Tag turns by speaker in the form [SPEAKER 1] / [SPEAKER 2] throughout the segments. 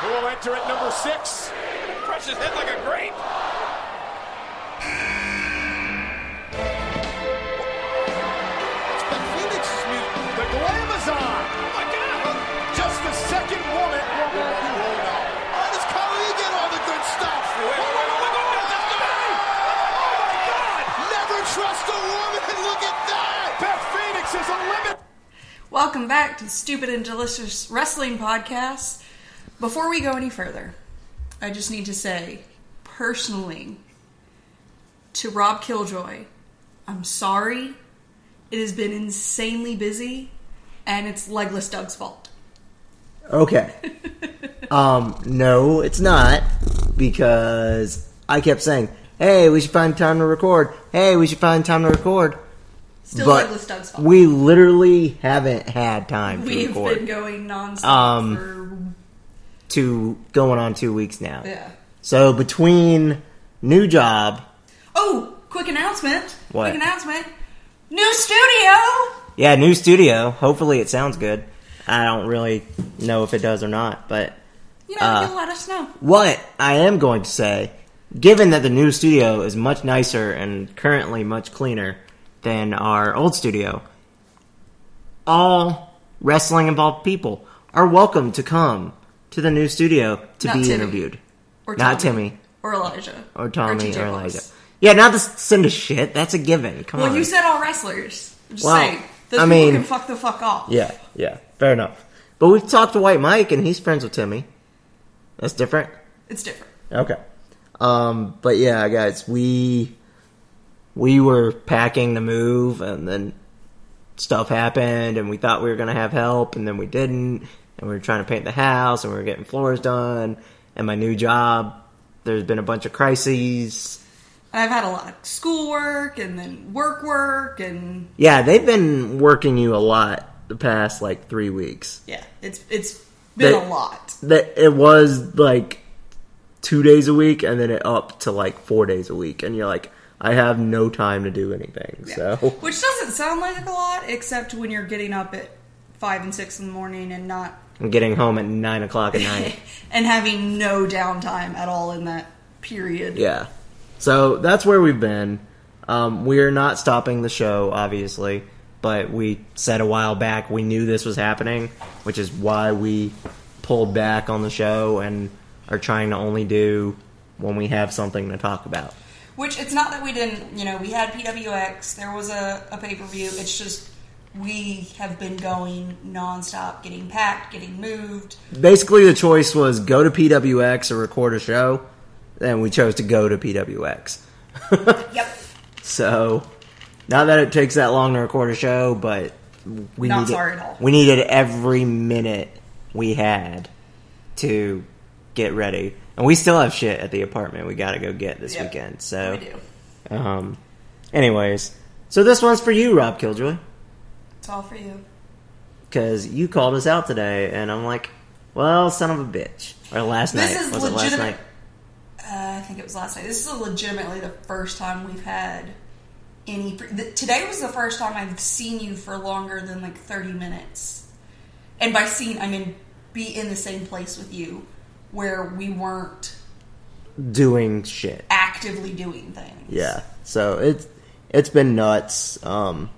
[SPEAKER 1] who will enter at number six.
[SPEAKER 2] Crushed his head like a grape.
[SPEAKER 1] It's the Phoenix's music. The glam is on.
[SPEAKER 2] Oh my God!
[SPEAKER 1] Just the second woman will walk in here now.
[SPEAKER 3] Why does Kylie get all the good stuff? Never trust a woman. Look at that.
[SPEAKER 1] Beth Phoenix is a limit.
[SPEAKER 4] Welcome back to the Stupid and Delicious Wrestling Podcast. Before we go any further, I just need to say personally to Rob Killjoy, I'm sorry. It has been insanely busy, and it's Legless Doug's fault.
[SPEAKER 5] Okay. um, no, it's not because I kept saying, "Hey, we should find time to record. Hey, we should find time to record."
[SPEAKER 4] Still Legless Doug's fault.
[SPEAKER 5] we literally haven't had time to
[SPEAKER 4] We've
[SPEAKER 5] record
[SPEAKER 4] been going nonstop
[SPEAKER 5] Um,
[SPEAKER 4] for
[SPEAKER 5] to going on two weeks now.
[SPEAKER 4] yeah.
[SPEAKER 5] So between new job,
[SPEAKER 4] Oh, quick announcement!
[SPEAKER 5] What?
[SPEAKER 4] Quick announcement! New studio.
[SPEAKER 5] yeah, new studio. Hopefully, it sounds good. I don't really know if it does or not, but
[SPEAKER 4] You know,
[SPEAKER 5] Uh,
[SPEAKER 4] you'll let us know.
[SPEAKER 5] What I am going to say, given that the new studio is much nicer and currently much cleaner than our old studio, all wrestling involved people are welcome to come to the new studio to
[SPEAKER 4] Not
[SPEAKER 5] be
[SPEAKER 4] Timmy.
[SPEAKER 5] interviewed.
[SPEAKER 4] Or
[SPEAKER 5] Not
[SPEAKER 4] Tommy.
[SPEAKER 5] Timmy.
[SPEAKER 4] or Elijah
[SPEAKER 5] Or Tommy
[SPEAKER 4] TJ
[SPEAKER 5] or,
[SPEAKER 4] Wallace.
[SPEAKER 5] Elijah. Yeah, not to send a shit. That's a given. Come
[SPEAKER 4] Well,
[SPEAKER 5] on.
[SPEAKER 4] you said all wrestlers. I'm just
[SPEAKER 5] Well,
[SPEAKER 4] saying. Those
[SPEAKER 5] I
[SPEAKER 4] people
[SPEAKER 5] mean-
[SPEAKER 4] can fuck the fuck off.
[SPEAKER 5] yeah, yeah. Fair enough. But we've talked to White Mike and he's friends with Timmy. That's different.
[SPEAKER 4] It's different.
[SPEAKER 5] Okay. Um, but yeah, guys, we we were packing to move, and then stuff happened, and we thought we were gonna have help, and then we didn't, and we were trying to paint the house, and we were getting floors done, and my new job. There's been a bunch of crises.
[SPEAKER 4] And I've had a lot of schoolwork and then work work and
[SPEAKER 5] Yeah, they've been working you a lot the past like three weeks.
[SPEAKER 4] yeah, it's it's been
[SPEAKER 5] They-
[SPEAKER 4] a lot.
[SPEAKER 5] that it was like two days a week and then it up to like four days a week and you're like i have no time to do anything
[SPEAKER 4] Yeah.
[SPEAKER 5] so
[SPEAKER 4] Which doesn't sound like a lot, except when you're getting up at five and six in the morning and not
[SPEAKER 5] i'm getting home at nine o'clock at night
[SPEAKER 4] and having no downtime at all in that period.
[SPEAKER 5] yeah so that's where we've been um, we are not stopping the show obviously but we said a while back we knew this was happening which is why we pulled back on the show and are trying to only do when we have something to talk about
[SPEAKER 4] Which it's not that we didn't, you know, we had PWX, there was a, a pay per view. It's just we have been going nonstop, getting packed, getting moved.
[SPEAKER 5] basically the choice was go to PWX or record a show, and we chose to go to PWX.
[SPEAKER 4] Yep.
[SPEAKER 5] So, not that it takes that long to record a show, but we
[SPEAKER 4] Not
[SPEAKER 5] needed,
[SPEAKER 4] sorry at all.
[SPEAKER 5] we needed every minute we had to get ready, and we still have shit at the apartment we got to go get this
[SPEAKER 4] Yep.
[SPEAKER 5] weekend. So,
[SPEAKER 4] We do.
[SPEAKER 5] um, anyways, so this one's for you, Rob Killjoy,
[SPEAKER 4] It's all for you.
[SPEAKER 5] because you called us out today, and I'm like. Well, son of a bitch. Or last
[SPEAKER 4] This
[SPEAKER 5] night.
[SPEAKER 4] is
[SPEAKER 5] was it last
[SPEAKER 4] legitimate-
[SPEAKER 5] night?
[SPEAKER 4] Uh, I think it was last night. This is legitimately the first time we've had any. Th- today was the first time I've seen you for longer than like 30 minutes. And by seen, I mean be in the same place with you where we weren't
[SPEAKER 5] doing shit.
[SPEAKER 4] actively doing things.
[SPEAKER 5] Yeah. So it's it's been nuts. Um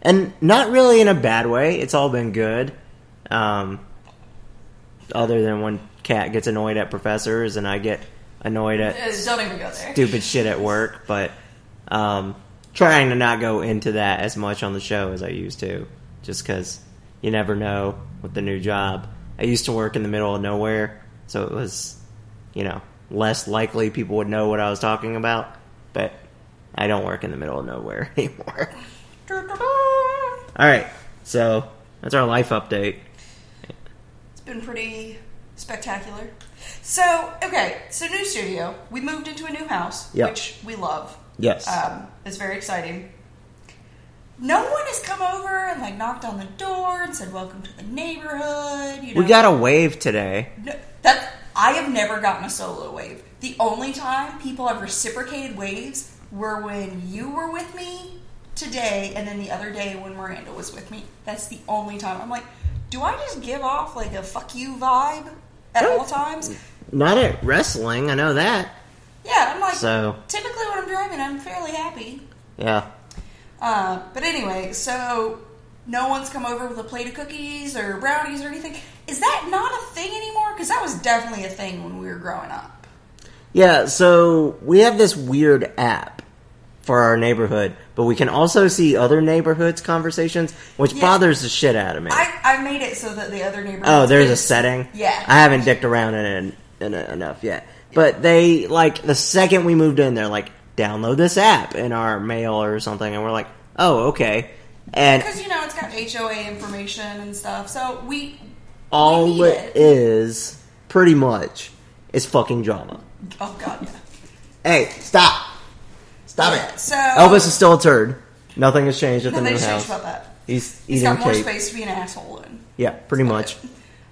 [SPEAKER 5] and not really in a bad way. It's all been good. Um other than when cat gets annoyed at professors and I get annoyed
[SPEAKER 4] Uh,
[SPEAKER 5] at
[SPEAKER 4] Don't even go there.
[SPEAKER 5] stupid shit at work, but um trying to not go into that as much on the show as I used to just cuz you never know with the new job. I used to work in the middle of nowhere, so it was you know, less likely people would know what I was talking about. But I don't work in the middle of nowhere anymore. All right, so that's our life update.
[SPEAKER 4] It's been pretty spectacular. So, okay, so new studio. We moved into a new house,
[SPEAKER 5] Yep.
[SPEAKER 4] which we love.
[SPEAKER 5] Yes.
[SPEAKER 4] Um, it's very exciting. No one has come over and like knocked on the door and said, "Welcome to the neighborhood." You know,
[SPEAKER 5] we got a wave today.
[SPEAKER 4] No, that I have never gotten a solo wave. The only time people have reciprocated waves were when you were with me today, and then the other day when Miranda was with me. That's the only time. I'm like, do I just give off like a fuck you vibe? at all times.
[SPEAKER 5] Not at wrestling, I know that.
[SPEAKER 4] Yeah, I'm like
[SPEAKER 5] So-
[SPEAKER 4] typically when I'm driving, I'm fairly happy.
[SPEAKER 5] Yeah.
[SPEAKER 4] Uh, but anyway, so no one's come over with a plate of cookies or brownies or anything. Is that not a thing anymore? Because that was definitely a thing when we were growing up.
[SPEAKER 5] Yeah, so we have this weird app for our neighborhood, but we can also see other neighborhoods' conversations, which
[SPEAKER 4] Yeah.
[SPEAKER 5] bothers the shit out of me.
[SPEAKER 4] I, I made it so that the other neighborhood.
[SPEAKER 5] oh, there's a setting.
[SPEAKER 4] Yeah.
[SPEAKER 5] I haven't dicked around in it, in it enough yet. But they like the second we moved in, they're like, download this app in our mail or something, and we're like, oh, okay. And
[SPEAKER 4] Because you know it's got HOA information and stuff. So we we
[SPEAKER 5] all
[SPEAKER 4] need
[SPEAKER 5] it is, pretty much, is fucking Java.
[SPEAKER 4] Oh god. yeah.
[SPEAKER 5] Hey, stop, stop it.
[SPEAKER 4] So
[SPEAKER 5] Elvis is still a turd. Nothing has changed at the
[SPEAKER 4] Nothing
[SPEAKER 5] new
[SPEAKER 4] has changed
[SPEAKER 5] house.
[SPEAKER 4] about that.
[SPEAKER 5] He's
[SPEAKER 4] He's
[SPEAKER 5] eating
[SPEAKER 4] got more
[SPEAKER 5] cake.
[SPEAKER 4] space to be an asshole in.
[SPEAKER 5] Yeah, pretty much.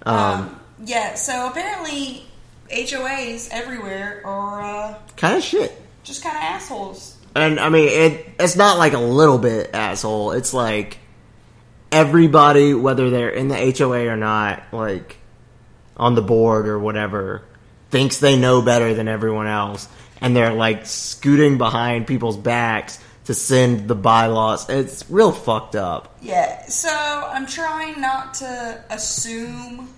[SPEAKER 5] Um,
[SPEAKER 4] Yeah. So apparently HOAs everywhere are uh,
[SPEAKER 5] kind of shit.
[SPEAKER 4] just kind of assholes.
[SPEAKER 5] And I mean, it it's not like a little bit asshole. It's like everybody, whether they're in the HOA or not, like on the board or whatever, thinks they know better than everyone else, and they're like scooting behind people's backs to send the bylaws. It's real fucked up.
[SPEAKER 4] Yeah, so I'm trying not to assume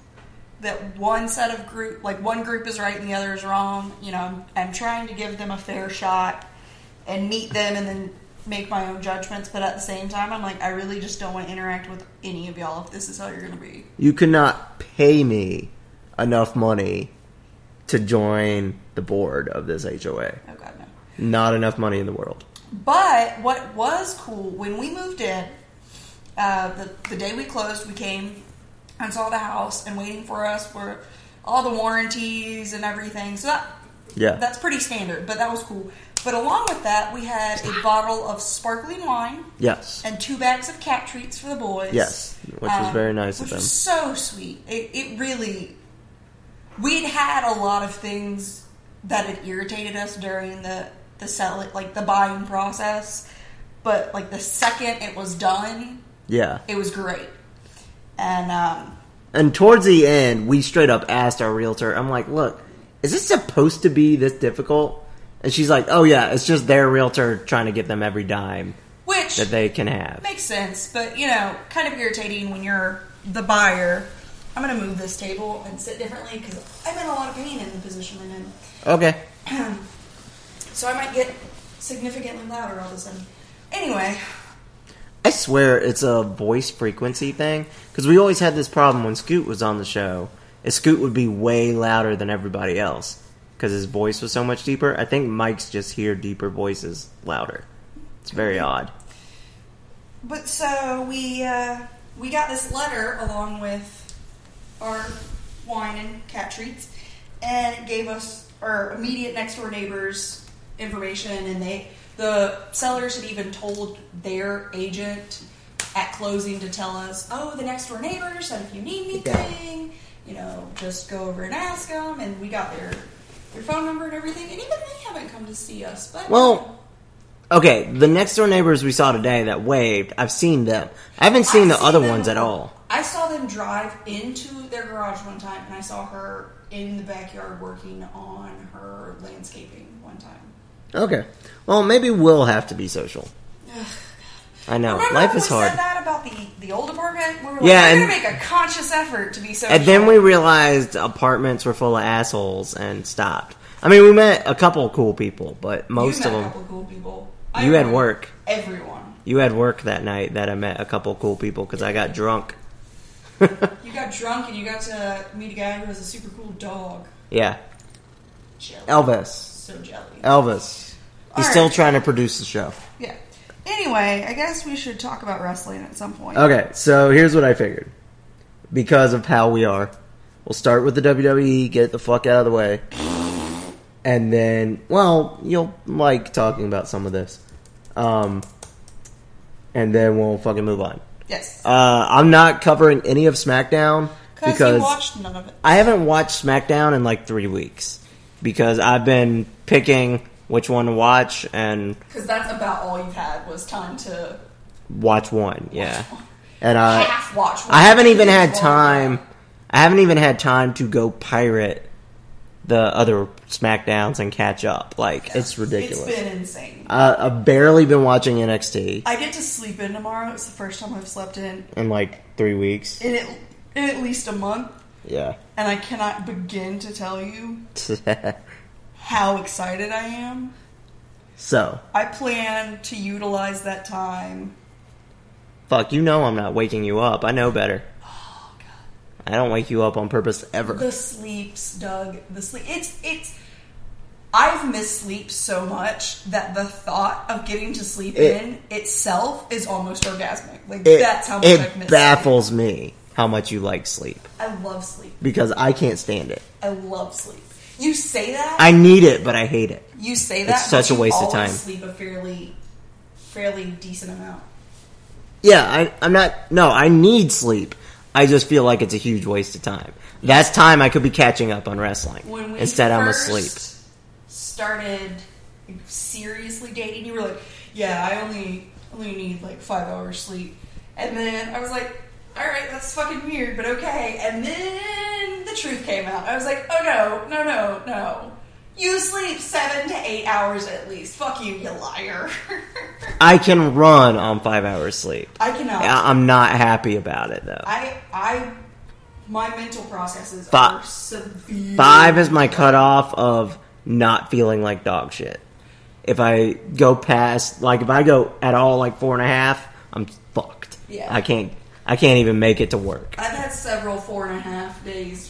[SPEAKER 4] that one set of group, like one group is right and the other is wrong. You know, I'm, I'm trying to give them a fair shot and meet them and then make my own judgments. But at the same time, I'm like, I really just don't want to interact with any of y'all if this is how you're going to be.
[SPEAKER 5] You cannot pay me enough money to join the board of this HOA.
[SPEAKER 4] Oh, God, no.
[SPEAKER 5] Not enough money in the world.
[SPEAKER 4] But what was cool when we moved in, uh, the, the day we closed, we came and saw the house and waiting for us were all the warranties and everything. So that
[SPEAKER 5] Yeah.
[SPEAKER 4] that's pretty standard, but that was cool. But along with that, we had a bottle of sparkling wine
[SPEAKER 5] yes.
[SPEAKER 4] and two bags of cat treats for the boys. Um,
[SPEAKER 5] Yes, which was very nice of
[SPEAKER 4] which
[SPEAKER 5] them.
[SPEAKER 4] Was so sweet. It, it really. We'd had a lot of things that had irritated us during the the sell like the buying process, but like the second it was done,
[SPEAKER 5] yeah.
[SPEAKER 4] it was great. And um,
[SPEAKER 5] And towards the end, we straight up asked our realtor, I'm like, look, is this supposed to be this difficult? And she's like, oh, yeah, it's just their realtor trying to get them every dime
[SPEAKER 4] which
[SPEAKER 5] that they can have.
[SPEAKER 4] Makes sense, but you know, kind of irritating when you're the buyer. I'm gonna move this table and sit differently because I'm in a lot of pain in the position I'm in.
[SPEAKER 5] Okay.
[SPEAKER 4] So I might get significantly louder all of a sudden. Anyway,
[SPEAKER 5] I swear it's a voice frequency thing because we always had this problem when Scoot was on the show. Is Scoot would be way louder than everybody else because his voice was so much deeper. I think Mike's just hear deeper voices louder. It's very odd.
[SPEAKER 4] but so we uh, we got this letter along with our wine and cat treats, and it gave us our immediate next door neighbors information, and they the sellers had even told their agent at closing to tell us, oh, the next door neighbors said if you need anything, you know, just go over and ask them, and we got their their phone number and everything, and even they haven't come to see us, but
[SPEAKER 5] Well, okay, the next door neighbors we saw today that waved, I've seen them. I haven't seen
[SPEAKER 4] I've
[SPEAKER 5] the other
[SPEAKER 4] them
[SPEAKER 5] ones at
[SPEAKER 4] before.
[SPEAKER 5] all.
[SPEAKER 4] I saw them drive into their garage one time, and I saw her in the backyard working on her landscaping one time.
[SPEAKER 5] Okay. Well, maybe we'll have to be social. I know.
[SPEAKER 4] Remember
[SPEAKER 5] Life
[SPEAKER 4] when
[SPEAKER 5] is
[SPEAKER 4] we
[SPEAKER 5] hard.
[SPEAKER 4] said that about the, the old apartment? We were like,
[SPEAKER 5] Yeah,
[SPEAKER 4] we're
[SPEAKER 5] and-
[SPEAKER 4] going to make a conscious effort to be social.
[SPEAKER 5] And then we realized apartments were full of assholes and stopped. I mean, we met a couple of cool people, but
[SPEAKER 4] You
[SPEAKER 5] most
[SPEAKER 4] met
[SPEAKER 5] of
[SPEAKER 4] a
[SPEAKER 5] them.
[SPEAKER 4] couple cool people.
[SPEAKER 5] You had
[SPEAKER 4] remember
[SPEAKER 5] work.
[SPEAKER 4] Everyone.
[SPEAKER 5] You had work that night that I met a couple of cool people because I got drunk.
[SPEAKER 4] You got drunk, and you got to meet a guy who has a super cool dog.
[SPEAKER 5] Yeah.
[SPEAKER 4] Jelly.
[SPEAKER 5] Elvis.
[SPEAKER 4] So jelly.
[SPEAKER 5] Elvis. He's
[SPEAKER 4] All
[SPEAKER 5] still
[SPEAKER 4] right.
[SPEAKER 5] trying to produce the show.
[SPEAKER 4] Yeah. Anyway, I guess we should talk about wrestling at some point.
[SPEAKER 5] Okay, so here's what I figured. Because of how we are, we'll start with the WWE, get the fuck out of the way. And then, well, you'll like talking about some of this. Um, and then we'll fucking move on.
[SPEAKER 4] Yes.
[SPEAKER 5] Uh, I'm not covering any of SmackDown
[SPEAKER 4] Because
[SPEAKER 5] because
[SPEAKER 4] you watched none of it.
[SPEAKER 5] I haven't watched SmackDown in like three weeks because I've been picking which one to watch and
[SPEAKER 4] Because that's about all you've had was time to
[SPEAKER 5] watch one. Yeah, Uh, and I
[SPEAKER 4] half watch.
[SPEAKER 5] I haven't even had time. I haven't even had time to go pirate the other SmackDowns and catch up. Like it's ridiculous.
[SPEAKER 4] It's been insane.
[SPEAKER 5] uh, I've barely been watching NXT
[SPEAKER 4] I get to sleep in tomorrow. It's the first time I've slept in
[SPEAKER 5] in like three weeks.
[SPEAKER 4] in at, in at least a month,
[SPEAKER 5] Yeah.
[SPEAKER 4] and I cannot begin to tell you how excited I am.
[SPEAKER 5] so
[SPEAKER 4] I plan to utilize that time.
[SPEAKER 5] fuck, you know I'm not waking you up. I know better. I don't wake you up on purpose ever.
[SPEAKER 4] The sleeps, Doug. The sleep. It's it's. I've missed sleep so much that the thought of getting to sleep
[SPEAKER 5] It-
[SPEAKER 4] in itself is almost orgasmic. Like
[SPEAKER 5] it,
[SPEAKER 4] that's how much
[SPEAKER 5] it
[SPEAKER 4] I've missed.
[SPEAKER 5] baffles me how much you like sleep
[SPEAKER 4] Sleep. I love sleep.
[SPEAKER 5] because I can't stand it.
[SPEAKER 4] I love sleep. You say that.
[SPEAKER 5] I need it, but I hate it.
[SPEAKER 4] you say that.
[SPEAKER 5] It's such
[SPEAKER 4] but
[SPEAKER 5] a waste
[SPEAKER 4] you
[SPEAKER 5] of
[SPEAKER 4] always
[SPEAKER 5] time.
[SPEAKER 4] Sleep a fairly, fairly decent amount.
[SPEAKER 5] Yeah, I, I'm not. No, I need sleep. I just feel like it's a huge waste of time. That's time I could be catching up on wrestling.
[SPEAKER 4] when we
[SPEAKER 5] Instead, i I'm
[SPEAKER 4] first
[SPEAKER 5] asleep.
[SPEAKER 4] Started seriously dating. You were like, "Yeah, I only only need like five hours sleep," and then I was like, "All right, that's fucking weird, but okay." And then the truth came out. I was like, "Oh no, no, no, no." You sleep seven to eight hours at least. Fuck you, you liar.
[SPEAKER 5] I can run on five hours sleep.
[SPEAKER 4] I cannot.
[SPEAKER 5] I- I'm not happy about it though.
[SPEAKER 4] I, I, my mental processes
[SPEAKER 5] Fi-
[SPEAKER 4] are severe.
[SPEAKER 5] Five is my cutoff of not feeling like dog shit. If I go past, like, if I go at all like four and a half, I'm fucked.
[SPEAKER 4] Yeah.
[SPEAKER 5] I can't. I can't even make it to work.
[SPEAKER 4] I've had several four and a half days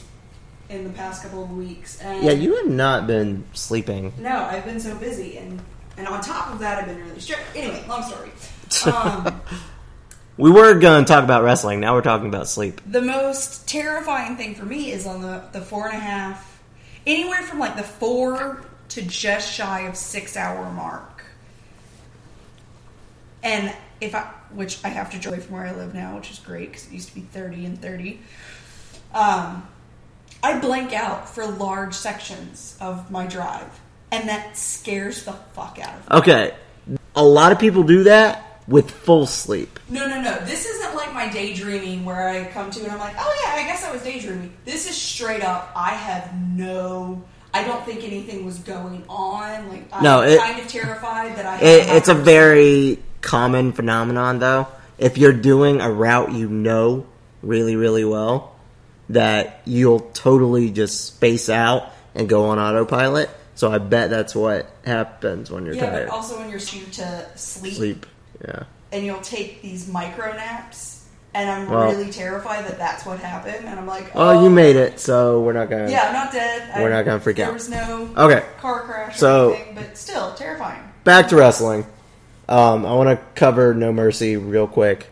[SPEAKER 4] in the past couple of weeks, and
[SPEAKER 5] Yeah, you have not been sleeping.
[SPEAKER 4] No, I've been so busy, and and on top of that, I've been really strict. Anyway, long story. Um,
[SPEAKER 5] We were going to talk about wrestling. Now we're talking about sleep.
[SPEAKER 4] the most terrifying thing for me is on the the four and a half, anywhere from like the four to just shy of six hour mark. And if I, which I have to drive away from where I live now, which is great because it used to be thirty and thirty. Um, I blank out for large sections of my drive, and that scares the fuck out of me.
[SPEAKER 5] Okay, a lot of people do that with full sleep.
[SPEAKER 4] No, no, no. This isn't like my daydreaming where I come to and I'm like, oh yeah, I guess I was daydreaming. This is straight up. I have no. I don't think anything was going on. Like I'm
[SPEAKER 5] No, it-
[SPEAKER 4] kind of terrified that I.
[SPEAKER 5] It, it's a very common phenomenon, though. If you're doing a route you know really, really well, that you'll totally just space out and go on autopilot. So I bet that's what happens when you're
[SPEAKER 4] yeah,
[SPEAKER 5] tired.
[SPEAKER 4] but also when you're due to sleep,
[SPEAKER 5] sleep. Yeah.
[SPEAKER 4] and you'll take these micro naps, and I'm
[SPEAKER 5] Well-
[SPEAKER 4] really terrified that that's what happened. And I'm like,
[SPEAKER 5] Oh, you made it, so we're not gonna.
[SPEAKER 4] Um, Yeah, I'm not dead. I-
[SPEAKER 5] We're not gonna freak
[SPEAKER 4] there
[SPEAKER 5] out.
[SPEAKER 4] was no
[SPEAKER 5] Okay.
[SPEAKER 4] car crash.
[SPEAKER 5] So-
[SPEAKER 4] or anything, but still terrifying.
[SPEAKER 5] Back to wrestling. Um, I want to cover No Mercy real quick.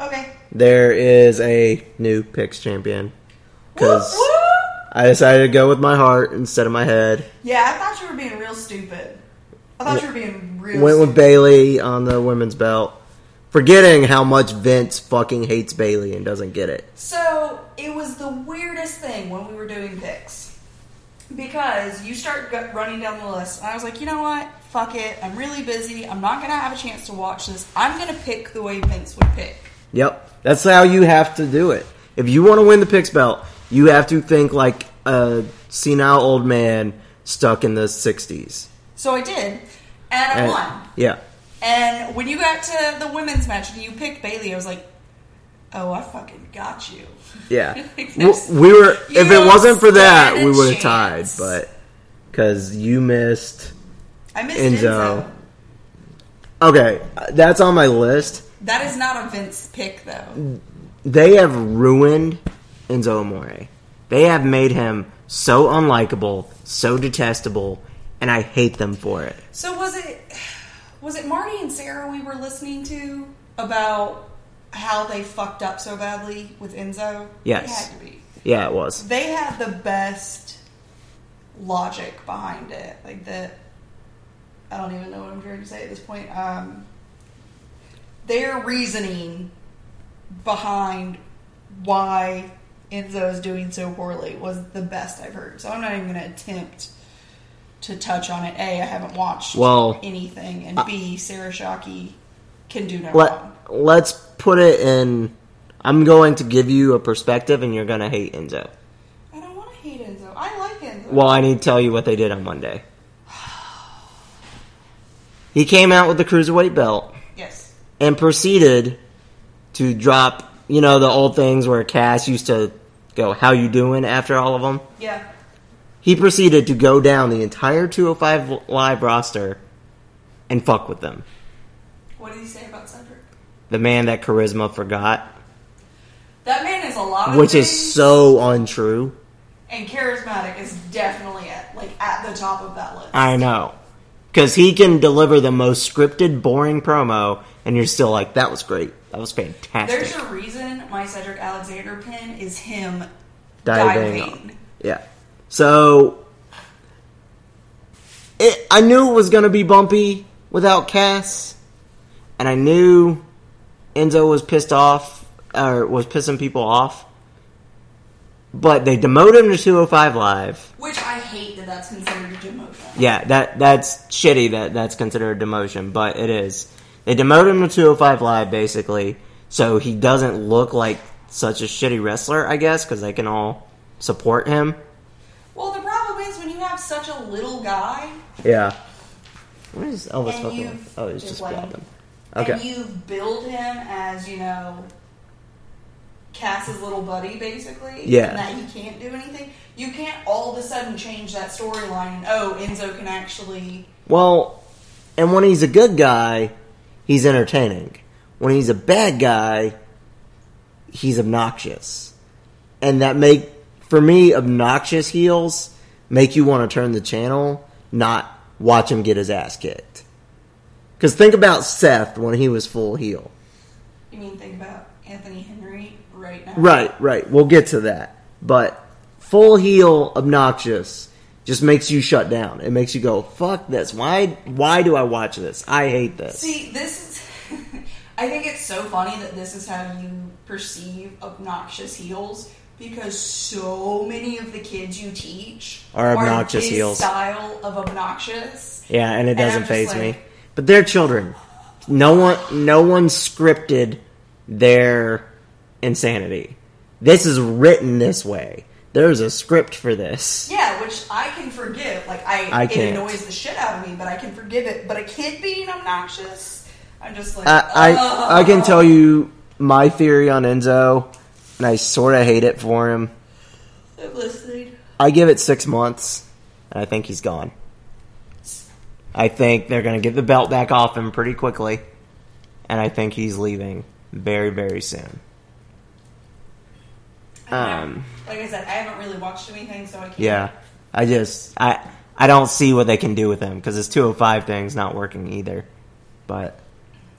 [SPEAKER 4] Okay.
[SPEAKER 5] There is a new picks champion because
[SPEAKER 4] Whoop, whoop.
[SPEAKER 5] I decided to go with my heart instead of my head.
[SPEAKER 4] Yeah, I thought you were being real stupid. I thought you were being real
[SPEAKER 5] went with
[SPEAKER 4] stupid.
[SPEAKER 5] Bailey on the women's belt, forgetting how much Vince fucking hates Bailey and doesn't get it.
[SPEAKER 4] so it was the weirdest thing when we were doing picks. Because you start go- running down the list, and I was like, you know what? Fuck it. I'm really busy. I'm not going to have a chance to watch this. I'm going to pick the way Vince would pick.
[SPEAKER 5] Yep, that's how you have to do it. If you want to win the picks belt, you have to think like a senile old man stuck in the '60s.
[SPEAKER 4] So I did, and I
[SPEAKER 5] And-
[SPEAKER 4] won.
[SPEAKER 5] Yeah,
[SPEAKER 4] And when you got to the women's match and you picked Bailey, I was like, oh, I fucking got you.
[SPEAKER 5] yeah.
[SPEAKER 4] Like,
[SPEAKER 5] W-
[SPEAKER 4] there's-
[SPEAKER 5] we were.
[SPEAKER 4] you
[SPEAKER 5] If it wasn't for that,
[SPEAKER 4] stand a
[SPEAKER 5] we would have tied.
[SPEAKER 4] chance.
[SPEAKER 5] But because you missed.
[SPEAKER 4] I missed
[SPEAKER 5] Enzo.
[SPEAKER 4] Enzo.
[SPEAKER 5] Okay, that's on my list.
[SPEAKER 4] That is not a Vince pick, though.
[SPEAKER 5] they have ruined Enzo Amore. They have made him so unlikable, so detestable, and I hate them for it.
[SPEAKER 4] So was it was it Marty and Sarah we were listening to about how they fucked up so badly with Enzo?
[SPEAKER 5] Yes.
[SPEAKER 4] It had to be.
[SPEAKER 5] Yeah, it was.
[SPEAKER 4] They had the best logic behind it. Like the I don't even know what I'm trying to say at this point. Um, their reasoning behind why Enzo is doing so poorly was the best I've heard. So I'm not even going to attempt to touch on it. A, I haven't watched
[SPEAKER 5] Well,
[SPEAKER 4] anything, and B, Sarah Shockey can do no
[SPEAKER 5] Let
[SPEAKER 4] wrong.
[SPEAKER 5] Let's put it in I'm going to give you a perspective, and you're going to hate Enzo.
[SPEAKER 4] I don't want to hate Enzo. I like Enzo.
[SPEAKER 5] Well, I need to tell you what they did on Monday. He came out with the cruiserweight belt
[SPEAKER 4] yes.
[SPEAKER 5] and proceeded to drop, you know, the old things where Cass used to go, "How you doing?" after all of them.
[SPEAKER 4] Yeah.
[SPEAKER 5] He proceeded to go down the entire 205 live roster and fuck with them.
[SPEAKER 4] What did he say about Cedric?
[SPEAKER 5] The man that charisma forgot,
[SPEAKER 4] That man is a lot of
[SPEAKER 5] which is
[SPEAKER 4] things,
[SPEAKER 5] so untrue.
[SPEAKER 4] and charismatic is definitely at like at the top of that list.
[SPEAKER 5] I know. Because he can deliver the most scripted, boring promo, and you're still like, that was great. That was fantastic.
[SPEAKER 4] There's a reason my Cedric Alexander pin is him
[SPEAKER 5] Diving.
[SPEAKER 4] diving.
[SPEAKER 5] Yeah. So, it, I knew it was going to be bumpy without Cass, and I knew Enzo was pissed off, or was pissing people off. But they demoted him to 205 Live.
[SPEAKER 4] Which I hate that that's considered a demotion.
[SPEAKER 5] Yeah, that that's shitty that that's considered a demotion, but it is. They demote him to 205 Live basically, so he doesn't look like such a shitty wrestler, I guess, because they can all support him.
[SPEAKER 4] Well, the problem is when you have such a little guy
[SPEAKER 5] Yeah. What is Elvis
[SPEAKER 4] And
[SPEAKER 5] fucking?
[SPEAKER 4] you've-
[SPEAKER 5] Oh, he's just
[SPEAKER 4] like-
[SPEAKER 5] grabbing. Okay.
[SPEAKER 4] and you build him as, you know, Cass's little buddy, basically,
[SPEAKER 5] Yeah.
[SPEAKER 4] and that he can't do anything, you can't all of a sudden change that storyline and, oh, Enzo can actually.
[SPEAKER 5] Well, and when he's a good guy, he's entertaining. When he's a bad guy, he's obnoxious. And that make for me obnoxious heels make you want to turn the channel, not watch him get his ass kicked. Cuz think about Seth when he was full heel.
[SPEAKER 4] You mean, think about Anthony Henry right now.
[SPEAKER 5] Right, right. We'll get to that. But full heel obnoxious just makes you shut down. It makes you go, "Fuck this. Why why do I watch this? I hate this."
[SPEAKER 4] See, this is. I think it's so funny that this is how you perceive obnoxious heels because so many of the kids you teach
[SPEAKER 5] Are obnoxious
[SPEAKER 4] this
[SPEAKER 5] heels.
[SPEAKER 4] Style of obnoxious.
[SPEAKER 5] Yeah, and it
[SPEAKER 4] And I'm
[SPEAKER 5] doesn't
[SPEAKER 4] just
[SPEAKER 5] phase me.
[SPEAKER 4] like-
[SPEAKER 5] But they're children. No one, no one scripted their insanity. This is written this way. There's a script for this.
[SPEAKER 4] Yeah, which I can forgive. Like I,
[SPEAKER 5] I
[SPEAKER 4] it
[SPEAKER 5] can't.
[SPEAKER 4] annoys the shit out of me, but I can forgive it. But a kid being obnoxious, I'm just like,
[SPEAKER 5] Uh,
[SPEAKER 4] oh,
[SPEAKER 5] I,
[SPEAKER 4] "Ugh."
[SPEAKER 5] I, I can tell you my theory on Enzo, and I sort of hate it for him.
[SPEAKER 4] I'm listening.
[SPEAKER 5] I give it six months, and I think he's gone. I think they're going to get the belt back off him pretty quickly, and I think he's leaving very, very soon. Um,
[SPEAKER 4] Like I said, I haven't really watched anything, so I can't.
[SPEAKER 5] Yeah, I just I I don't see what they can do with him because his 205 thing's not working either. But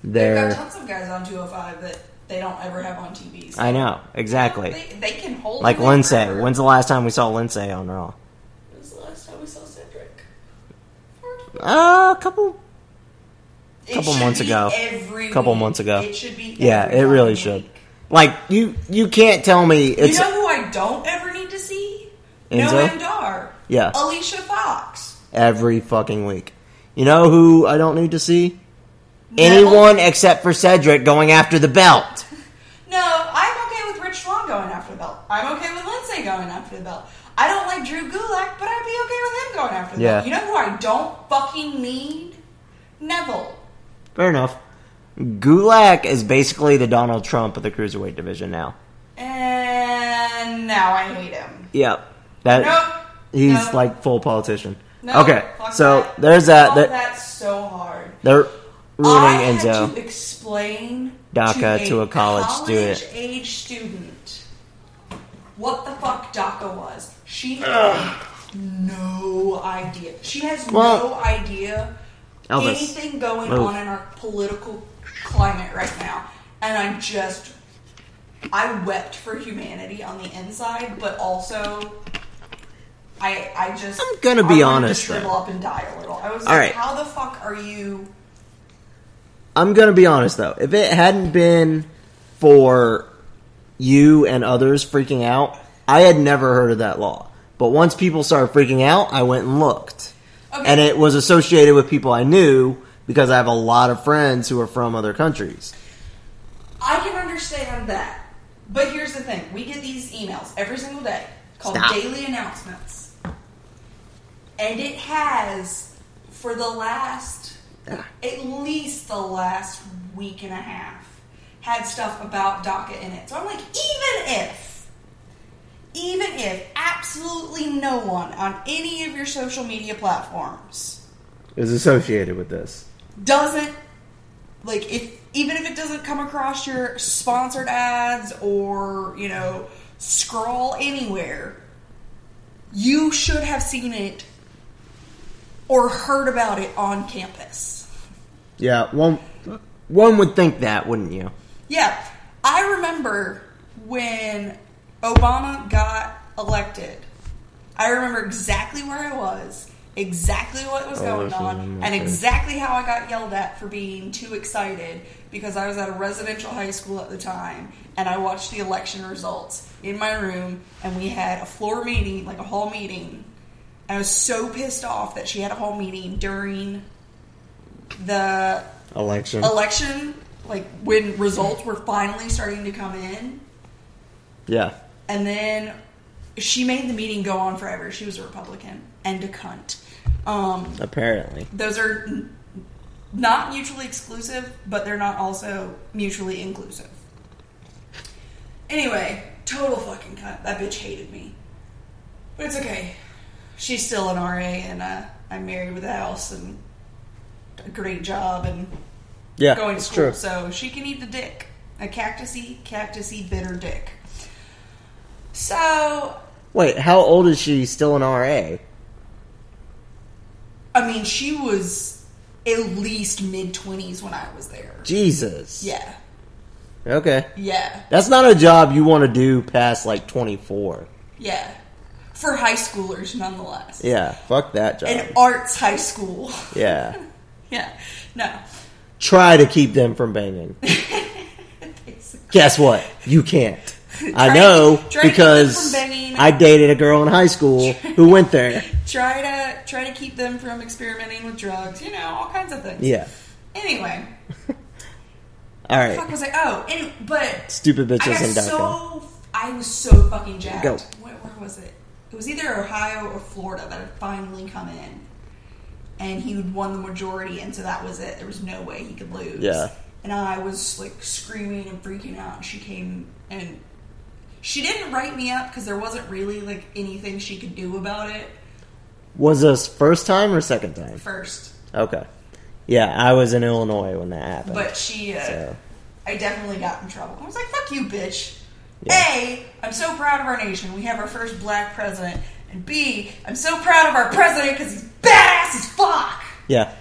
[SPEAKER 4] They've got
[SPEAKER 5] they're
[SPEAKER 4] tons of guys on 205 that they don't ever have on TV. so-
[SPEAKER 5] I know exactly.
[SPEAKER 4] They, they can hold.
[SPEAKER 5] Like
[SPEAKER 4] them in
[SPEAKER 5] Lindsay.
[SPEAKER 4] forever.
[SPEAKER 5] When's the last time we saw Lindsay on Raw?
[SPEAKER 4] When was the last time we saw Cedric?
[SPEAKER 5] Uh, a couple.
[SPEAKER 4] It
[SPEAKER 5] Couple
[SPEAKER 4] should
[SPEAKER 5] months
[SPEAKER 4] be
[SPEAKER 5] ago.
[SPEAKER 4] Every
[SPEAKER 5] Couple
[SPEAKER 4] week.
[SPEAKER 5] months ago.
[SPEAKER 4] It should be.
[SPEAKER 5] Yeah,
[SPEAKER 4] every
[SPEAKER 5] it really
[SPEAKER 4] fucking
[SPEAKER 5] should.
[SPEAKER 4] week.
[SPEAKER 5] Like you, you can't tell me it's
[SPEAKER 4] you know who I don't ever need to see?
[SPEAKER 5] Enzo?
[SPEAKER 4] Noam Dar.
[SPEAKER 5] Yeah.
[SPEAKER 4] Alicia Fox.
[SPEAKER 5] every fucking week. You know who I don't need to see? Anyone except for Cedric going after the belt.
[SPEAKER 4] No, I'm okay with Rich Swan going after the belt. I'm okay with Lindsay going after the belt. I don't like Drew Gulak, but I'd be okay with him going after the
[SPEAKER 5] Yeah.
[SPEAKER 4] belt. You know who I don't fucking need? Neville.
[SPEAKER 5] Fair enough. Gulak is basically the Donald Trump of the cruiserweight division now.
[SPEAKER 4] And now I hate him.
[SPEAKER 5] Yep. That
[SPEAKER 4] Nope.
[SPEAKER 5] he's
[SPEAKER 4] Nope.
[SPEAKER 5] like full politician.
[SPEAKER 4] No,
[SPEAKER 5] okay.
[SPEAKER 4] fuck
[SPEAKER 5] So
[SPEAKER 4] that.
[SPEAKER 5] there's that,
[SPEAKER 4] Fuck
[SPEAKER 5] that
[SPEAKER 4] that's so hard.
[SPEAKER 5] they're ruining
[SPEAKER 4] I had
[SPEAKER 5] Enzo.
[SPEAKER 4] to explain
[SPEAKER 5] DACA to a college student.
[SPEAKER 4] age student, what the fuck DACA was. She had no idea. She has
[SPEAKER 5] Well,
[SPEAKER 4] no idea
[SPEAKER 5] Elvis,
[SPEAKER 4] anything going
[SPEAKER 5] move.
[SPEAKER 4] on in our political climate right now, and I'm just. I wept for humanity on the inside, but also. I, I just
[SPEAKER 5] I'm gonna be
[SPEAKER 4] I wanted
[SPEAKER 5] honest,
[SPEAKER 4] To
[SPEAKER 5] though.
[SPEAKER 4] shrivel up and die a little. I was
[SPEAKER 5] All
[SPEAKER 4] like,
[SPEAKER 5] right.
[SPEAKER 4] how the fuck are you
[SPEAKER 5] I'm gonna be honest though. If it hadn't been for you and others freaking out, I had never heard of that law. But once people started freaking out, I went and looked.
[SPEAKER 4] Okay.
[SPEAKER 5] And it was associated with people I knew because I have a lot of friends who are from other countries.
[SPEAKER 4] I can understand that. But here's the thing: we get these emails every single day called
[SPEAKER 5] Stop.
[SPEAKER 4] daily announcements, and it has for the last at least the last week and a half had stuff about DACA in it. So I'm like, even if, even if absolutely no one on any of your social media platforms
[SPEAKER 5] is associated with this.
[SPEAKER 4] doesn't like if even if it doesn't come across your sponsored ads or you know scroll anywhere you should have seen it or heard about it on campus
[SPEAKER 5] Yeah, one one would think that, wouldn't you?
[SPEAKER 4] yeah i remember when obama got elected i remember exactly where i was exactly what was
[SPEAKER 5] Oh,
[SPEAKER 4] going
[SPEAKER 5] this is
[SPEAKER 4] on and
[SPEAKER 5] amazing.
[SPEAKER 4] exactly how I got yelled at for being too excited because I was at a residential high school at the time and I watched the election results in my room and we had a floor meeting, like a hall meeting. I was so pissed off that she had a hall meeting during the
[SPEAKER 5] Election.
[SPEAKER 4] Oh. election, like when results were finally starting to come in.
[SPEAKER 5] yeah.
[SPEAKER 4] And then she made the meeting go on forever. She was a Republican and a cunt. Um,
[SPEAKER 5] Apparently.
[SPEAKER 4] those are n- not mutually exclusive, but they're not also mutually inclusive. Anyway, total fucking cunt. That bitch hated me. But it's okay. She's still an RA, and uh, I'm married with a house and a great job and
[SPEAKER 5] Yeah.
[SPEAKER 4] going to
[SPEAKER 5] it's
[SPEAKER 4] school.
[SPEAKER 5] true.
[SPEAKER 4] So she can eat the dick. A cactusy, cactusy, bitter dick. So,
[SPEAKER 5] Wait, how old is she? Still an RA?
[SPEAKER 4] I mean, she was at least mid 20s when I was there.
[SPEAKER 5] Jesus.
[SPEAKER 4] Yeah.
[SPEAKER 5] Okay.
[SPEAKER 4] Yeah.
[SPEAKER 5] That's not a job you want to do past like 24.
[SPEAKER 4] Yeah. For high schoolers, nonetheless.
[SPEAKER 5] Yeah. Fuck that job.
[SPEAKER 4] An arts high school.
[SPEAKER 5] yeah.
[SPEAKER 4] yeah. No.
[SPEAKER 5] Try to keep them from banging. Guess what? You can't. I
[SPEAKER 4] Try-
[SPEAKER 5] know
[SPEAKER 4] try to keep them
[SPEAKER 5] because
[SPEAKER 4] from banging.
[SPEAKER 5] I dated a girl in high school who went there.
[SPEAKER 4] Try to try to keep them from experimenting with drugs, you know, all kinds of things.
[SPEAKER 5] Yeah.
[SPEAKER 4] Anyway,
[SPEAKER 5] All
[SPEAKER 4] fuck
[SPEAKER 5] right.
[SPEAKER 4] was I? Oh, and, but
[SPEAKER 5] Stupid
[SPEAKER 4] I
[SPEAKER 5] bitches
[SPEAKER 4] got
[SPEAKER 5] and DACA.
[SPEAKER 4] so I was so fucking jacked.
[SPEAKER 5] Go.
[SPEAKER 4] Where, where was it? It was either Ohio or Florida that had finally come in, and he had won the majority, and so that was it. There was no way he could lose.
[SPEAKER 5] Yeah.
[SPEAKER 4] And I was like screaming and freaking out. And she came and she didn't write me up because there wasn't really like anything she could do about it
[SPEAKER 5] Was this first time or second time?
[SPEAKER 4] first.
[SPEAKER 5] Okay. Yeah, I was in Illinois when that happened.
[SPEAKER 4] But she, uh,
[SPEAKER 5] so
[SPEAKER 4] I definitely got in trouble. I was like, fuck you, bitch.
[SPEAKER 5] Yeah.
[SPEAKER 4] A, I'm so proud of our nation. We have our first black president. And B, I'm so proud of our president because he's badass as fuck.
[SPEAKER 5] yeah,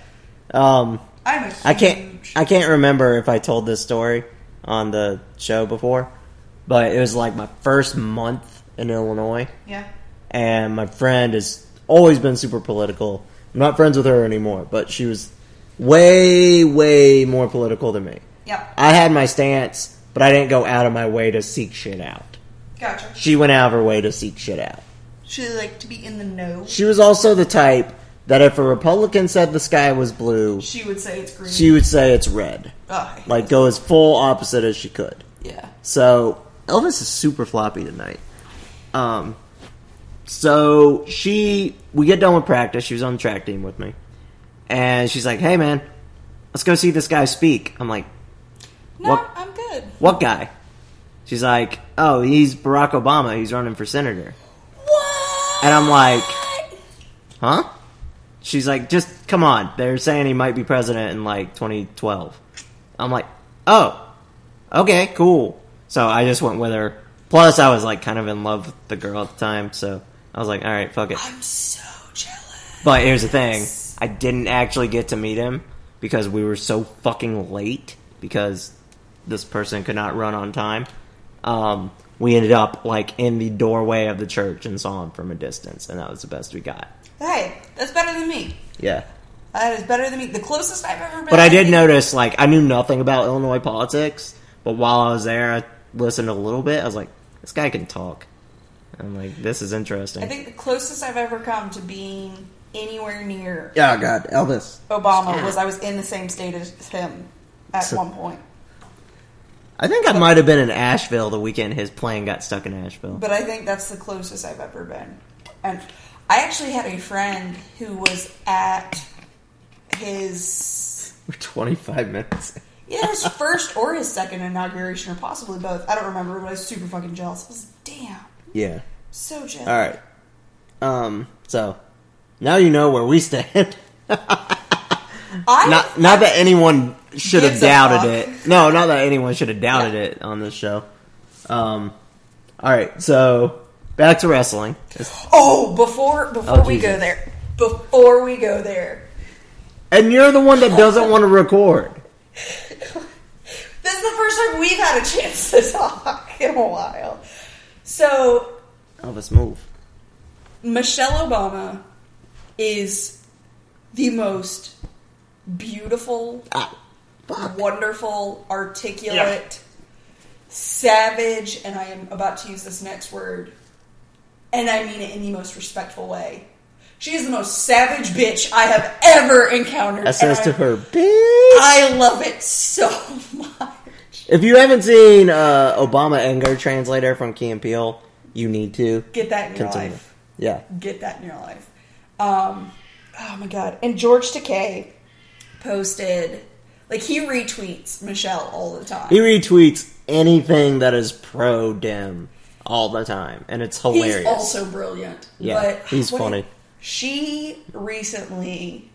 [SPEAKER 5] um,
[SPEAKER 4] I'm a huge.
[SPEAKER 5] I can't I can't remember if I told this story on the show before, but it was like my first month in Illinois,
[SPEAKER 4] yeah.
[SPEAKER 5] and my friend has always been super political. I'm not friends with her anymore, but she was way way more political than me.
[SPEAKER 4] Yep.
[SPEAKER 5] I had my stance, but I didn't go out of my way to seek shit out.
[SPEAKER 4] Gotcha.
[SPEAKER 5] She went out of her way to seek shit out.
[SPEAKER 4] She like to be in the know.
[SPEAKER 5] She was also the type that if a Republican said the sky was blue,
[SPEAKER 4] She would say it's green.
[SPEAKER 5] she would say it's red.
[SPEAKER 4] Ugh, I hate
[SPEAKER 5] Like
[SPEAKER 4] this.
[SPEAKER 5] go as full opposite as she could.
[SPEAKER 4] Yeah.
[SPEAKER 5] So Elvis is super floppy tonight. Um so she we get done with practice, she was on the track team with me. And she's like, Hey man, let's go see this guy speak. I'm like,
[SPEAKER 4] No,
[SPEAKER 5] What-
[SPEAKER 4] I'm good.
[SPEAKER 5] What guy? She's like, Oh, he's Barack Obama, he's running for senator.
[SPEAKER 4] What?
[SPEAKER 5] And I'm like, huh? She's like, just come on. They're saying he might be president in like 2012. I'm like, oh, okay, cool. So I just went with her. Plus, I was like kind of in love with the girl at the time, so I was like, all right, fuck it.
[SPEAKER 4] I'm so jealous.
[SPEAKER 5] But here's the thing I didn't actually get to meet him because we were so fucking late because this person could not run on time. Um, we ended up like in the doorway of the church and saw him from a distance, and that was the best we got.
[SPEAKER 4] Hey, that's better than me.
[SPEAKER 5] Yeah.
[SPEAKER 4] That is better than me. The closest I've ever been.
[SPEAKER 5] But I did
[SPEAKER 4] think-
[SPEAKER 5] notice, like, I knew nothing about Illinois politics, but while I was there, I listened a little bit. I was like, this guy can talk. I'm like, this is interesting.
[SPEAKER 4] I think the closest I've ever come to being anywhere near
[SPEAKER 5] oh, God, Elvis.
[SPEAKER 4] Obama was I was in the same state as him at
[SPEAKER 5] So-
[SPEAKER 4] one point.
[SPEAKER 5] I think I might have been in Asheville the weekend his plane got stuck in Asheville.
[SPEAKER 4] but I think that's the closest I've ever been. And I actually had a friend who was at his
[SPEAKER 5] We're 25 minutes.
[SPEAKER 4] either his first or his second inauguration, or possibly both. I don't remember, but I was super fucking jealous. I was damn
[SPEAKER 5] Yeah.
[SPEAKER 4] so jealous.
[SPEAKER 5] All right. Um. So now you know where we stand.
[SPEAKER 4] I
[SPEAKER 5] Not not that anyone should have
[SPEAKER 4] Gives a
[SPEAKER 5] doubted
[SPEAKER 4] fuck.
[SPEAKER 5] it. No, not that anyone should have doubted
[SPEAKER 4] Yeah.
[SPEAKER 5] it on this show. Um. All right. So back to wrestling.
[SPEAKER 4] oh before before
[SPEAKER 5] Oh,
[SPEAKER 4] we go
[SPEAKER 5] Jesus.
[SPEAKER 4] there before we go there.
[SPEAKER 5] And you're the one that doesn't want to record.
[SPEAKER 4] This is the first time we've had a chance to talk in a while. So
[SPEAKER 5] Elvis, move.
[SPEAKER 4] Michelle Obama is the most beautiful, wonderful, articulate, savage, and I am about to use this next word, and I mean it in the most respectful way. She is the most savage bitch I have ever encountered.
[SPEAKER 5] That says
[SPEAKER 4] and
[SPEAKER 5] to
[SPEAKER 4] I-
[SPEAKER 5] her, bitch.
[SPEAKER 4] I love it so much.
[SPEAKER 5] If you haven't seen uh, Obama anger translator from Key and Peele, you need to
[SPEAKER 4] Get that in your
[SPEAKER 5] continue.
[SPEAKER 4] life.
[SPEAKER 5] Yeah.
[SPEAKER 4] get that in your life. Um, oh my god! And George Takei posted like he retweets Michelle all the time.
[SPEAKER 5] He retweets anything that is pro Dem all the time, and it's
[SPEAKER 4] He's
[SPEAKER 5] hilarious.
[SPEAKER 4] also brilliant.
[SPEAKER 5] Yeah,
[SPEAKER 4] but
[SPEAKER 5] he's
[SPEAKER 4] what-
[SPEAKER 5] funny.
[SPEAKER 4] She recently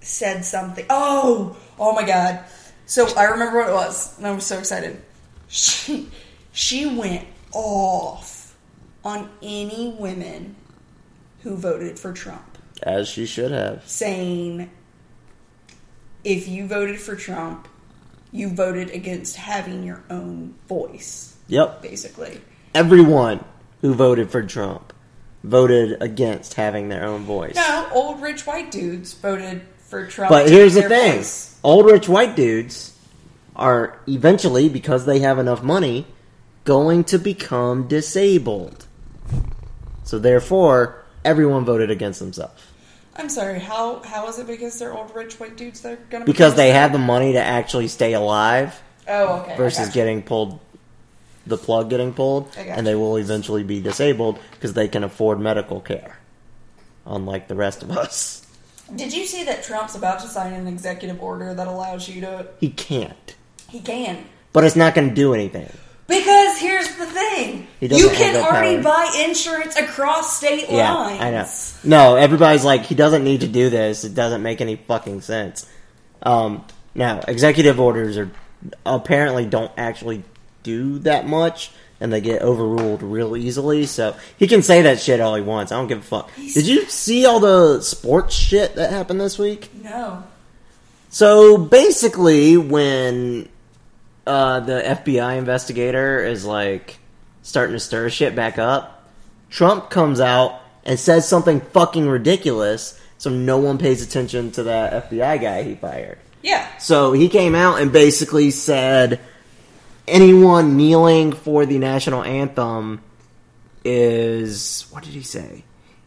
[SPEAKER 4] said something. Oh, oh my god! So I remember what it was, and I was so excited. She she went off on any women who voted for Trump.
[SPEAKER 5] As she should have.
[SPEAKER 4] saying if you voted for Trump, you voted against having your own voice,
[SPEAKER 5] Yep.
[SPEAKER 4] basically.
[SPEAKER 5] Everyone who voted for Trump voted against having their own voice.
[SPEAKER 4] No, old rich white dudes voted for Trump.
[SPEAKER 5] But
[SPEAKER 4] to
[SPEAKER 5] here's the
[SPEAKER 4] get their
[SPEAKER 5] thing:
[SPEAKER 4] voice.
[SPEAKER 5] old rich white dudes are eventually, because they have enough money, going to become disabled. So therefore, everyone voted against themselves
[SPEAKER 4] I'm sorry, how how is it because they're old rich white dudes they're gonna
[SPEAKER 5] because they have the money to actually stay alive
[SPEAKER 4] Oh okay. I
[SPEAKER 5] versus
[SPEAKER 4] gotcha.
[SPEAKER 5] getting pulled. The plug getting pulled,
[SPEAKER 4] I
[SPEAKER 5] and they
[SPEAKER 4] gotcha.
[SPEAKER 5] will eventually be disabled because they can afford medical care, unlike the rest of us.
[SPEAKER 4] Did you see that Trump's about to sign an executive order that allows you to
[SPEAKER 5] He can't,
[SPEAKER 4] he can.
[SPEAKER 5] but it's not going to do anything.
[SPEAKER 4] Because here's the thing.
[SPEAKER 5] He doesn't
[SPEAKER 4] You
[SPEAKER 5] have
[SPEAKER 4] can
[SPEAKER 5] that
[SPEAKER 4] already
[SPEAKER 5] power.
[SPEAKER 4] buy insurance across state
[SPEAKER 5] Yeah,
[SPEAKER 4] lines.
[SPEAKER 5] I know. No, everybody's like, he doesn't need to do this. It doesn't make any fucking sense. Um, now, executive orders are apparently don't actually do that much, and they get overruled real easily. So he can say that shit all he wants. I don't give a fuck. Did you see all the sports shit that happened this week?
[SPEAKER 4] No.
[SPEAKER 5] So basically, when uh, the FBI investigator is like starting to stir shit back up, Trump comes out and says something fucking ridiculous, so no one pays attention to that FBI guy he fired.
[SPEAKER 4] Yeah.
[SPEAKER 5] So he came out and basically said anyone kneeling for the national anthem is what did he say?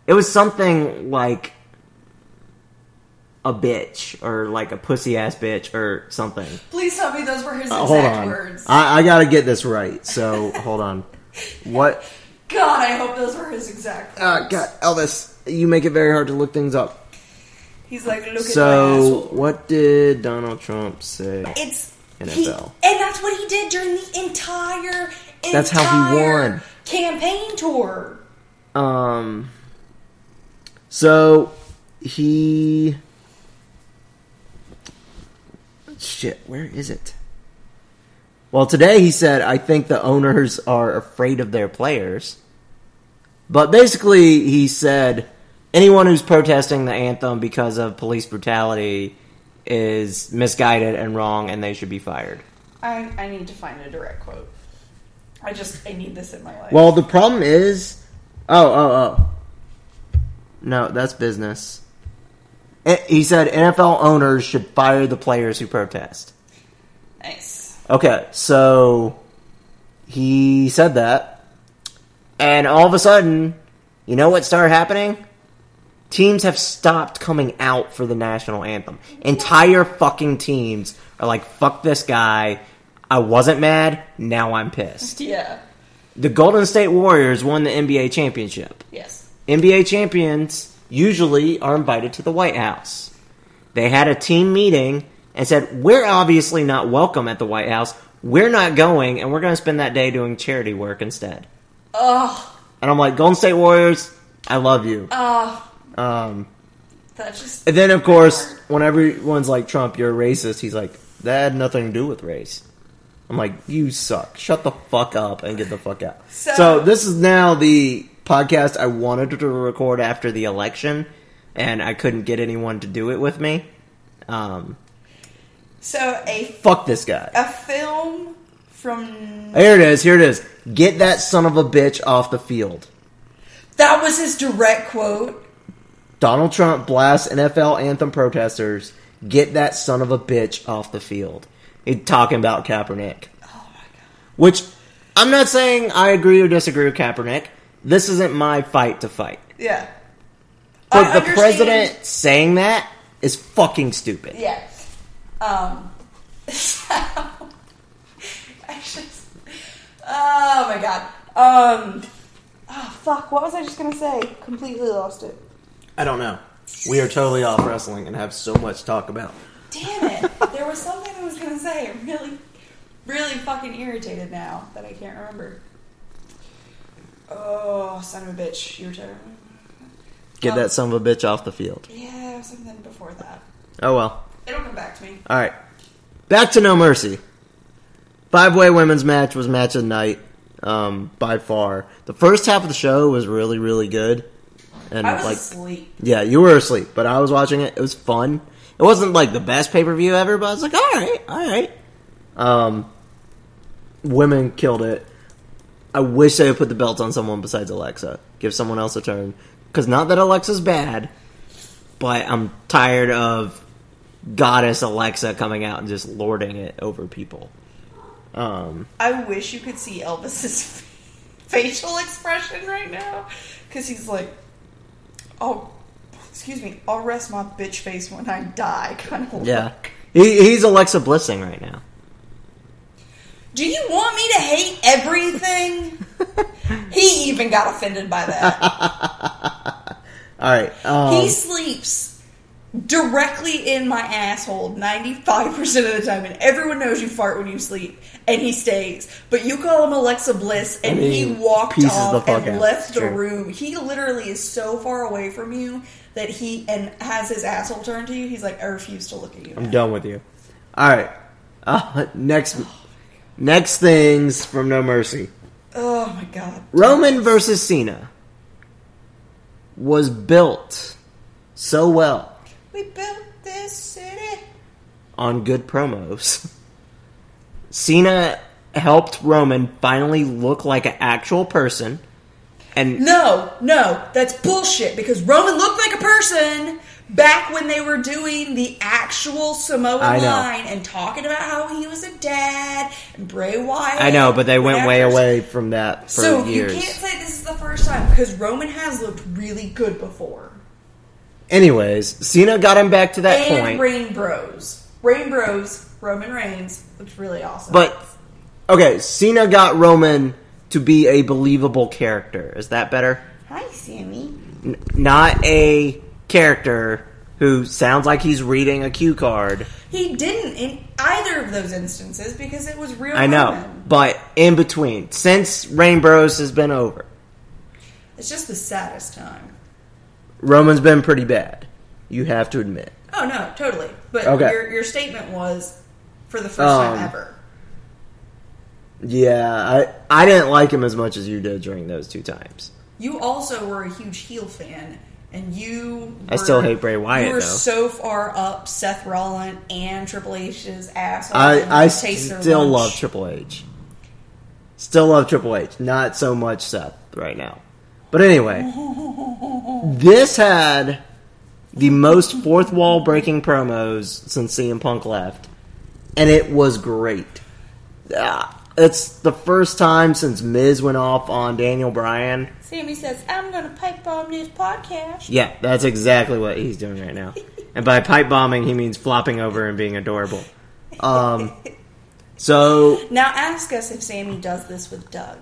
[SPEAKER 5] It was something like a bitch or like a pussy ass bitch or something.
[SPEAKER 4] Please tell me those were his
[SPEAKER 5] Uh,
[SPEAKER 4] exact
[SPEAKER 5] hold on.
[SPEAKER 4] words.
[SPEAKER 5] I, I gotta get this right. So hold on. What
[SPEAKER 4] God, I hope those were his exact words.
[SPEAKER 5] uh, God Elvis, you make it very hard to look things up.
[SPEAKER 4] He's like, look at my
[SPEAKER 5] So
[SPEAKER 4] asshole.
[SPEAKER 5] what did Donald Trump say?
[SPEAKER 4] It's He,
[SPEAKER 5] NFL.
[SPEAKER 4] and that's what he did during the entire,
[SPEAKER 5] That's how he
[SPEAKER 4] entire
[SPEAKER 5] won.
[SPEAKER 4] campaign tour.
[SPEAKER 5] Um. So he. Shit, where is it? Well, today he said, "I think the owners are afraid of their players." But basically, he said, "Anyone who's protesting the anthem because of police brutality is misguided and wrong, and they should be fired."
[SPEAKER 4] I, I need to find a direct quote. I just I need this in my life.
[SPEAKER 5] Well, the problem is, oh, oh, oh. No, that's business. Eh, He said NFL owners should fire the players who protest.
[SPEAKER 4] nice.
[SPEAKER 5] Okay, so he said that, and all of a sudden, you know what started happening? Teams have stopped coming out for the national anthem. Entire fucking teams are like, "Fuck this guy! I wasn't mad. Now I'm pissed.
[SPEAKER 4] Yeah.
[SPEAKER 5] The Golden State Warriors won the NBA championship.
[SPEAKER 4] Yes.
[SPEAKER 5] NBA champions usually are invited to the White House. They had a team meeting and said, We're obviously not welcome at the White House. We're not going, and we're going to spend that day doing charity work instead.
[SPEAKER 4] Oh,
[SPEAKER 5] And I'm like, Golden State Warriors, I love you.
[SPEAKER 4] oh,
[SPEAKER 5] Um,
[SPEAKER 4] that just.
[SPEAKER 5] and then, of course, when everyone's like, Trump, you're a racist, he's like, That had nothing to do with race. I'm like, You suck. Shut the fuck up and get the fuck out.
[SPEAKER 4] So-
[SPEAKER 5] so this is now the podcast I wanted to record after the election, and I couldn't get anyone to do it with me. Um,
[SPEAKER 4] So a
[SPEAKER 5] fuck this guy.
[SPEAKER 4] a film from
[SPEAKER 5] Here it is. Here it is. Get that son of a bitch off the field.
[SPEAKER 4] that was his direct quote.
[SPEAKER 5] Donald Trump blasts NFL anthem protesters. Get that son of a bitch off the field. He talking about Kaepernick.
[SPEAKER 4] Oh
[SPEAKER 5] Which I'm not saying I agree or disagree with Kaepernick. This isn't my fight to fight.
[SPEAKER 4] Yeah.
[SPEAKER 5] But
[SPEAKER 4] I
[SPEAKER 5] the
[SPEAKER 4] understand-
[SPEAKER 5] president saying that is fucking stupid.
[SPEAKER 4] Yeah. Um. So, I just. Oh my god. Um. Oh fuck. What was I just gonna say? Completely lost it.
[SPEAKER 5] I don't know. We are totally off wrestling and have so much to talk about.
[SPEAKER 4] Damn it. there was something I was gonna say. I'm really, really fucking irritated now that I can't remember. Oh, son of a bitch. Your turn. Um,
[SPEAKER 5] Get that son of a bitch off the field.
[SPEAKER 4] Yeah, something before that.
[SPEAKER 5] Oh well.
[SPEAKER 4] It'll come back to me.
[SPEAKER 5] All right, back to No Mercy. Five way women's match was match of the night um, by far. The first half of the show was really really good, and
[SPEAKER 4] I was
[SPEAKER 5] like
[SPEAKER 4] asleep.
[SPEAKER 5] yeah, you were asleep, but I was watching it. It was fun. It wasn't like the best pay per view ever, but I was like, all right, all right. Um, women killed it. I wish they would put the belt on someone besides Alexa. Give someone else a turn. Because not that Alexa's bad, but I'm tired of goddess Alexa coming out and just lording it over people. Um,
[SPEAKER 4] I wish you could see Elvis's facial expression right now because he's like, "Oh, excuse me, I'll rest my bitch face when I die." Kind of.
[SPEAKER 5] yeah. He, he's Alexa blissing right now.
[SPEAKER 4] Do you want me to hate everything? he even got offended by that.
[SPEAKER 5] All right. Um,
[SPEAKER 4] he sleeps directly in my asshole 95% of the time and everyone knows you fart when you sleep and he stays but you call him alexa bliss and,
[SPEAKER 5] And he
[SPEAKER 4] he, walked
[SPEAKER 5] pieces the
[SPEAKER 4] off
[SPEAKER 5] fuck
[SPEAKER 4] and
[SPEAKER 5] out.
[SPEAKER 4] left the
[SPEAKER 5] Sure.
[SPEAKER 4] room he literally is so far away from you that he and has his asshole turned to you he's like i refuse to look at you
[SPEAKER 5] I'm
[SPEAKER 4] now."
[SPEAKER 5] done with you. All right. Uh, next, next things from No Mercy.
[SPEAKER 4] oh my god
[SPEAKER 5] Roman versus Cena was built so well
[SPEAKER 4] we built this city
[SPEAKER 5] on good promos. Cena helped Roman finally look like an actual person, and
[SPEAKER 4] No, no, that's bullshit because Roman looked like a person back when they were doing the actual Samoan
[SPEAKER 5] I know.
[SPEAKER 4] line and talking about how he was a dad and Bray Wyatt.
[SPEAKER 5] I know, but they went way
[SPEAKER 4] whatever.
[SPEAKER 5] away from that for
[SPEAKER 4] So
[SPEAKER 5] years.
[SPEAKER 4] you can't say this is the first time because Roman has looked really good before.
[SPEAKER 5] Anyways, Cena got him back to that
[SPEAKER 4] and
[SPEAKER 5] point.
[SPEAKER 4] Rain Bros. Rain Bros, Roman Reigns looked really awesome.
[SPEAKER 5] But okay, Cena got Roman to be a believable character. Is that better?
[SPEAKER 4] Hi Sammy.
[SPEAKER 5] N- not a character who sounds like he's reading a cue card.
[SPEAKER 4] He didn't in either of those instances because it was real
[SPEAKER 5] I know,
[SPEAKER 4] Roman.
[SPEAKER 5] but in between, since Rainbows has been over,
[SPEAKER 4] It's just the saddest time.
[SPEAKER 5] Roman's been pretty bad. You have to admit.
[SPEAKER 4] Oh no, totally. But
[SPEAKER 5] Okay.
[SPEAKER 4] your your statement was for the first
[SPEAKER 5] Um,
[SPEAKER 4] time ever.
[SPEAKER 5] Yeah, I I didn't like him as much as you did during those two times.
[SPEAKER 4] You also were a huge heel fan, and you.
[SPEAKER 5] I
[SPEAKER 4] were-
[SPEAKER 5] still hate Bray Wyatt,
[SPEAKER 4] You were
[SPEAKER 5] though.
[SPEAKER 4] so far up Seth Rollins and Triple H's asshole. and
[SPEAKER 5] I I
[SPEAKER 4] the taste their
[SPEAKER 5] still
[SPEAKER 4] lunch.
[SPEAKER 5] love Triple H. Still love Triple H. Not so much Seth right now. But anyway, this had the most fourth wall breaking promos since CM Punk left, and it was great. Ah, It's the first time since Miz went off on Daniel Bryan.
[SPEAKER 4] Sammy says, "I'm gonna pipe bomb this podcast."
[SPEAKER 5] Yeah, that's exactly what he's doing right now. And by pipe bombing, he means flopping over and being adorable. Um, So
[SPEAKER 6] Now ask us if Sammy does this with Doug.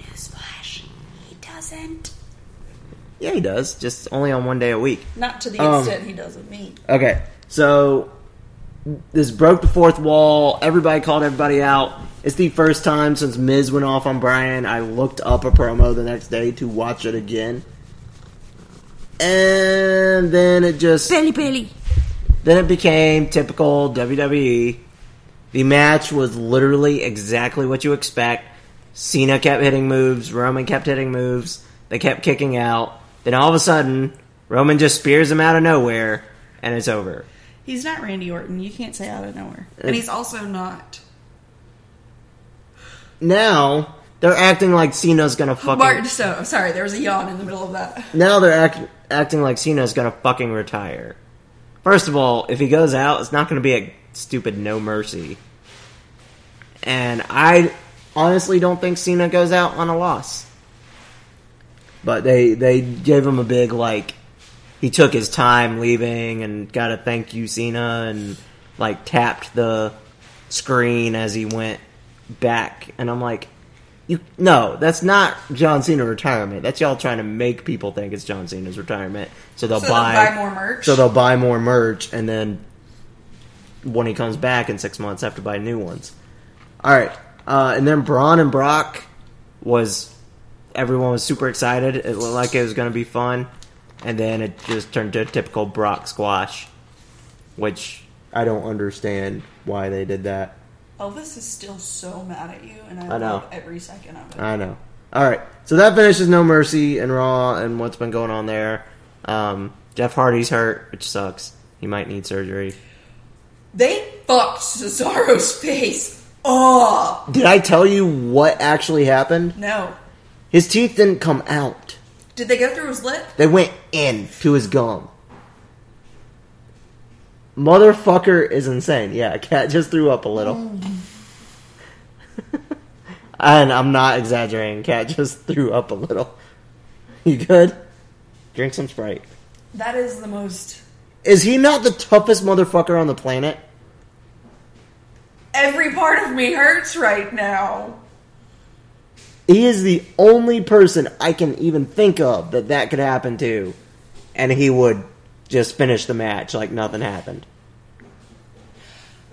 [SPEAKER 6] Newsflash, he doesn't.
[SPEAKER 5] yeah, he does. Just only on one day a week.
[SPEAKER 6] Not to the
[SPEAKER 5] Um,
[SPEAKER 6] extent he does with me.
[SPEAKER 5] Okay, so this broke the fourth wall. Everybody called everybody out. It's the first time since Miz went off on Brian. I looked up a promo the next day to watch it again, and then it just
[SPEAKER 6] Billy, Billy.
[SPEAKER 5] then it became typical E. WWE. The match was literally exactly what you expect. Cena kept hitting moves, Roman kept hitting moves, they kept kicking out. Then all of a sudden, Roman just spears him out of nowhere, and it's over.
[SPEAKER 6] He's not Randy Orton. You can't say out of nowhere.
[SPEAKER 4] And he's also not
[SPEAKER 5] Now they're acting like Cena's gonna fucking.
[SPEAKER 4] Martin So. I'm sorry, there was a yawn in the middle of that.
[SPEAKER 5] Now they're act- acting like Cena's gonna fucking retire. First of all, if he goes out, it's not gonna be a stupid no mercy. And I honestly don't think Cena goes out on a loss. But they they gave him a big like he took his time leaving and got a thank you Cena and like tapped the screen as he went back and I'm like you no that's not John Cena retirement that's y'all trying to make people think it's John Cena's retirement so they'll
[SPEAKER 4] So they'll
[SPEAKER 5] buy,
[SPEAKER 4] buy more merch?
[SPEAKER 5] so they'll buy more merch and then when he comes back in 6 months have to buy new ones all right uh, and then Braun and Brock was everyone was super excited. It looked like it was going to be fun, and then it just turned to a typical Brock squash, which I don't understand why they did that.
[SPEAKER 4] Elvis is still so mad at you, and I,
[SPEAKER 5] I know.
[SPEAKER 4] love every second of it.
[SPEAKER 5] I know. All right, so that finishes No Mercy and Raw and what's been going on there. Um, Jeff Hardy's hurt, which sucks. He might need surgery.
[SPEAKER 4] They fucked Cesaro's face. Oh
[SPEAKER 5] Did I tell you what actually happened?
[SPEAKER 4] no!
[SPEAKER 5] His teeth didn't come out.
[SPEAKER 4] Did they go through his lip?
[SPEAKER 5] They went in to his gum. Motherfucker is insane. Yeah, a cat just threw up a little. and I'm not exaggerating. Cat just threw up a little. You good? Drink some Sprite.
[SPEAKER 4] That is the most.
[SPEAKER 5] Is he not the toughest motherfucker on the planet?
[SPEAKER 4] Every part of me hurts right now.
[SPEAKER 5] He is the only person I can even think of that that could happen to. And he would just finish the match like nothing happened.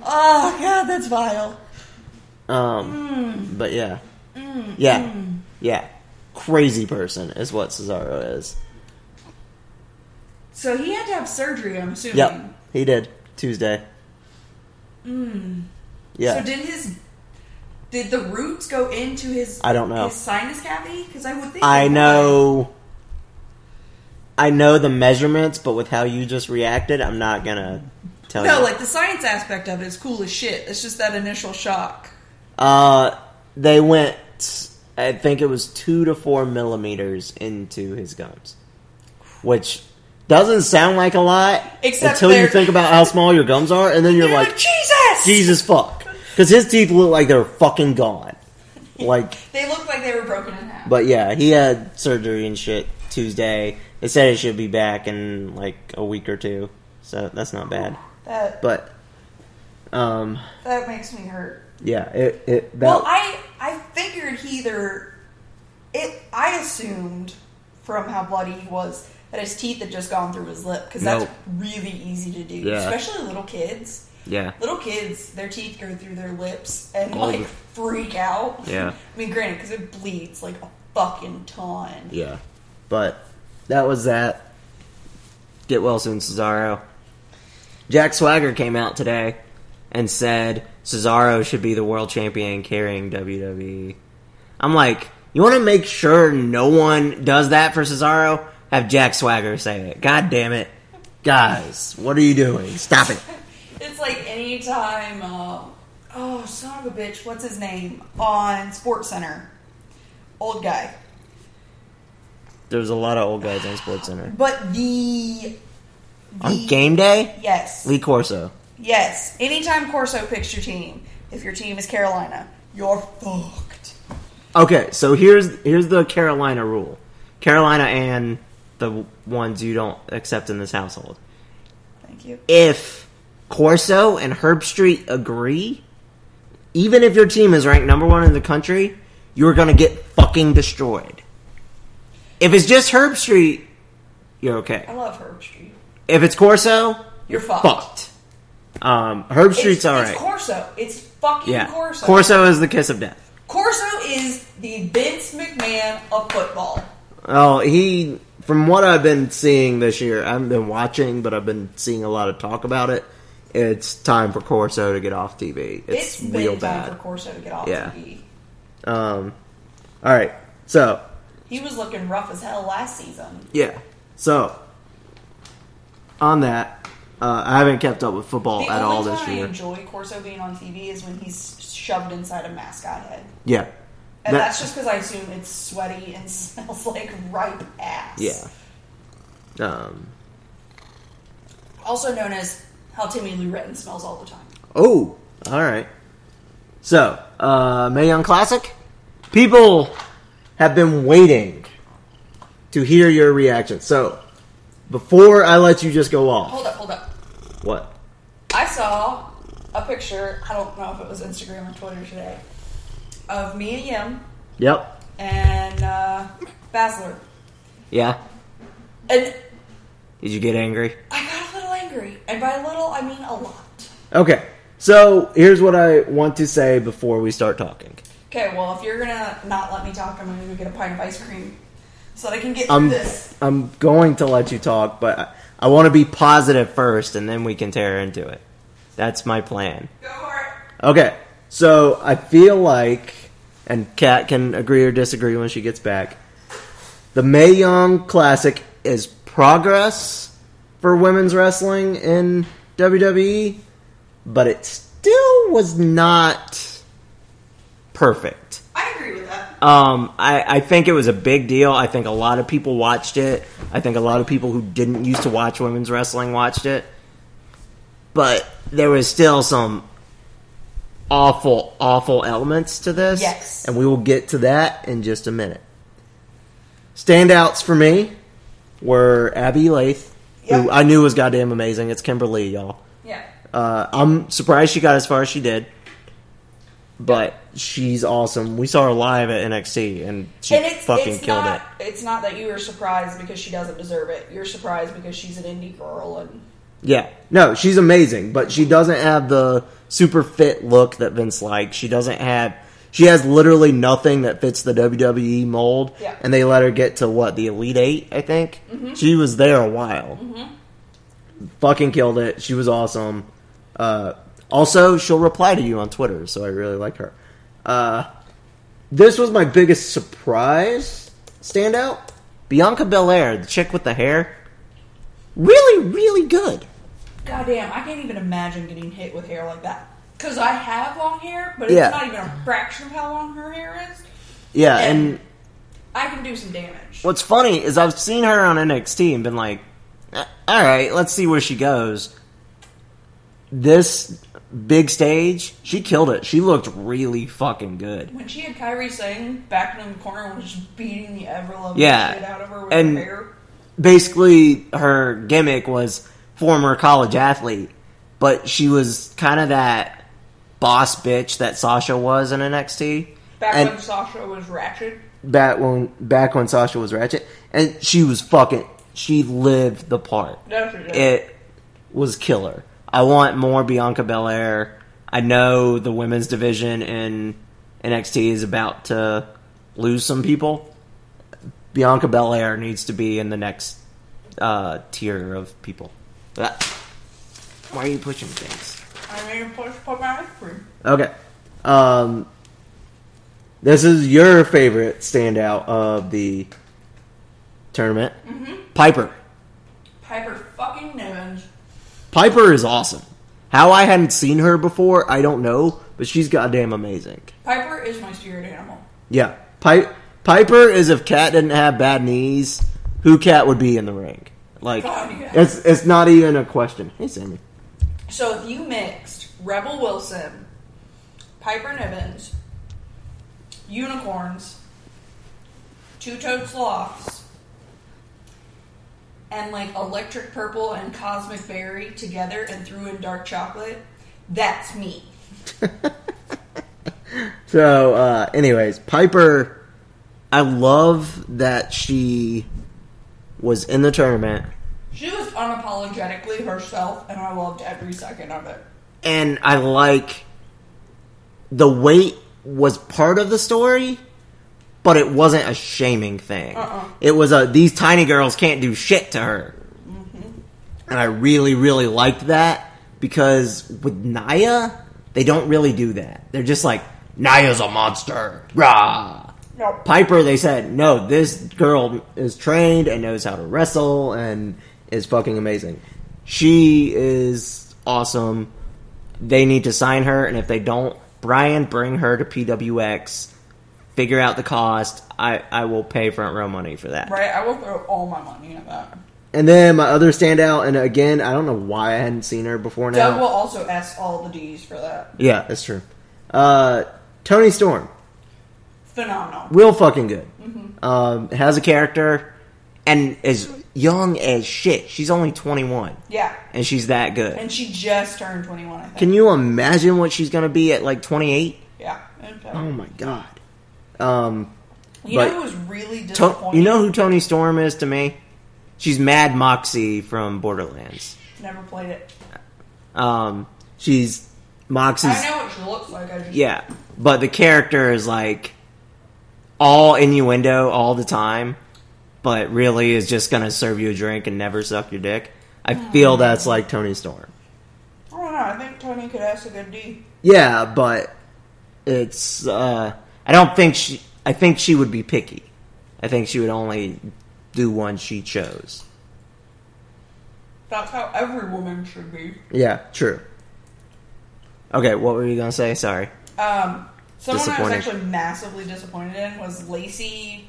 [SPEAKER 6] Oh, God, that's vile.
[SPEAKER 5] Um,
[SPEAKER 4] Mm.
[SPEAKER 5] But yeah. yeah. Yeah. Crazy person is what Cesaro is.
[SPEAKER 4] So he had to have surgery. I'm assuming.
[SPEAKER 5] Yep. He did. Tuesday. Mm. Yeah.
[SPEAKER 4] Mm. So did his did the roots go into his?
[SPEAKER 5] I don't know.
[SPEAKER 4] His sinus cavity because I would think.
[SPEAKER 5] I
[SPEAKER 4] they would.
[SPEAKER 5] know. I know the measurements, but with how you just reacted, I'm not gonna tell
[SPEAKER 4] No,
[SPEAKER 5] you.
[SPEAKER 4] like the science aspect of it is cool as shit. It's just that initial shock.
[SPEAKER 5] uh, they went. I think it was two to four millimeters into his gums, which doesn't sound like a lot
[SPEAKER 4] Except
[SPEAKER 5] until you
[SPEAKER 4] they're-
[SPEAKER 5] think about how small your gums are, and then you're like,
[SPEAKER 4] Jesus!
[SPEAKER 5] Jesus fuck. Because his teeth look like they're fucking gone. Like,
[SPEAKER 4] They looked like they were broken in half.
[SPEAKER 5] but yeah, he had surgery and shit Tuesday. They said he should be back in like a week or two. So that's not bad.
[SPEAKER 4] That
[SPEAKER 5] But, um,
[SPEAKER 4] that makes me hurt.
[SPEAKER 5] yeah, it, it, that,
[SPEAKER 4] Well, I I figured he either it. I assumed from how bloody he was that his teeth had just gone through his lip because that's
[SPEAKER 5] Nope.
[SPEAKER 4] really easy to do,
[SPEAKER 5] Yeah.
[SPEAKER 4] especially little kids.
[SPEAKER 5] yeah.
[SPEAKER 4] Little kids, their teeth go through their lips and
[SPEAKER 5] All
[SPEAKER 4] like
[SPEAKER 5] the-
[SPEAKER 4] freak out.
[SPEAKER 5] Yeah.
[SPEAKER 4] I mean, granted, because it bleeds like a fucking ton.
[SPEAKER 5] Yeah. But that was that. Get well soon, Cesaro. Jack Swagger came out today and said Cesaro should be the world champion carrying WWE. I'm like, you want to make sure no one does that for Cesaro? Have Jack Swagger say it. God damn it. Guys, what are you doing? Stop it.
[SPEAKER 4] It's like anytime, uh, oh, son of a bitch, what's his name? On Sports Center. Old guy.
[SPEAKER 5] There's a lot of old guys on SportsCenter.
[SPEAKER 4] But the.
[SPEAKER 5] On game day,
[SPEAKER 4] Yes.
[SPEAKER 5] Lee Corso.
[SPEAKER 4] Yes. Anytime Corso picks your team, if your team is Carolina, you're fucked.
[SPEAKER 5] Okay, so here's here's the Carolina rule. Carolina and the w- ones you don't accept in this household.
[SPEAKER 4] Thank you.
[SPEAKER 5] If Corso and Herb Street agree, even if your team is ranked number one in the country, you're going to get fucking destroyed. If it's just Herb Street, you're
[SPEAKER 4] I
[SPEAKER 5] okay.
[SPEAKER 4] love Herb Street.
[SPEAKER 5] If it's Corso, you're,
[SPEAKER 4] fucked.
[SPEAKER 5] fucked. Um, Herb Street's
[SPEAKER 4] It's,
[SPEAKER 5] all
[SPEAKER 4] It's
[SPEAKER 5] right.
[SPEAKER 4] Corso. It's fucking
[SPEAKER 5] Yeah,
[SPEAKER 4] Corso.
[SPEAKER 5] Corso is the kiss of death.
[SPEAKER 4] Corso is the Vince McMahon of football.
[SPEAKER 5] Oh, he. From what I've been seeing this year, I haven't been watching, but I've been seeing a lot of talk about it. It's time for Corso to get off TV. It's,
[SPEAKER 4] been
[SPEAKER 5] real
[SPEAKER 4] time
[SPEAKER 5] bad.
[SPEAKER 4] for Corso to get off
[SPEAKER 5] Yeah.
[SPEAKER 4] TV.
[SPEAKER 5] Um, all right, so
[SPEAKER 4] He was looking rough as hell last season.
[SPEAKER 5] yeah, so on that, uh, I haven't kept up with football
[SPEAKER 4] The
[SPEAKER 5] at
[SPEAKER 4] only
[SPEAKER 5] all this
[SPEAKER 4] time I
[SPEAKER 5] year.
[SPEAKER 4] enjoy Corso being on TV is when he's shoved inside a mascot head.
[SPEAKER 5] yeah,
[SPEAKER 4] And
[SPEAKER 5] That-
[SPEAKER 4] that's just because I assume it's sweaty and smells like ripe ass.
[SPEAKER 5] yeah. Um,
[SPEAKER 4] Also known as how Timmy Lou Retton smells all the time.
[SPEAKER 5] Oh, all right. So, uh, Mae Young Classic. People have been waiting to hear your reaction. So, before I let you just go off,
[SPEAKER 4] Hold up, hold up.
[SPEAKER 5] what?
[SPEAKER 4] I saw a picture, I don't know if it was Instagram or Twitter today, of me and Yim
[SPEAKER 5] Yep.
[SPEAKER 4] and uh, Basler.
[SPEAKER 5] Yeah.
[SPEAKER 4] And
[SPEAKER 5] Did you get angry?
[SPEAKER 4] I got a little angry. And by little, I mean a lot.
[SPEAKER 5] Okay. So, here's what I want to say before we start talking.
[SPEAKER 4] Okay, well, if you're gonna not let me talk, I'm gonna go get a pint of ice cream so that I can get through
[SPEAKER 5] I'm
[SPEAKER 4] this.
[SPEAKER 5] I'm going to let you talk, but I, I want to be positive first and then we can tear into it. That's my plan.
[SPEAKER 4] Go for it.
[SPEAKER 5] Okay, so I feel like, and Kat can agree or disagree when she gets back, the Mae Young Classic is progress for women's wrestling in WWE, but it still was not perfect.
[SPEAKER 4] I agree with that.
[SPEAKER 5] Um, I, I think it was a big deal. I think a lot of people watched it. I think a lot of people who didn't used to watch women's wrestling watched it. But there was still some awful, awful elements to this.
[SPEAKER 4] Yes.
[SPEAKER 5] And we will get to that in just a minute. Standouts for me were Abby Lath,
[SPEAKER 4] Yeah.
[SPEAKER 5] who I knew was goddamn amazing. It's Kimberly, y'all.
[SPEAKER 4] Yeah.
[SPEAKER 5] Uh, I'm surprised she got as far as she did, but she's awesome. We saw her live at NXT, and she
[SPEAKER 4] and it's
[SPEAKER 5] fucking
[SPEAKER 4] it's
[SPEAKER 5] killed
[SPEAKER 4] not it. it's not that you were surprised because she doesn't deserve it. You're surprised because she's an indie girl and
[SPEAKER 5] it. Yeah, no, she's amazing, but she doesn't have the super fit look that Vince likes. She doesn't have. She has literally nothing that fits the WWE mold,
[SPEAKER 4] Yeah.
[SPEAKER 5] and they let her get to what the Elite Eight, I think. She was there a while. Fucking killed it. She was awesome. Uh, also, she'll reply to you on Twitter, so I really like her. Uh, this was my biggest surprise standout. Bianca Belair, the chick with the hair, really, really good.
[SPEAKER 4] goddamn, I can't even imagine getting hit with hair like that. Cause I have long hair, but it's
[SPEAKER 5] Yeah.
[SPEAKER 4] not even a fraction of how long her hair is.
[SPEAKER 5] Yeah,
[SPEAKER 4] And-
[SPEAKER 5] and
[SPEAKER 4] I can do some damage.
[SPEAKER 5] what's funny is I've seen her on NXT and been like, "Eh, all right, let's see where she goes. This big stage, she killed it. She looked really fucking good.
[SPEAKER 4] When she had Kyrie saying back in the corner and was just beating the ever loving
[SPEAKER 5] Yeah.
[SPEAKER 4] shit out of her with
[SPEAKER 5] And-
[SPEAKER 4] her hair.
[SPEAKER 5] basically her gimmick was former college athlete, but she was kind of that boss bitch that Sasha was in NXT.
[SPEAKER 4] Back
[SPEAKER 5] and
[SPEAKER 4] when Sasha was ratchet.
[SPEAKER 5] back when back when Sasha was Ratchet, and she was fucking. She lived the part.
[SPEAKER 4] No, she didn't.
[SPEAKER 5] It was killer. I want more Bianca Belair. I know the women's division in NXT is about to lose some people. Bianca Belair needs to be in the next uh, tier of people. Ah. Why are you pushing things?
[SPEAKER 4] I made him push put my ice cream.
[SPEAKER 5] Okay. Um, this is your favorite standout of the tournament. Piper.
[SPEAKER 4] Piper fucking Nivens.
[SPEAKER 5] Piper is awesome. How I hadn't seen her before, I don't know, but she's goddamn amazing.
[SPEAKER 4] Piper is my spirit animal.
[SPEAKER 5] Yeah. Pi- Piper is if Cat didn't have bad knees, who Cat would be in the ring. Like
[SPEAKER 4] God, yeah.
[SPEAKER 5] it's it's not even a question. Hey Sammy.
[SPEAKER 4] So if you mixed Rebel Wilson, Piper Nivens, unicorns, two-toed sloths, and like electric purple and cosmic berry together and threw in dark chocolate, that's me.
[SPEAKER 5] So, uh, anyways, Piper, I love that she was in the tournament,
[SPEAKER 4] She was unapologetically herself, and I loved every second of it.
[SPEAKER 5] and I like the weight was part of the story, but it wasn't a shaming thing.
[SPEAKER 4] Uh-uh.
[SPEAKER 5] It was a these tiny girls can't do shit to her, and I really, really liked that because with Naya, they don't really do that. They're just like Naya's a monster, rah.
[SPEAKER 4] Nope.
[SPEAKER 5] Piper, they said, no, this girl is trained and knows how to wrestle and is fucking amazing. She is awesome. They need to sign her, and if they don't, Brian, bring her to PWX. Figure out the cost. I, I will pay front row money for that.
[SPEAKER 4] Right? I will throw all my money at that.
[SPEAKER 5] And then my other standout, and again, I don't know why I hadn't seen her before now.
[SPEAKER 4] Doug will also ask all the D's for that.
[SPEAKER 5] yeah, that's true. Uh, Tony Storm.
[SPEAKER 4] Phenomenal.
[SPEAKER 5] real fucking good.
[SPEAKER 4] Mm-hmm.
[SPEAKER 5] Um, has a character and is young as shit. She's only 21
[SPEAKER 4] Yeah.
[SPEAKER 5] and she's that good.
[SPEAKER 4] And she just turned 21, I think.
[SPEAKER 5] Can you imagine what she's going to be at like 28?
[SPEAKER 4] yeah. Okay.
[SPEAKER 5] Oh my god. Um,
[SPEAKER 4] you
[SPEAKER 5] but-
[SPEAKER 4] know who was really
[SPEAKER 5] To-
[SPEAKER 4] disappointed?
[SPEAKER 5] you know who Tony Storm is to me? She's Mad Moxie from Borderlands.
[SPEAKER 4] Never played it.
[SPEAKER 5] Um, she's Moxie's
[SPEAKER 4] I know what she looks like. I just,
[SPEAKER 5] Yeah, but the character is like all innuendo all the time, but really is just gonna serve you a drink and never suck your dick. I feel that's like Tony Storm.
[SPEAKER 4] I don't know. I think Tony could ask a good D.
[SPEAKER 5] Yeah, but it's uh, I don't think she. I think she would be picky. I think she would only do one she chose.
[SPEAKER 4] That's how every woman should be.
[SPEAKER 5] Yeah, true. Okay, what were you gonna say? Sorry.
[SPEAKER 4] Um, someone I was
[SPEAKER 5] Disappointing.
[SPEAKER 4] actually massively disappointed in was Lacey.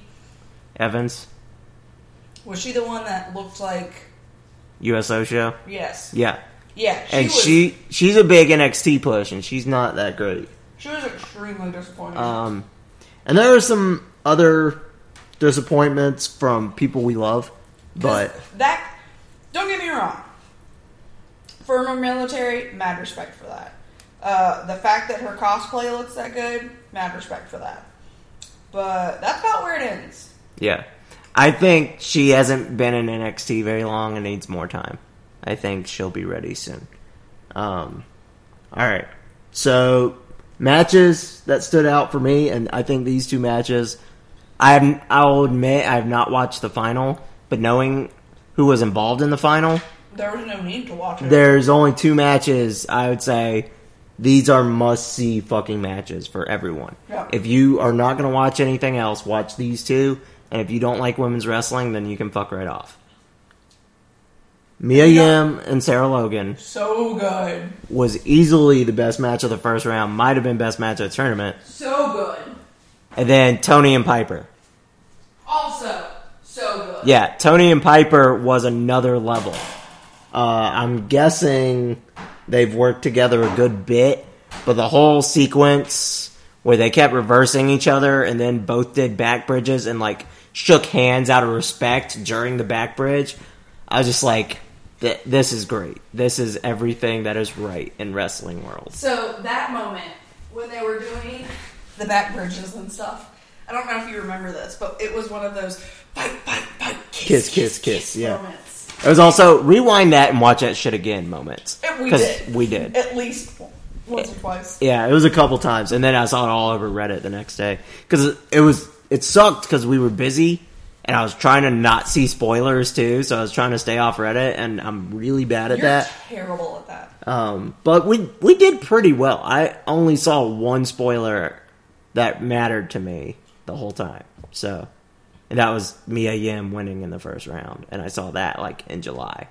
[SPEAKER 7] Evans,
[SPEAKER 4] Was she the one that looked like?
[SPEAKER 7] USO show.
[SPEAKER 4] Yes.
[SPEAKER 7] Yeah,
[SPEAKER 4] Yeah. She
[SPEAKER 7] and
[SPEAKER 4] was,
[SPEAKER 7] she she's a big NXT push, and she's not that great.
[SPEAKER 4] She was extremely disappointed.
[SPEAKER 5] Um, and there are some other disappointments from people we love, but
[SPEAKER 4] that don't get me wrong. Former military, mad respect for that. Uh, the fact that her cosplay looks that good, mad respect for that. But that's about where it ends.
[SPEAKER 7] Yeah, I think she hasn't been in NXT very long and needs more time. I think she'll be ready soon.
[SPEAKER 5] um, all right. So matches that stood out for me, and I think these two matches, I haven't- I'll admit I have not watched the final, but knowing who was involved in the final,
[SPEAKER 4] There was no need to watch it.
[SPEAKER 5] there's only two matches I would say these are must see fucking matches for everyone.
[SPEAKER 4] Yeah.
[SPEAKER 5] If you are not going to watch anything else, watch these two. And if you don't like women's wrestling, then you can fuck right off. Mia Yim and Sarah Logan
[SPEAKER 4] so good,
[SPEAKER 5] was easily the best match of the first round, might have been best match of the tournament.
[SPEAKER 4] so good.
[SPEAKER 5] And then Tony and Piper.
[SPEAKER 4] Also, so good.
[SPEAKER 5] Yeah, Tony and Piper was another level. Uh, I'm guessing they've worked together a good bit, but the whole sequence where they kept reversing each other and then both did back bridges and like shook hands out of respect during the back bridge, I was just like, "Th- "This is great. This is everything that is right in wrestling world."
[SPEAKER 4] So that moment when they were doing the back bridges and stuff, I don't know if you remember this, but it was one of those fight, fight, fight, kiss,
[SPEAKER 5] Kiss, kiss, kiss, yeah.
[SPEAKER 4] moments.
[SPEAKER 5] It was also rewind that and watch that shit again moments
[SPEAKER 4] And we
[SPEAKER 5] 'Cause
[SPEAKER 4] did.
[SPEAKER 5] we did.
[SPEAKER 4] At least once or twice.
[SPEAKER 5] Yeah, it was a couple times, and then I saw it all over Reddit the next day because it was it sucked because we were busy, and I was trying to not see spoilers too, so I was trying to stay off Reddit, and I'm really bad at
[SPEAKER 4] You're
[SPEAKER 5] that.
[SPEAKER 4] terrible at that.
[SPEAKER 5] Um, but we we did pretty well. I only saw one spoiler that mattered to me the whole time, so and that was Mia Yim winning in the first round, and I saw that like in July,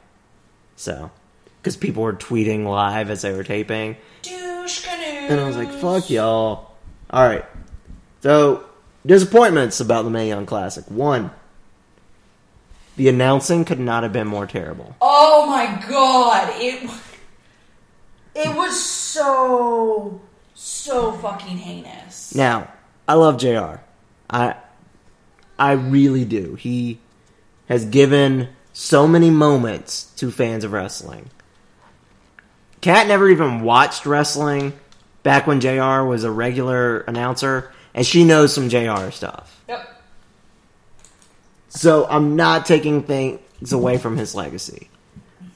[SPEAKER 5] so because people were tweeting live as they were taping,
[SPEAKER 4] Douche canoe.
[SPEAKER 5] and I was like, fuck y'all. Alright. So, disappointments about the Mae Young Classic. One, the announcing could not have been more terrible.
[SPEAKER 4] Oh my god! It it was so so fucking heinous.
[SPEAKER 5] Now, I love JR. I I really do. He has given so many moments to fans of wrestling. Kat never even watched wrestling, back when JR was a regular announcer, and she knows some JR stuff.
[SPEAKER 4] Yep.
[SPEAKER 5] So I'm not taking things away from his legacy.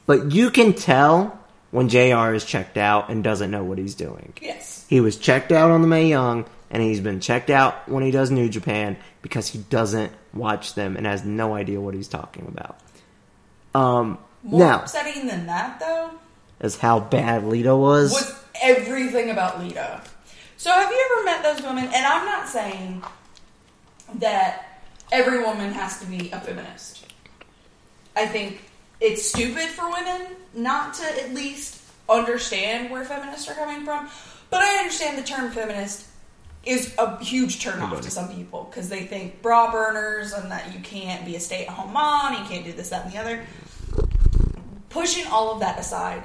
[SPEAKER 5] But you can tell when JR is checked out and doesn't know what he's doing.
[SPEAKER 4] Yes.
[SPEAKER 5] He was checked out on the Mae Young, and he's been checked out when he does New Japan because he doesn't watch them and has no idea what he's talking about. Um,
[SPEAKER 4] More
[SPEAKER 5] now,
[SPEAKER 4] upsetting than that, though,
[SPEAKER 5] is how bad Lita was.
[SPEAKER 4] was everything about Lita. So, have you ever met those women? And I'm not saying that every woman has to be a feminist. I think it's stupid for women not to at least understand where feminists are coming from. But I understand the term feminist is a huge turnoff to some people because they think bra burners and that you can't be a stay at home mom, you can't do this, that, and the other. Pushing all of that aside,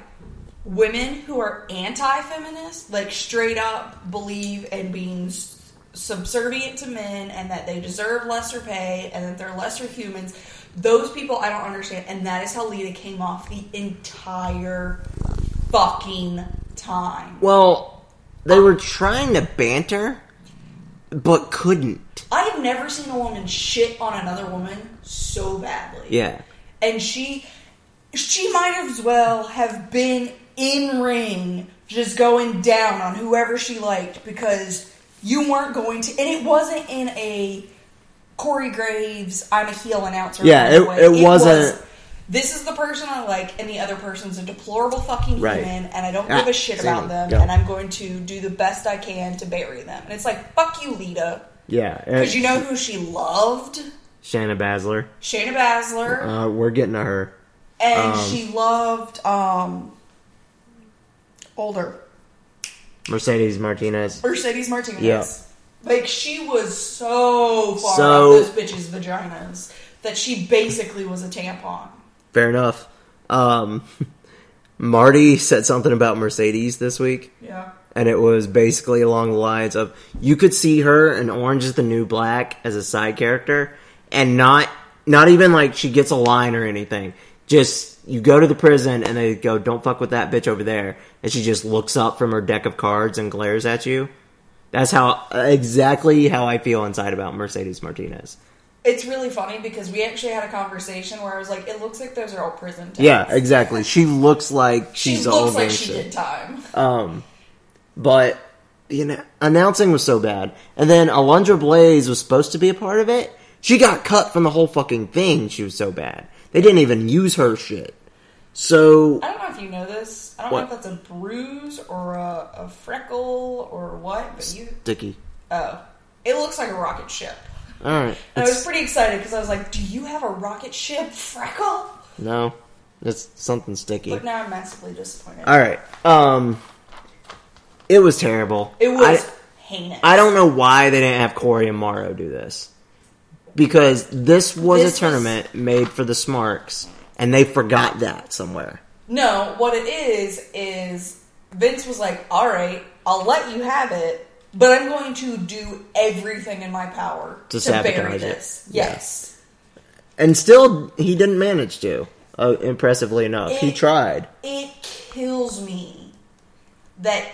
[SPEAKER 4] women who are anti feminist, like straight up believe in being s- subservient to men and that they deserve lesser pay and that they're lesser humans, those people I don't understand. And that is how Lita came off the entire fucking time.
[SPEAKER 5] well, they were trying to banter, but couldn't.
[SPEAKER 4] I have never seen a woman shit on another woman so badly.
[SPEAKER 5] Yeah.
[SPEAKER 4] and she she might as well have been in ring just going down on whoever she liked because you weren't going to and it wasn't in a Corey Graves I'm a heel announcer
[SPEAKER 5] Yeah,
[SPEAKER 4] kind of
[SPEAKER 5] it- it wasn't-
[SPEAKER 4] was, this is the person I like and the other person's a deplorable fucking
[SPEAKER 5] Right.
[SPEAKER 4] human and I don't
[SPEAKER 5] Ah,
[SPEAKER 4] give a shit
[SPEAKER 5] same.
[SPEAKER 4] about them
[SPEAKER 5] Yeah.
[SPEAKER 4] and I'm going to do the best I can to bury them and it's like fuck you Lita
[SPEAKER 5] Yeah.
[SPEAKER 4] because you know who she loved
[SPEAKER 5] Shanna Basler.
[SPEAKER 4] Shayna Baszler
[SPEAKER 5] Uh, we're getting to her.
[SPEAKER 4] and
[SPEAKER 5] Um,
[SPEAKER 4] she loved um older
[SPEAKER 5] Mercedes Martinez.
[SPEAKER 4] Mercedes Martinez.
[SPEAKER 5] Yeah.
[SPEAKER 4] Like she was so far
[SPEAKER 5] So-
[SPEAKER 4] up those bitches' vaginas that she basically was a tampon.
[SPEAKER 5] Fair enough. Um, Marty said something about Mercedes this week.
[SPEAKER 4] Yeah.
[SPEAKER 5] and it was basically along the lines of you could see her in Orange is the New Black as a side character and not not even like she gets a line or anything. Just you go to the prison and they go, Don't fuck with that bitch over there and she just looks up from her deck of cards and glares at you. That's how exactly how I feel inside about Mercedes Martinez.
[SPEAKER 4] It's really funny because we actually had a conversation where I was like, "It looks like those are all prison times."
[SPEAKER 5] Yeah, exactly. She looks like
[SPEAKER 4] she
[SPEAKER 5] she's
[SPEAKER 4] looks
[SPEAKER 5] old
[SPEAKER 4] like
[SPEAKER 5] and
[SPEAKER 4] she
[SPEAKER 5] shit.
[SPEAKER 4] did time.
[SPEAKER 5] Um, but you know, announcing was so bad, and then Alundra Blaze was supposed to be a part of it. She got cut from the whole fucking thing. She was so bad. They didn't even use her shit. So
[SPEAKER 4] I don't know if you know this. I don't
[SPEAKER 5] What?
[SPEAKER 4] know if that's a bruise or a, a freckle or what, but you.
[SPEAKER 5] sticky.
[SPEAKER 4] Oh, it looks like a rocket ship.
[SPEAKER 5] All right.
[SPEAKER 4] And I was pretty excited because I was like, "Do you have a rocket ship, Freckle?"
[SPEAKER 5] No, it's something sticky.
[SPEAKER 4] But now I'm massively disappointed.
[SPEAKER 5] All right. Um, it was terrible.
[SPEAKER 4] It was
[SPEAKER 5] I-
[SPEAKER 4] heinous.
[SPEAKER 5] I don't know why they didn't have Corey and Morrow do this. Because this was
[SPEAKER 4] This
[SPEAKER 5] a
[SPEAKER 4] was-
[SPEAKER 5] tournament made for the Smarks, and they forgot that somewhere.
[SPEAKER 4] No, what it is is Vince was like, "All right, I'll let you have it, but I'm going to do everything in my power
[SPEAKER 5] To
[SPEAKER 4] to,
[SPEAKER 5] sabotage
[SPEAKER 4] bury
[SPEAKER 5] it.
[SPEAKER 4] this."
[SPEAKER 5] Yeah.
[SPEAKER 4] Yes,
[SPEAKER 5] And still, he didn't manage to. Uh, impressively enough, he
[SPEAKER 4] It-
[SPEAKER 5] tried.
[SPEAKER 4] it kills me that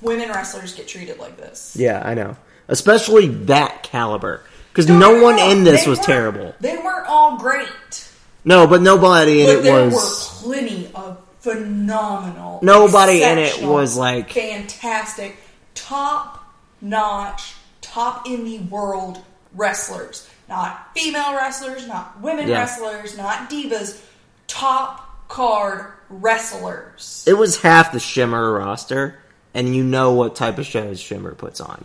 [SPEAKER 4] women wrestlers get treated like this.
[SPEAKER 5] Yeah, I know. Especially that caliber, because
[SPEAKER 4] Don't
[SPEAKER 5] no
[SPEAKER 4] get me
[SPEAKER 5] one
[SPEAKER 4] wrong,
[SPEAKER 5] in this
[SPEAKER 4] they
[SPEAKER 5] was
[SPEAKER 4] weren't-
[SPEAKER 5] terrible.
[SPEAKER 4] They weren't all great.
[SPEAKER 5] No, but nobody in
[SPEAKER 4] But
[SPEAKER 5] it
[SPEAKER 4] there
[SPEAKER 5] was.
[SPEAKER 4] were plenty of phenomenal.
[SPEAKER 5] Nobody in it
[SPEAKER 4] exceptional,
[SPEAKER 5] was, like-
[SPEAKER 4] fantastic, top notch, top in the world wrestlers. Not female wrestlers, not women
[SPEAKER 5] Yeah.
[SPEAKER 4] wrestlers, not divas. Top card wrestlers.
[SPEAKER 5] It was half the Shimmer roster, and you know what type of shows Shimmer puts on.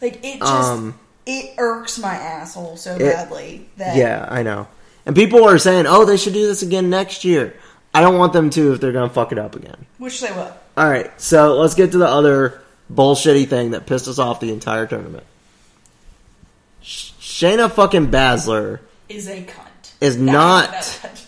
[SPEAKER 4] Like it just
[SPEAKER 5] Um,
[SPEAKER 4] it irks my asshole so badly that
[SPEAKER 5] Yeah, I know. And people are saying, "Oh, they should do this again next year." I don't want them to if they're gonna fuck it up again.
[SPEAKER 4] which they will.
[SPEAKER 5] All right, so let's get to the other bullshitty thing that pissed us off the entire tournament. Sh- Shayna fucking Baszler
[SPEAKER 4] Is a cunt.
[SPEAKER 5] Is
[SPEAKER 4] That-
[SPEAKER 5] not-
[SPEAKER 4] that-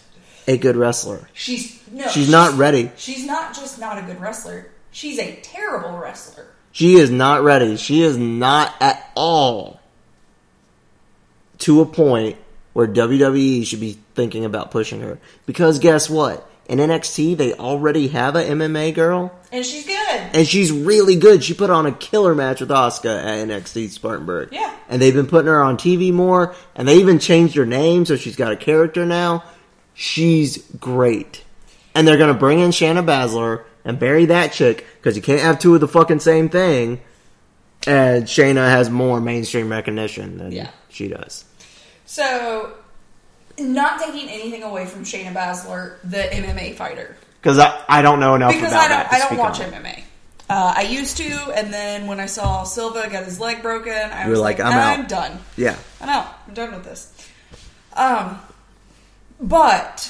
[SPEAKER 5] a good wrestler.
[SPEAKER 4] She's no.
[SPEAKER 5] She's not ready.
[SPEAKER 4] She's not just not a good wrestler. She's a terrible wrestler.
[SPEAKER 5] She is not ready. She is not at all E to a point where WWE should be thinking about pushing her. Because guess what? in NXT, they already have a MMA girl,
[SPEAKER 4] And she's good.
[SPEAKER 5] and she's really good. She put on a killer match with Asuka at NXT Spartanburg.
[SPEAKER 4] Yeah.
[SPEAKER 5] And they've been putting her on TV more, and they even changed her name, so she's got a character now. She's great. And they're going to bring in Shanna Baszler and bury that chick, because you can't have two of the fucking same thing. And Shayna has more mainstream recognition than
[SPEAKER 4] Yeah.
[SPEAKER 5] she does.
[SPEAKER 4] So, not taking anything away from Shayna Baszler, the MMA fighter,
[SPEAKER 5] Because I, I don't know enough
[SPEAKER 4] because
[SPEAKER 5] about
[SPEAKER 4] I
[SPEAKER 5] that.
[SPEAKER 4] don't
[SPEAKER 5] to
[SPEAKER 4] I don't
[SPEAKER 5] speak
[SPEAKER 4] watch
[SPEAKER 5] on it.
[SPEAKER 4] MMA. Uh, I used to, and then when I saw Silva got his leg broken, I
[SPEAKER 5] You
[SPEAKER 4] was
[SPEAKER 5] were
[SPEAKER 4] like,
[SPEAKER 5] like, "I'm out."
[SPEAKER 4] I'm done.
[SPEAKER 5] Yeah.
[SPEAKER 4] I'm out. I'm done with this. Um, but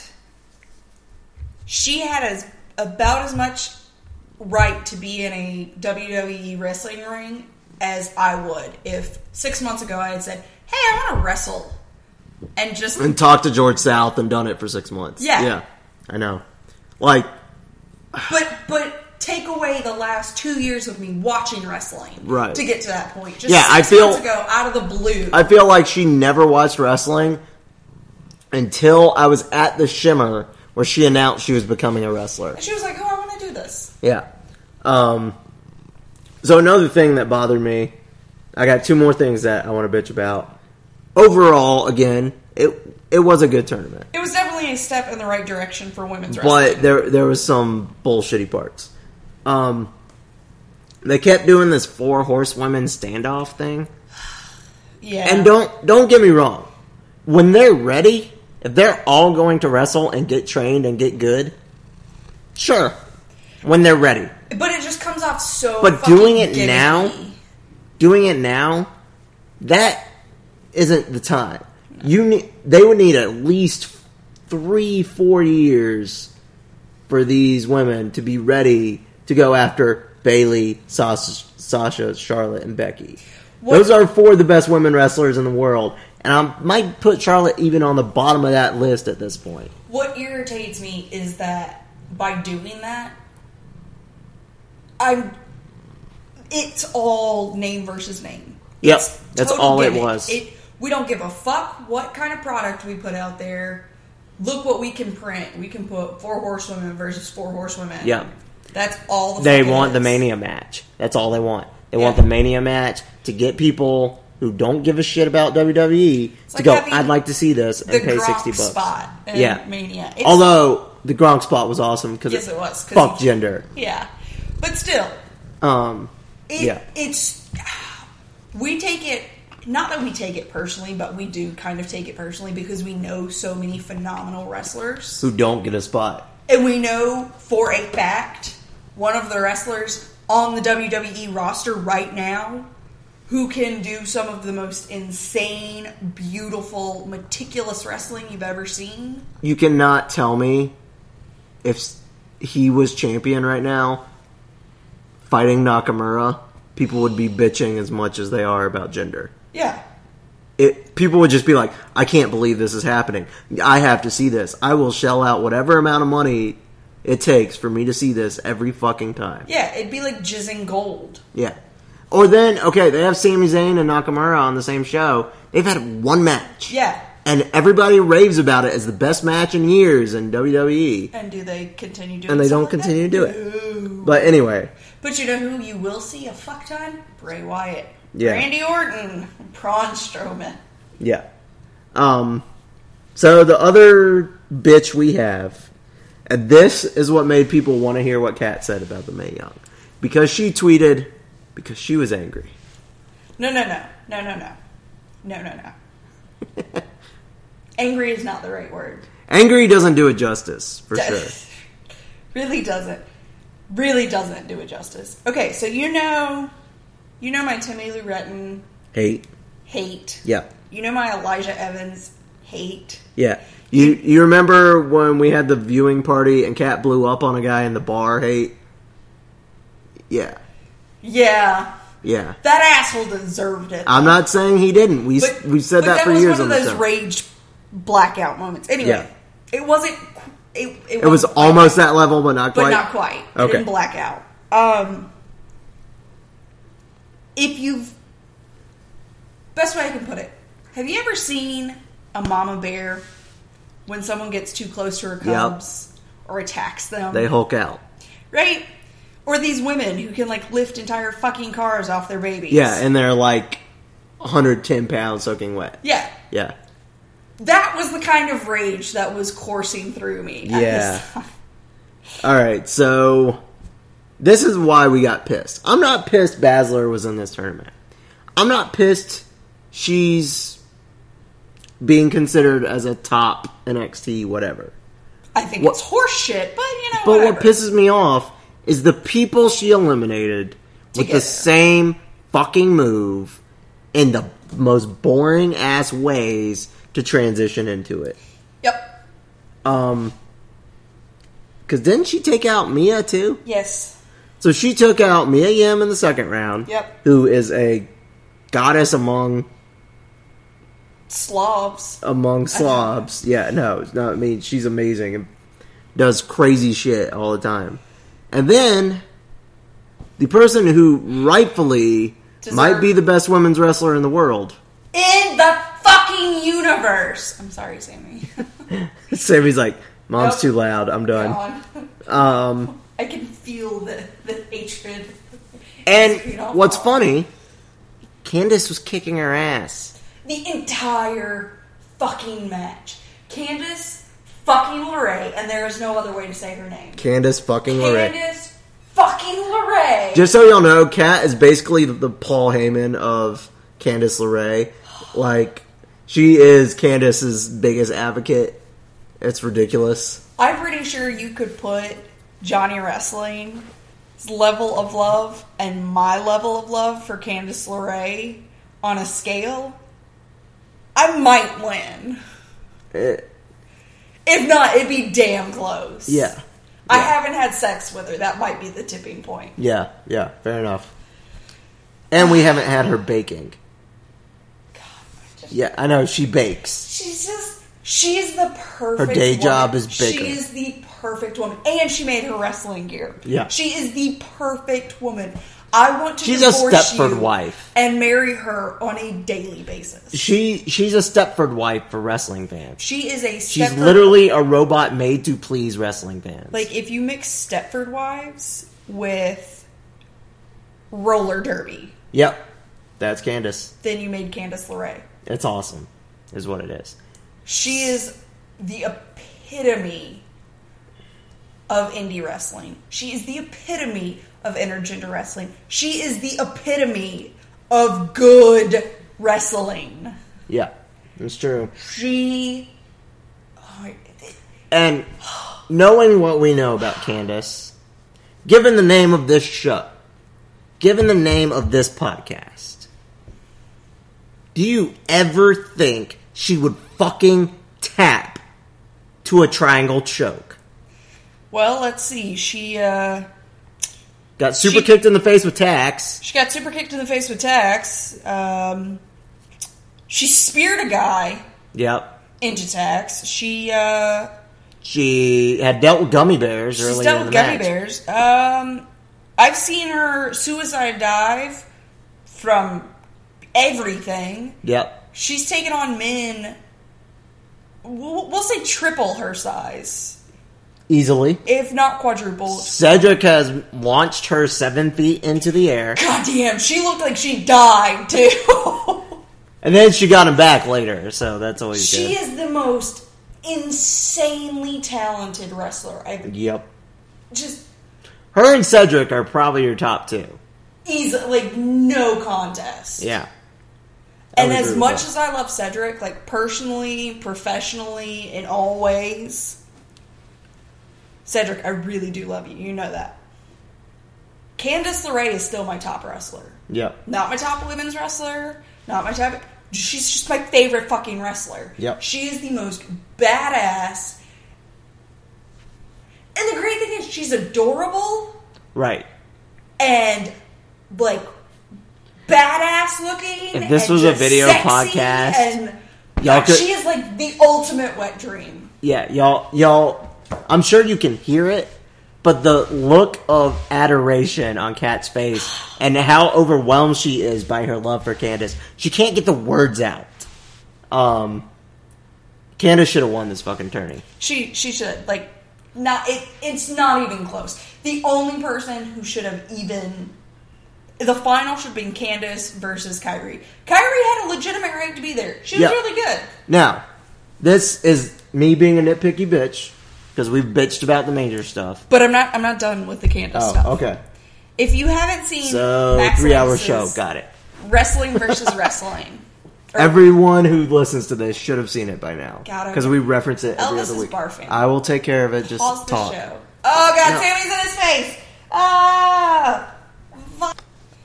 [SPEAKER 4] she had as about as much right to be in a WWE wrestling ring as I would if six months ago I had said, "Hey, I want to wrestle," and just
[SPEAKER 5] and talked to George South and done it for six months.
[SPEAKER 4] Yeah.
[SPEAKER 5] yeah, I know. Like,
[SPEAKER 4] but but take away the last two years of me watching wrestling
[SPEAKER 5] Right.
[SPEAKER 4] to get to that point. Just
[SPEAKER 5] Yeah, I
[SPEAKER 4] six
[SPEAKER 5] feel-
[SPEAKER 4] months ago out of the blue.
[SPEAKER 5] I feel like she never watched wrestling until I was at the Shimmer where she announced she was becoming a wrestler.
[SPEAKER 4] and she was like, "Oh, I want to do this."
[SPEAKER 5] Yeah. Um, so another thing that bothered me, I got two more things that I want to bitch about. Overall, again, it it was a good tournament.
[SPEAKER 4] It was definitely a step in the right direction for women's wrestling.
[SPEAKER 5] but there there was some bullshitty parts. Um, they kept doing this four horsewomen standoff thing,
[SPEAKER 4] Yeah.
[SPEAKER 5] and don't don't get me wrong. When they're ready, if they're all going to wrestle and get trained and get good, sure. When they're ready,
[SPEAKER 4] But it just comes off so.
[SPEAKER 5] But
[SPEAKER 4] fucking
[SPEAKER 5] doing it
[SPEAKER 4] gimmicky.
[SPEAKER 5] now? doing it now, that isn't the time. You need they would need at least three four years for these women to be ready to go after Bailey, Sasha, Sasha Charlotte, and Becky. Those are four of the best women wrestlers in the world, and I might put Charlotte even on the bottom of that list at this point.
[SPEAKER 4] What irritates me is that by doing that, I'm. It's all name versus name.
[SPEAKER 5] Yep,
[SPEAKER 4] It's
[SPEAKER 5] that's
[SPEAKER 4] total
[SPEAKER 5] all it
[SPEAKER 4] gimmick.
[SPEAKER 5] was.
[SPEAKER 4] It, we don't give a fuck what kind of product we put out there. Look what we can print. We can put four horsewomen versus four horsewomen.
[SPEAKER 5] Yep.
[SPEAKER 4] That's all the
[SPEAKER 5] They
[SPEAKER 4] fuck it
[SPEAKER 5] want the
[SPEAKER 4] is.
[SPEAKER 5] Mania match. That's all they want. They
[SPEAKER 4] Yeah.
[SPEAKER 5] want the Mania match to get people who don't give a shit about WWE to
[SPEAKER 4] like
[SPEAKER 5] go.
[SPEAKER 4] having
[SPEAKER 5] I'd like to see this and
[SPEAKER 4] The
[SPEAKER 5] pay
[SPEAKER 4] Gronk
[SPEAKER 5] sixty bucks.
[SPEAKER 4] spot in
[SPEAKER 5] Yeah.
[SPEAKER 4] Mania. It's-
[SPEAKER 5] Although the Gronk spot was awesome because
[SPEAKER 4] Yes, it was, 'cause
[SPEAKER 5] fuck
[SPEAKER 4] he-
[SPEAKER 5] gender.
[SPEAKER 4] Yeah. But still,
[SPEAKER 5] Um,
[SPEAKER 4] it,
[SPEAKER 5] Yeah.
[SPEAKER 4] it's we take it not that we take it personally but we do kind of take it personally because we know so many phenomenal wrestlers
[SPEAKER 5] who don't get a spot?
[SPEAKER 4] and we know for a fact one of the wrestlers on the WWE roster right now who can do some of the most insane beautiful meticulous wrestling you've ever seen
[SPEAKER 5] You cannot tell me if s- he was champion right now fighting Nakamura. People would be bitching as much as they are about gender.
[SPEAKER 4] yeah
[SPEAKER 5] it people would just be like, I can't believe this is happening. I have to see this. I will shell out whatever amount of money it takes for me to see this every fucking time.
[SPEAKER 4] yeah it'd be like jizzing gold
[SPEAKER 5] Yeah. Or then, okay, they have Sami Zayn and Nakamura on the same show. They've had one match.
[SPEAKER 4] yeah
[SPEAKER 5] And everybody raves about it as the best match in years in WWE.
[SPEAKER 4] and do they continue doing
[SPEAKER 5] And they
[SPEAKER 4] stuff like
[SPEAKER 5] don't
[SPEAKER 4] that?
[SPEAKER 5] continue to do it. But anyway,
[SPEAKER 4] But you know who you will see a fuck ton? Bray Wyatt.
[SPEAKER 5] Yeah.
[SPEAKER 4] Randy Orton. Braun Strowman.
[SPEAKER 5] Yeah. Um, so the other bitch we have, and this is what made people want to hear what Kat said about the May Young, because she tweeted because she was angry.
[SPEAKER 4] No, no, no. No, no, no. No, no, no. Angry is not the right word.
[SPEAKER 5] Angry doesn't do it justice for sure.
[SPEAKER 4] really doesn't. Really doesn't do it justice. Okay, so you know, you know my Timmy Lou Retton
[SPEAKER 5] Hate.
[SPEAKER 4] hate.
[SPEAKER 5] Yeah.
[SPEAKER 4] You know my Elijah Evans hate.
[SPEAKER 5] Yeah. You you remember when we had the viewing party and Kat blew up on a guy in the bar? Hate. Yeah.
[SPEAKER 4] Yeah,
[SPEAKER 5] Yeah.
[SPEAKER 4] that asshole deserved it.
[SPEAKER 5] I'm not saying he didn't. We
[SPEAKER 4] But-
[SPEAKER 5] we said
[SPEAKER 4] but
[SPEAKER 5] that, for
[SPEAKER 4] was
[SPEAKER 5] years
[SPEAKER 4] One
[SPEAKER 5] on
[SPEAKER 4] of
[SPEAKER 5] the
[SPEAKER 4] those
[SPEAKER 5] show.
[SPEAKER 4] rage blackout moments. Anyway,
[SPEAKER 5] Yeah.
[SPEAKER 4] it wasn't. qu- It, it,
[SPEAKER 5] it was
[SPEAKER 4] wasn't-
[SPEAKER 5] almost that level, but not
[SPEAKER 4] but
[SPEAKER 5] quite.
[SPEAKER 4] not quite. It
[SPEAKER 5] Okay.
[SPEAKER 4] didn't black out. Um, if you've best way I can put it, have you ever seen a mama bear when someone gets too close to her cubs, or attacks them.
[SPEAKER 5] They Hulk out.
[SPEAKER 4] right? Or these women who can like lift entire fucking cars off their babies.
[SPEAKER 5] Yeah, and they're like 110 pounds soaking wet.
[SPEAKER 4] yeah.
[SPEAKER 5] Yeah.
[SPEAKER 4] That was the kind of rage that was coursing through me. at
[SPEAKER 5] Yeah.
[SPEAKER 4] this time.
[SPEAKER 5] All right, so this is why we got pissed. I'm not pissed Basler was in this tournament. I'm not pissed she's being considered as a top NXT whatever.
[SPEAKER 4] I think
[SPEAKER 5] What-
[SPEAKER 4] it's horse shit, but you know.
[SPEAKER 5] But what
[SPEAKER 4] whatever.
[SPEAKER 5] pisses me off is the people she eliminated with
[SPEAKER 4] Together.
[SPEAKER 5] the same fucking move in the most boring ass ways to transition into it.
[SPEAKER 4] Yep.
[SPEAKER 5] Cause didn't she take out Mia too?
[SPEAKER 4] Yes.
[SPEAKER 5] So she took out Mia Yim in the second round.
[SPEAKER 4] Yep.
[SPEAKER 5] Who is a goddess among
[SPEAKER 4] Slobs.
[SPEAKER 5] among
[SPEAKER 4] Uh-huh.
[SPEAKER 5] slobs. yeah, no, it's not I mean she's amazing and does crazy shit all the time. And then the person who rightfully
[SPEAKER 4] Deserve-
[SPEAKER 5] might be the best women's wrestler in the world,
[SPEAKER 4] In the fucking universe. I'm sorry, Sammy.
[SPEAKER 5] Sammy's like, "Mom's
[SPEAKER 4] Nope.
[SPEAKER 5] too loud. I'm done." Um,
[SPEAKER 4] God. I can feel the, the hatred. You know?
[SPEAKER 5] And what's funny, Candace was kicking her ass.
[SPEAKER 4] The entire fucking match. Candace fucking LeRae, and there is no other way to say her name.
[SPEAKER 5] Candace fucking Lorraine.
[SPEAKER 4] Candace fucking LeRae.
[SPEAKER 5] Just so y'all know, Kat is basically the, the Paul Heyman of Candice LeRae. Like, she is Candice's biggest advocate. It's ridiculous.
[SPEAKER 4] I'm pretty sure you could put Johnny Wrestling's level of love and my level of love for Candice LeRae on a scale. I might win.
[SPEAKER 5] Eh,
[SPEAKER 4] If not, it'd be damn close.
[SPEAKER 5] yeah,
[SPEAKER 4] I
[SPEAKER 5] yeah.
[SPEAKER 4] haven't had sex with her. That might be the tipping point.
[SPEAKER 5] yeah, yeah, fair enough. And we haven't had her baking. Yeah, I know, she bakes.
[SPEAKER 4] She's just she's the perfect
[SPEAKER 5] Her day
[SPEAKER 4] woman.
[SPEAKER 5] job is bigger.
[SPEAKER 4] She is the perfect woman. And she made her wrestling gear.
[SPEAKER 5] Yeah.
[SPEAKER 4] She is the perfect woman. I want to
[SPEAKER 5] She's a
[SPEAKER 4] divorce
[SPEAKER 5] Stepford
[SPEAKER 4] you
[SPEAKER 8] wife.
[SPEAKER 4] and marry her on a daily basis.
[SPEAKER 5] She She's a Stepford wife for
[SPEAKER 8] wrestling fans.
[SPEAKER 4] She is a Stepford
[SPEAKER 5] She's literally a robot made to please wrestling fans.
[SPEAKER 4] like if you mix Stepford wives with roller derby,
[SPEAKER 5] yep, that's Candace.
[SPEAKER 4] then you made Candace LeRae.
[SPEAKER 5] It's awesome, is what it is.
[SPEAKER 4] She is the epitome of indie wrestling. She is the epitome of intergender wrestling. She is the epitome of good wrestling.
[SPEAKER 5] Yeah, it's true.
[SPEAKER 4] She. Oh, my-
[SPEAKER 5] And knowing what we know about Candace, given the name of this show, given the name of this podcast, do you ever think she would fucking tap to a triangle choke?
[SPEAKER 4] well, let's see. She uh,
[SPEAKER 5] Got super
[SPEAKER 4] She-
[SPEAKER 5] kicked in the face with tax.
[SPEAKER 4] she got super kicked in the face with Tax. Um, she speared a guy
[SPEAKER 5] Yep.
[SPEAKER 4] into Tax. She uh,
[SPEAKER 5] She had dealt with gummy bears earlier
[SPEAKER 4] She's
[SPEAKER 5] in
[SPEAKER 4] done
[SPEAKER 5] the
[SPEAKER 4] with gummy
[SPEAKER 5] match.
[SPEAKER 4] bears. Um, I've seen her suicide dive from everything.
[SPEAKER 5] Yep.
[SPEAKER 4] She's taken on men. We'll, we'll say triple her size,
[SPEAKER 5] Easily.
[SPEAKER 4] if not quadruple.
[SPEAKER 5] Cedric has launched her seven feet into the air,
[SPEAKER 4] God damn, she looked like she died too.
[SPEAKER 5] and then she got him back later. So that's always good.
[SPEAKER 4] she is the most insanely talented wrestler. I
[SPEAKER 5] Yep.
[SPEAKER 4] just
[SPEAKER 5] Her and Cedric are probably your top two.
[SPEAKER 4] easy, like no contest.
[SPEAKER 5] Yeah. I
[SPEAKER 4] And
[SPEAKER 5] would
[SPEAKER 4] as
[SPEAKER 5] agree with
[SPEAKER 4] much
[SPEAKER 5] that.
[SPEAKER 4] as I love Cedric, like personally, professionally, in all ways, Cedric, I really do love you. You know that. Candice LeRae is still my top wrestler.
[SPEAKER 5] Yep.
[SPEAKER 4] Not my top women's wrestler. Not my top. She's just my favorite fucking wrestler.
[SPEAKER 5] Yep.
[SPEAKER 4] She is the most badass. And the great thing is, she's adorable
[SPEAKER 5] Right.
[SPEAKER 4] and like badass looking.
[SPEAKER 8] If this
[SPEAKER 4] and
[SPEAKER 8] was a
[SPEAKER 4] just
[SPEAKER 8] video
[SPEAKER 4] sexy
[SPEAKER 8] podcast,
[SPEAKER 4] and
[SPEAKER 5] y'all could-
[SPEAKER 4] she is like the ultimate wet dream.
[SPEAKER 5] Yeah, y'all y'all I'm sure you can hear it, but the look of adoration on Kat's face and how overwhelmed she is by her love for Candace. She can't get the words out. Um Candace should have won this fucking tourney.
[SPEAKER 4] She she should like Not it. It's not even close. The only person who should have even the final should have been Candace versus Kyrie. Kyrie had a legitimate right to be there. She was
[SPEAKER 5] Yep.
[SPEAKER 4] really good.
[SPEAKER 5] Now, this is me being a nitpicky bitch because we've bitched about the major stuff.
[SPEAKER 9] But I'm not. I'm not done with the Candace stuff.
[SPEAKER 5] Oh, okay.
[SPEAKER 4] If you haven't seen
[SPEAKER 5] So
[SPEAKER 4] Max
[SPEAKER 5] three hour
[SPEAKER 4] Lewis's
[SPEAKER 5] show. Got it.
[SPEAKER 4] wrestling versus wrestling, Or-
[SPEAKER 5] Everyone who listens to this should have seen it by now
[SPEAKER 4] Gotta-
[SPEAKER 5] because we reference it every
[SPEAKER 4] Elvis
[SPEAKER 5] other
[SPEAKER 4] is
[SPEAKER 5] week.
[SPEAKER 4] barfing.
[SPEAKER 5] I will take care of it. Just
[SPEAKER 4] pause the
[SPEAKER 5] talk.
[SPEAKER 4] show. Oh god,
[SPEAKER 5] No.
[SPEAKER 4] Sammy's in his face. Ah,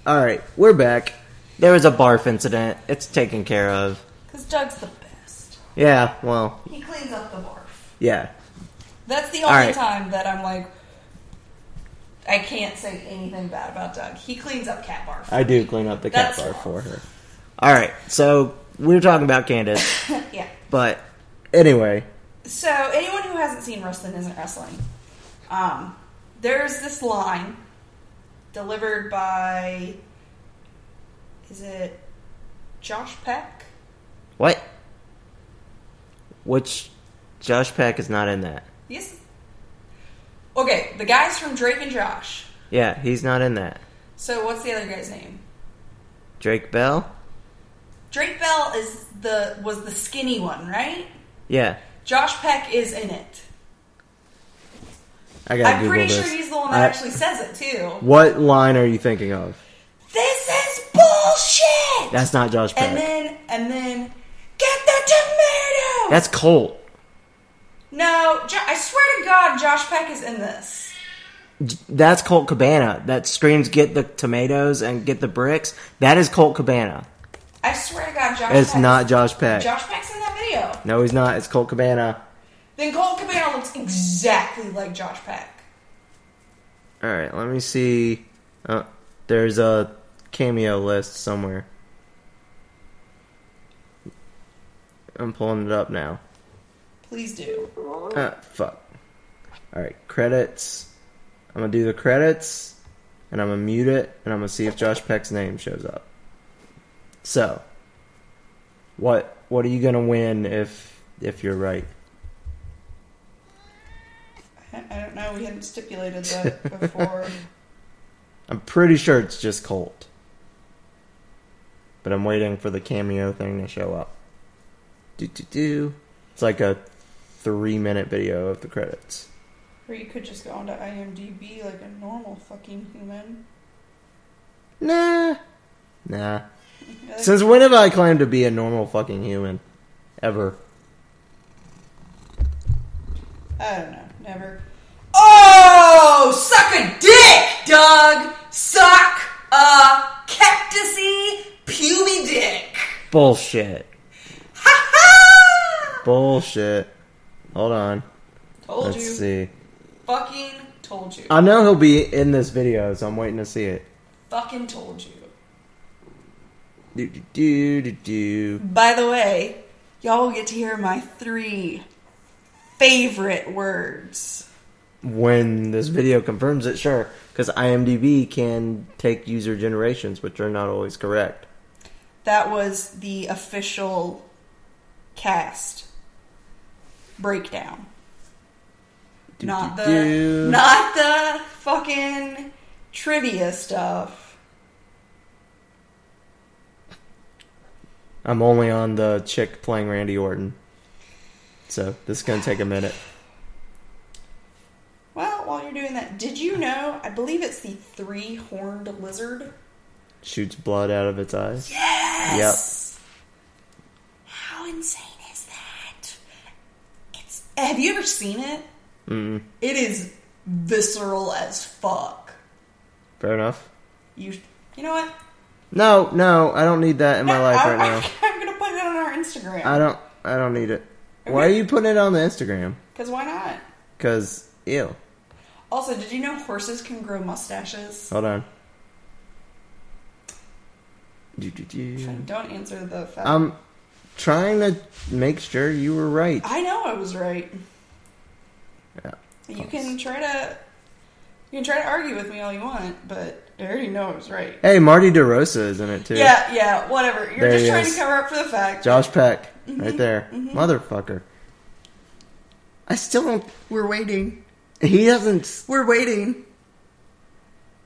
[SPEAKER 5] All right, we're back. There was a barf incident. It's taken care of.
[SPEAKER 4] because Doug's the best.
[SPEAKER 5] Yeah. Well.
[SPEAKER 4] He cleans up the barf.
[SPEAKER 5] Yeah.
[SPEAKER 4] That's the
[SPEAKER 5] All
[SPEAKER 4] only
[SPEAKER 5] right.
[SPEAKER 4] time that I'm like, I can't say anything bad about Doug. He cleans up cat barf.
[SPEAKER 5] I do clean up the cat
[SPEAKER 4] That's
[SPEAKER 5] bar
[SPEAKER 4] wrong.
[SPEAKER 5] for her. All right. So we were talking about Candace,
[SPEAKER 4] yeah.
[SPEAKER 5] but anyway,
[SPEAKER 4] So anyone who hasn't seen wrestling isn't wrestling. Um, there's this line delivered by, is it Josh Peck?
[SPEAKER 5] what? Which Josh Peck is not in that.
[SPEAKER 4] Yes. Okay, the guys from Drake and Josh.
[SPEAKER 5] Yeah, he's not in that.
[SPEAKER 4] So what's the other guy's name?
[SPEAKER 5] Drake Bell.
[SPEAKER 4] Drake Bell is the was the skinny one, right?
[SPEAKER 5] Yeah,
[SPEAKER 4] Josh Peck is in it.
[SPEAKER 5] I gotta
[SPEAKER 4] I'm
[SPEAKER 5] Google
[SPEAKER 4] pretty
[SPEAKER 5] this.
[SPEAKER 4] sure he's the one
[SPEAKER 5] I-
[SPEAKER 4] that actually says it too.
[SPEAKER 5] What line are you thinking of?
[SPEAKER 4] This is bullshit.
[SPEAKER 5] That's not Josh Peck.
[SPEAKER 4] and then and then get the tomato.
[SPEAKER 5] That's Colt.
[SPEAKER 4] no, jo- I swear to God, Josh Peck is in this.
[SPEAKER 5] That's Colt Cabana. That screams "Get the tomatoes and get the bricks." That is Colt Cabana.
[SPEAKER 4] I swear to God, Josh.
[SPEAKER 5] It's
[SPEAKER 4] Peck
[SPEAKER 5] not Josh Peck.
[SPEAKER 4] Josh Peck's in that video.
[SPEAKER 5] no, he's not. It's Colt Cabana.
[SPEAKER 4] Then Cole Cabana looks exactly like Josh Peck.
[SPEAKER 5] All right, let me see. Uh, there's a cameo list somewhere. I'm pulling it up now.
[SPEAKER 4] Please do.
[SPEAKER 5] Ah, fuck. Alright, credits. I'm gonna do the credits, and I'm gonna mute it, and I'm gonna see if Josh Peck's name shows up. So, what what are you gonna win if if you're right?
[SPEAKER 4] I I don't know. We hadn't stipulated that before.
[SPEAKER 5] I'm pretty sure it's just Colt, but I'm waiting for the cameo thing to show up. Do do do. It's like a three minute video of the credits.
[SPEAKER 4] or you could just go onto IMDb like a normal fucking human.
[SPEAKER 5] Nah, nah. Since when have I claimed to be a normal fucking human? Ever.
[SPEAKER 4] I don't know. Never. Oh, suck a dick, Doug. Suck a cactusy puny dick.
[SPEAKER 5] Bullshit.
[SPEAKER 4] Ha ha!
[SPEAKER 5] Bullshit. Hold on.
[SPEAKER 4] Told
[SPEAKER 5] Let's
[SPEAKER 4] you.
[SPEAKER 5] see.
[SPEAKER 4] Fucking told you.
[SPEAKER 5] I know he'll be in this video, so I'm waiting to see it.
[SPEAKER 4] Fucking told you.
[SPEAKER 5] Do do do do do.
[SPEAKER 4] By the way, y'all will get to hear my three favorite words.
[SPEAKER 5] When this video confirms it, sure. Because IMDb can take user generations, which are not always correct.
[SPEAKER 4] That was the official cast breakdown.
[SPEAKER 5] Do,
[SPEAKER 4] not
[SPEAKER 5] do,
[SPEAKER 4] the
[SPEAKER 5] do.
[SPEAKER 4] not the fucking trivia stuff.
[SPEAKER 5] I'm only on the chick playing Randy Orton. So this is going to take a minute.
[SPEAKER 4] Well, while you're doing that, did you know? I believe it's the three horned lizard.
[SPEAKER 5] Shoots blood out of its eyes.
[SPEAKER 4] Yes. Yep. How insane is that? It's. Have you ever seen it? It is visceral as fuck.
[SPEAKER 5] Fair enough.
[SPEAKER 4] You. You know what?
[SPEAKER 5] No, no, I don't need that in my life right now.
[SPEAKER 4] I'm gonna put it on our Instagram.
[SPEAKER 5] I don't. I don't need it. Why are you putting it on the Instagram?
[SPEAKER 4] Cause why not?
[SPEAKER 5] Cause ew.
[SPEAKER 4] Also, did you know horses can grow mustaches?
[SPEAKER 5] Hold on. Do, do, do.
[SPEAKER 4] Don't answer the. Fact.
[SPEAKER 5] I'm trying to make sure you were right.
[SPEAKER 4] I know I was right.
[SPEAKER 5] Yeah.
[SPEAKER 4] You can try to. You can try to argue with me all you want, but I already know I was right.
[SPEAKER 5] Hey, Marty DeRosa is in it too.
[SPEAKER 4] Yeah, yeah, whatever. You're
[SPEAKER 5] There
[SPEAKER 4] just
[SPEAKER 5] he
[SPEAKER 4] trying
[SPEAKER 5] is.
[SPEAKER 4] to cover up for the fact.
[SPEAKER 5] Josh Peck, right there, motherfucker. I still don't.
[SPEAKER 9] We're waiting.
[SPEAKER 5] He doesn't.
[SPEAKER 4] We're waiting.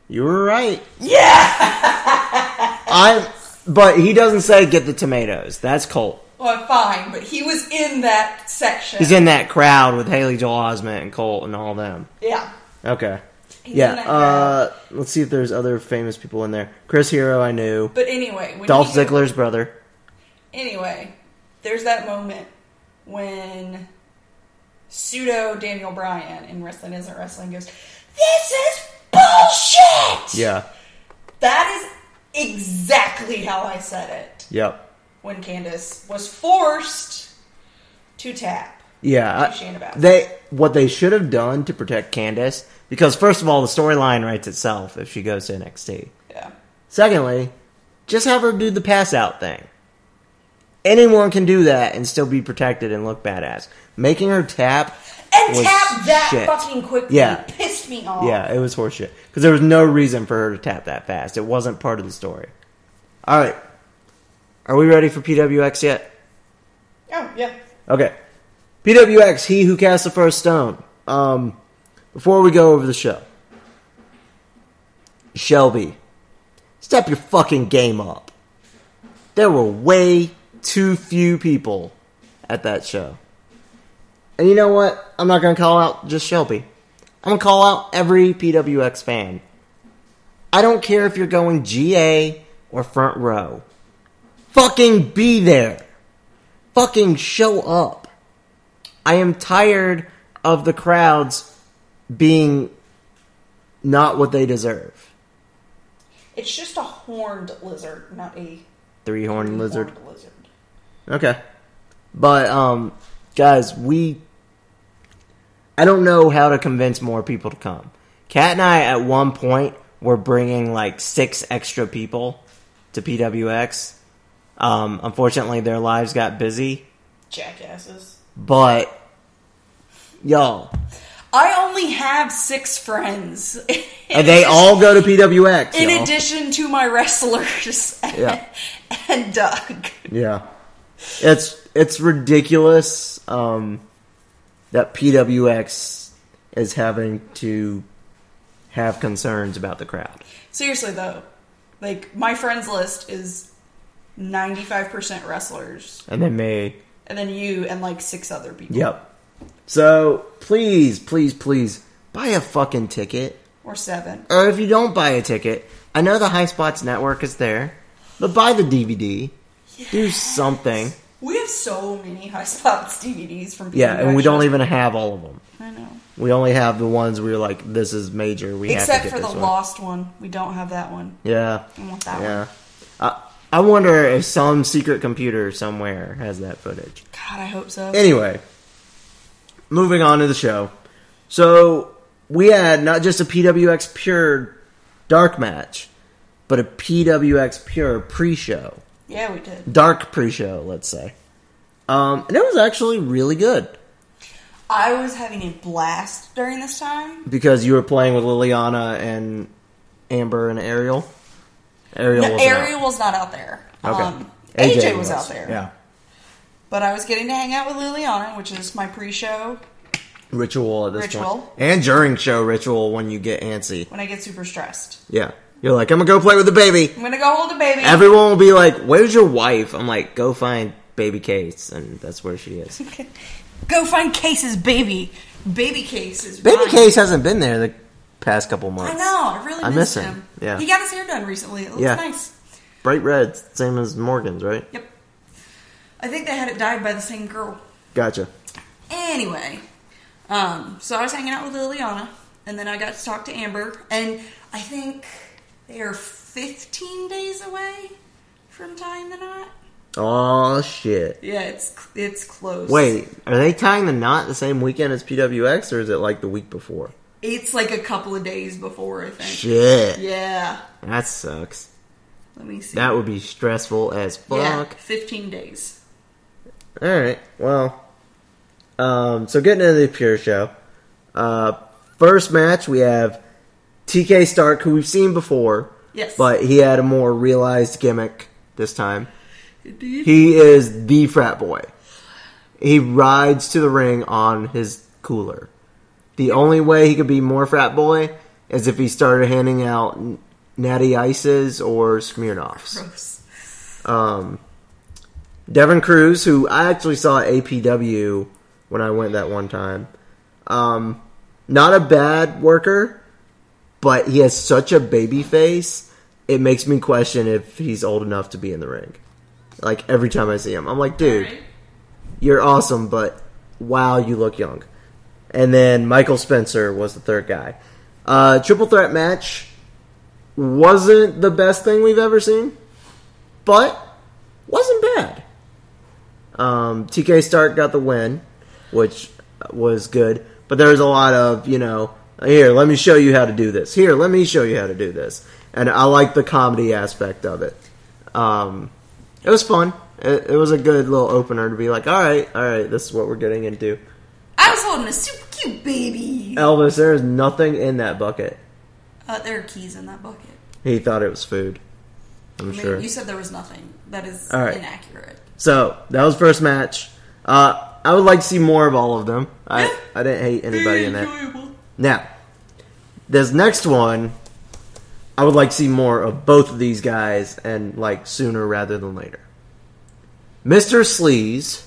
[SPEAKER 5] You were right.
[SPEAKER 10] Yeah!
[SPEAKER 5] I. But he doesn't say get the tomatoes. That's Colt.
[SPEAKER 10] Well, fine, but he was in that section.
[SPEAKER 5] He's in that crowd with Haley Joel Osment and Colt and all them.
[SPEAKER 10] yeah.
[SPEAKER 5] Okay.
[SPEAKER 10] He's
[SPEAKER 5] yeah.
[SPEAKER 10] in that
[SPEAKER 5] Uh, let's see if there's other famous people in there. Chris Hero, I knew.
[SPEAKER 10] But anyway, when
[SPEAKER 5] Dolph
[SPEAKER 10] he go-
[SPEAKER 5] Ziggler's brother.
[SPEAKER 10] Anyway, there's that moment when pseudo Daniel Bryan in Wrestling Isn't Wrestling goes, This is bullshit!
[SPEAKER 5] Yeah.
[SPEAKER 10] That is exactly how I said it
[SPEAKER 5] Yep.
[SPEAKER 10] when Candace was forced to tap.
[SPEAKER 5] Yeah,
[SPEAKER 10] Shane
[SPEAKER 5] I-
[SPEAKER 10] about.
[SPEAKER 5] they what they should have done to protect Candace because first of all, the storyline writes itself if she goes to NXT.
[SPEAKER 10] Yeah.
[SPEAKER 5] Secondly, just have her do the pass out thing. Anyone can do that and still be protected and look badass. Making her tap
[SPEAKER 10] And
[SPEAKER 5] was
[SPEAKER 10] tap that
[SPEAKER 5] shit.
[SPEAKER 10] fucking quickly
[SPEAKER 5] Yeah.
[SPEAKER 10] pissed me off.
[SPEAKER 5] Yeah, it was horseshit because there was no reason for her to tap that fast. It wasn't part of the story. All right, are we ready for PWX yet?
[SPEAKER 10] Oh, yeah.
[SPEAKER 5] Okay. PWX, he who cast the first stone. Um, before we go over the show, Shelby, step your fucking game up. There were way too few people at that show. And you know what? I'm not going to call out just Shelby. I'm going to call out every PWX fan. I don't care if you're going GA or front row. Fucking be there fucking show up. I am tired of the crowds being not what they deserve.
[SPEAKER 10] It's just a horned lizard, not a
[SPEAKER 5] Three horned lizard.
[SPEAKER 10] horned lizard.
[SPEAKER 5] Okay. But um guys, we I don't know how to convince more people to come. Kat and I at one point were bringing like six extra people to PWX. Um unfortunately their lives got busy,
[SPEAKER 10] Jackasses.
[SPEAKER 5] but y'all
[SPEAKER 4] I only have six friends.
[SPEAKER 5] and they all go to PWX.
[SPEAKER 4] in
[SPEAKER 5] y'all.
[SPEAKER 4] addition to my wrestlers and,
[SPEAKER 5] Yeah.
[SPEAKER 4] and Doug.
[SPEAKER 5] Yeah. It's it's ridiculous um, that PWX is having to have concerns about the crowd.
[SPEAKER 4] Seriously though, like my friends list is
[SPEAKER 10] 95% wrestlers.
[SPEAKER 5] And then me.
[SPEAKER 10] And then you and like six other people.
[SPEAKER 5] Yep. So please, please, please buy a fucking ticket.
[SPEAKER 10] Or seven.
[SPEAKER 5] Or if you don't buy a ticket, I know the High Spots Network is there, but buy the DVD. Do something.
[SPEAKER 10] We have so many High Spots DVDs from
[SPEAKER 5] Yeah, and we don't
[SPEAKER 10] PWX.
[SPEAKER 5] even have all of them.
[SPEAKER 10] I know.
[SPEAKER 5] We only have the ones we are like, this is major. We have
[SPEAKER 10] Except
[SPEAKER 5] to get
[SPEAKER 10] for the
[SPEAKER 5] this one.
[SPEAKER 10] lost one. We don't have that one.
[SPEAKER 5] Yeah.
[SPEAKER 10] I want that one.
[SPEAKER 5] Yeah. I, I wonder if some secret computer somewhere has that footage.
[SPEAKER 10] God, I hope so.
[SPEAKER 5] Anyway, moving on to the show. So, we had not just a PWX Pure dark match, but a PWX Pure pre show.
[SPEAKER 10] yeah, we did.
[SPEAKER 5] Dark pre show, let's say. Um, and it was actually really good
[SPEAKER 10] I was having a blast during this time.
[SPEAKER 5] because you were playing with Liliana and Amber and Ariel. Ariel
[SPEAKER 10] No,
[SPEAKER 5] was out.
[SPEAKER 10] Ariel was not out there.
[SPEAKER 5] Okay.
[SPEAKER 10] Um, AJ, was, out there.
[SPEAKER 5] Yeah.
[SPEAKER 10] But I was getting to hang out with Liliana, which is my pre show
[SPEAKER 5] ritual at this
[SPEAKER 10] Ritual.
[SPEAKER 5] point. And during show ritual when you get antsy.
[SPEAKER 10] when I get super stressed.
[SPEAKER 5] Yeah. You're like, I'm gonna go play with the baby.
[SPEAKER 10] I'm going to go hold a baby.
[SPEAKER 5] Everyone will be like, Where's your wife? I'm like, go find baby Case and that's where she is.
[SPEAKER 4] Go find Case's baby. Baby Case is
[SPEAKER 5] Baby
[SPEAKER 4] mine.
[SPEAKER 5] Case hasn't been there the past couple months.
[SPEAKER 4] I know. I really
[SPEAKER 5] I
[SPEAKER 4] miss
[SPEAKER 5] miss him.
[SPEAKER 4] him.
[SPEAKER 5] Yeah.
[SPEAKER 4] He got his hair done recently. It looks
[SPEAKER 5] Yeah.
[SPEAKER 4] nice.
[SPEAKER 5] Bright red, same as Morgan's, right?
[SPEAKER 4] Yep. I think they had it dyed by the same girl.
[SPEAKER 5] Gotcha.
[SPEAKER 4] Anyway, um, so I was hanging out with Liliana, and then I got to talk to Amber, and I think they are 15 days away from tying the knot.
[SPEAKER 5] Oh shit.
[SPEAKER 4] Yeah, it's it's close.
[SPEAKER 5] Wait, are they tying the knot the same weekend as PWX or is it like the week before?
[SPEAKER 4] it's like a couple of days before I think.
[SPEAKER 5] Shit.
[SPEAKER 4] Yeah,
[SPEAKER 5] That sucks.
[SPEAKER 4] let me see.
[SPEAKER 5] That would be stressful as fuck.
[SPEAKER 4] yeah, 15 days.
[SPEAKER 5] All right. Well, um, so getting into the pure show. Uh, first match we have TK Stark, who we've seen before.
[SPEAKER 4] Yes.
[SPEAKER 5] But he had a more realized gimmick this time.
[SPEAKER 4] Indeed.
[SPEAKER 5] He is the frat boy. He rides to the ring on his cooler. The only way he could be more frat boy is if he started handing out n- natty ices or Smirnoffs.
[SPEAKER 4] Gross.
[SPEAKER 5] Devin Cruz, who I actually saw at APW when I went that one time. Um, not a bad worker, but he has such a baby face. It makes me question if he's old enough to be in the ring. Like every time I see him, I'm like, dude,
[SPEAKER 4] Right?
[SPEAKER 5] you're awesome, but wow, you look young. And then Michael Spencer was the third guy. Uh, triple threat match wasn't the best thing we've ever seen, but wasn't bad. Um, TK Stark got the win, which was good, but there was a lot of, you know, here, let me show you how to do this. Here, let me show you how to do this. And I like the comedy aspect of it. Um, it was fun. It, it was a good little opener to be like, all right, all right, this is what we're getting into.
[SPEAKER 4] I was holding a super cute baby.
[SPEAKER 5] Elvis, there is nothing in that bucket.
[SPEAKER 4] Uh, there are keys in that bucket.
[SPEAKER 5] He thought it was food. I'm
[SPEAKER 4] I mean,
[SPEAKER 5] sure.
[SPEAKER 4] You said there was nothing. That is
[SPEAKER 5] All right.
[SPEAKER 4] inaccurate.
[SPEAKER 5] So that was first match. Uh, I would like to see more of all of them. I I didn't hate anybody in that. Now, this next one, I would like to see more of both of these guys, and like sooner rather than later. Mister Sleaze,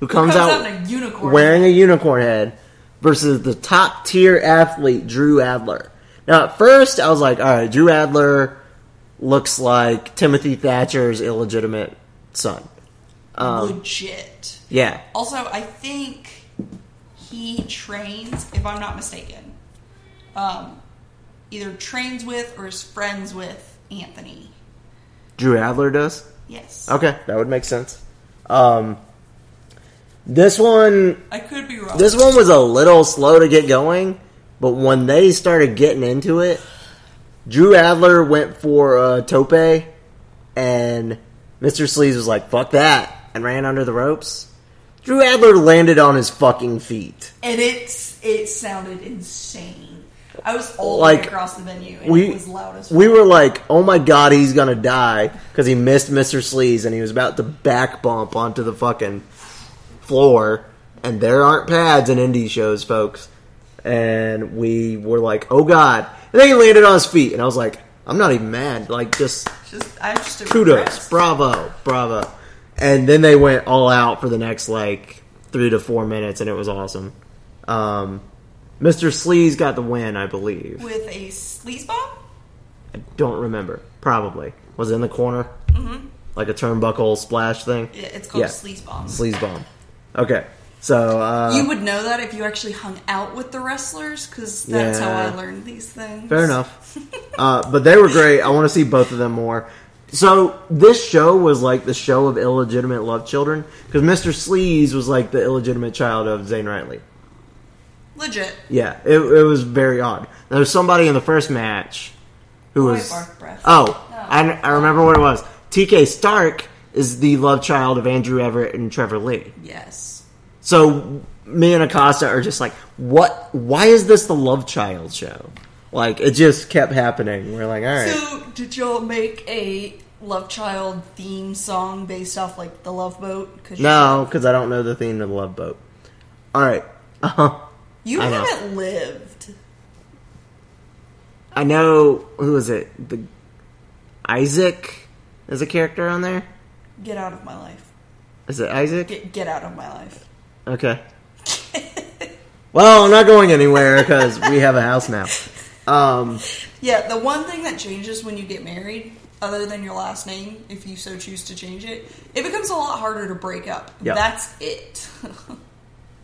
[SPEAKER 5] who comes,
[SPEAKER 4] Comes
[SPEAKER 5] out,
[SPEAKER 4] out in a unicorn.
[SPEAKER 5] wearing a unicorn head, versus the top tier athlete Drew Adler. Now, at first, I was like, all right, Drew Adler looks like Timothy Thatcher's illegitimate son. um,
[SPEAKER 4] Legit.
[SPEAKER 5] Yeah,
[SPEAKER 4] Also, I think he trains, if I'm not mistaken, um, either trains with or is friends with Anthony.
[SPEAKER 5] Drew Adler does.
[SPEAKER 4] Yes.
[SPEAKER 5] Okay, that would make sense. Um, this one,
[SPEAKER 4] I could be wrong.
[SPEAKER 5] this one was a little slow to get going, but when they started getting into it, Drew Adler went for a tope, and Mr. Sleaze was like, "Fuck that," and ran under the ropes. Drew Adler landed on his fucking feet.
[SPEAKER 4] and it's it sounded insane. I was all the
[SPEAKER 5] Like,
[SPEAKER 4] way across the venue, and
[SPEAKER 5] we
[SPEAKER 4] it was loud as
[SPEAKER 5] we were like, "Oh my god, he's gonna die" because he missed Mister Sleaze and he was about to back bump onto the fucking floor. And there aren't pads in indie shows, folks. And we were like, "Oh god!" And then he landed on his feet, and I was like, "I'm not even mad. Like, just
[SPEAKER 4] just I'm just
[SPEAKER 5] kudos,
[SPEAKER 4] impressed.
[SPEAKER 5] bravo, bravo." And then they went all out for the next like three to four minutes, and it was awesome. Um, Mister Sleaze got the win, I believe.
[SPEAKER 4] with a sleaze bomb.
[SPEAKER 5] I don't remember. Probably was it in the corner, mm-hmm. like a turnbuckle splash thing.
[SPEAKER 4] Yeah, it's called
[SPEAKER 5] Yeah.
[SPEAKER 4] a sleaze bomb.
[SPEAKER 5] Sleaze bomb. Okay, so uh,
[SPEAKER 4] you would know that if you actually hung out with the wrestlers, because that's how
[SPEAKER 5] Yeah.
[SPEAKER 4] I learned these things.
[SPEAKER 5] fair enough. uh, but they were great. I want to see both of them more. So this show was like the show of illegitimate love children because Mr. Sleaze was like the illegitimate child of Zane Riley.
[SPEAKER 4] Legit.
[SPEAKER 5] Yeah, it, it was very odd. There was somebody in the first match who
[SPEAKER 4] I
[SPEAKER 5] was.
[SPEAKER 4] barked breath.
[SPEAKER 5] Oh, I, I remember what it was. TK Stark is the love child of Andrew Everett and Trevor Lee.
[SPEAKER 4] Yes.
[SPEAKER 5] So me and Acosta are just like, what? Why is this the love child show? Like it just kept happening. We're like, all right,
[SPEAKER 4] So, did y'all make a Love Child theme song based off like the Love Boat? Cause you-
[SPEAKER 5] no, because I don't know the theme to the Love Boat. All right, uh-huh.
[SPEAKER 4] you
[SPEAKER 5] I know.
[SPEAKER 4] haven't lived.
[SPEAKER 5] I know who is it? The Isaac is a character on there.
[SPEAKER 4] Get out of my life.
[SPEAKER 5] Is it Isaac?
[SPEAKER 4] Get get out of my life.
[SPEAKER 5] Okay. well, I'm not going anywhere because we have a house now. Um,
[SPEAKER 4] Yeah, the one thing that changes when you get married, other than your last name, if you so choose to change it, it becomes a lot harder to break up.
[SPEAKER 5] Yeah.
[SPEAKER 4] That's it.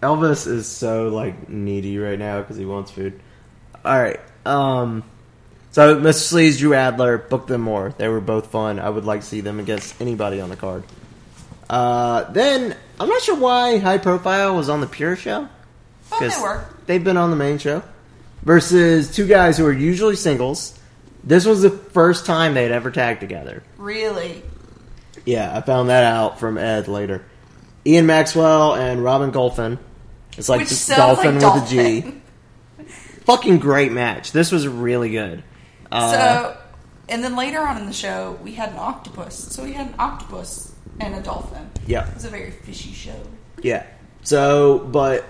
[SPEAKER 4] Oh,
[SPEAKER 5] Elvis is so like needy right now because he wants food. All right. Um, so Mr. Sleaze, Drew Adler, book them more. They were both fun. I would like to see them against anybody on the card. Uh, then I'm not sure why High Profile was on the Pure show.
[SPEAKER 4] but Oh, they
[SPEAKER 5] 'cause
[SPEAKER 4] were.
[SPEAKER 5] They've been on the main show versus two guys who are usually singles. This was the first time they'd ever tagged together.
[SPEAKER 4] Really.
[SPEAKER 5] Yeah, I found that out from Ed later. Ian Maxwell and Robin Golfin. It's like
[SPEAKER 4] Which
[SPEAKER 5] just
[SPEAKER 4] sounds
[SPEAKER 5] dolphin
[SPEAKER 4] like
[SPEAKER 5] with a G.
[SPEAKER 4] dolphin.
[SPEAKER 5] Fucking great match. This was really good. Uh,
[SPEAKER 4] so, and then later on in the show, we had an octopus. So we had an octopus and a dolphin.
[SPEAKER 5] Yeah.
[SPEAKER 4] It was a very fishy show.
[SPEAKER 5] yeah. So, but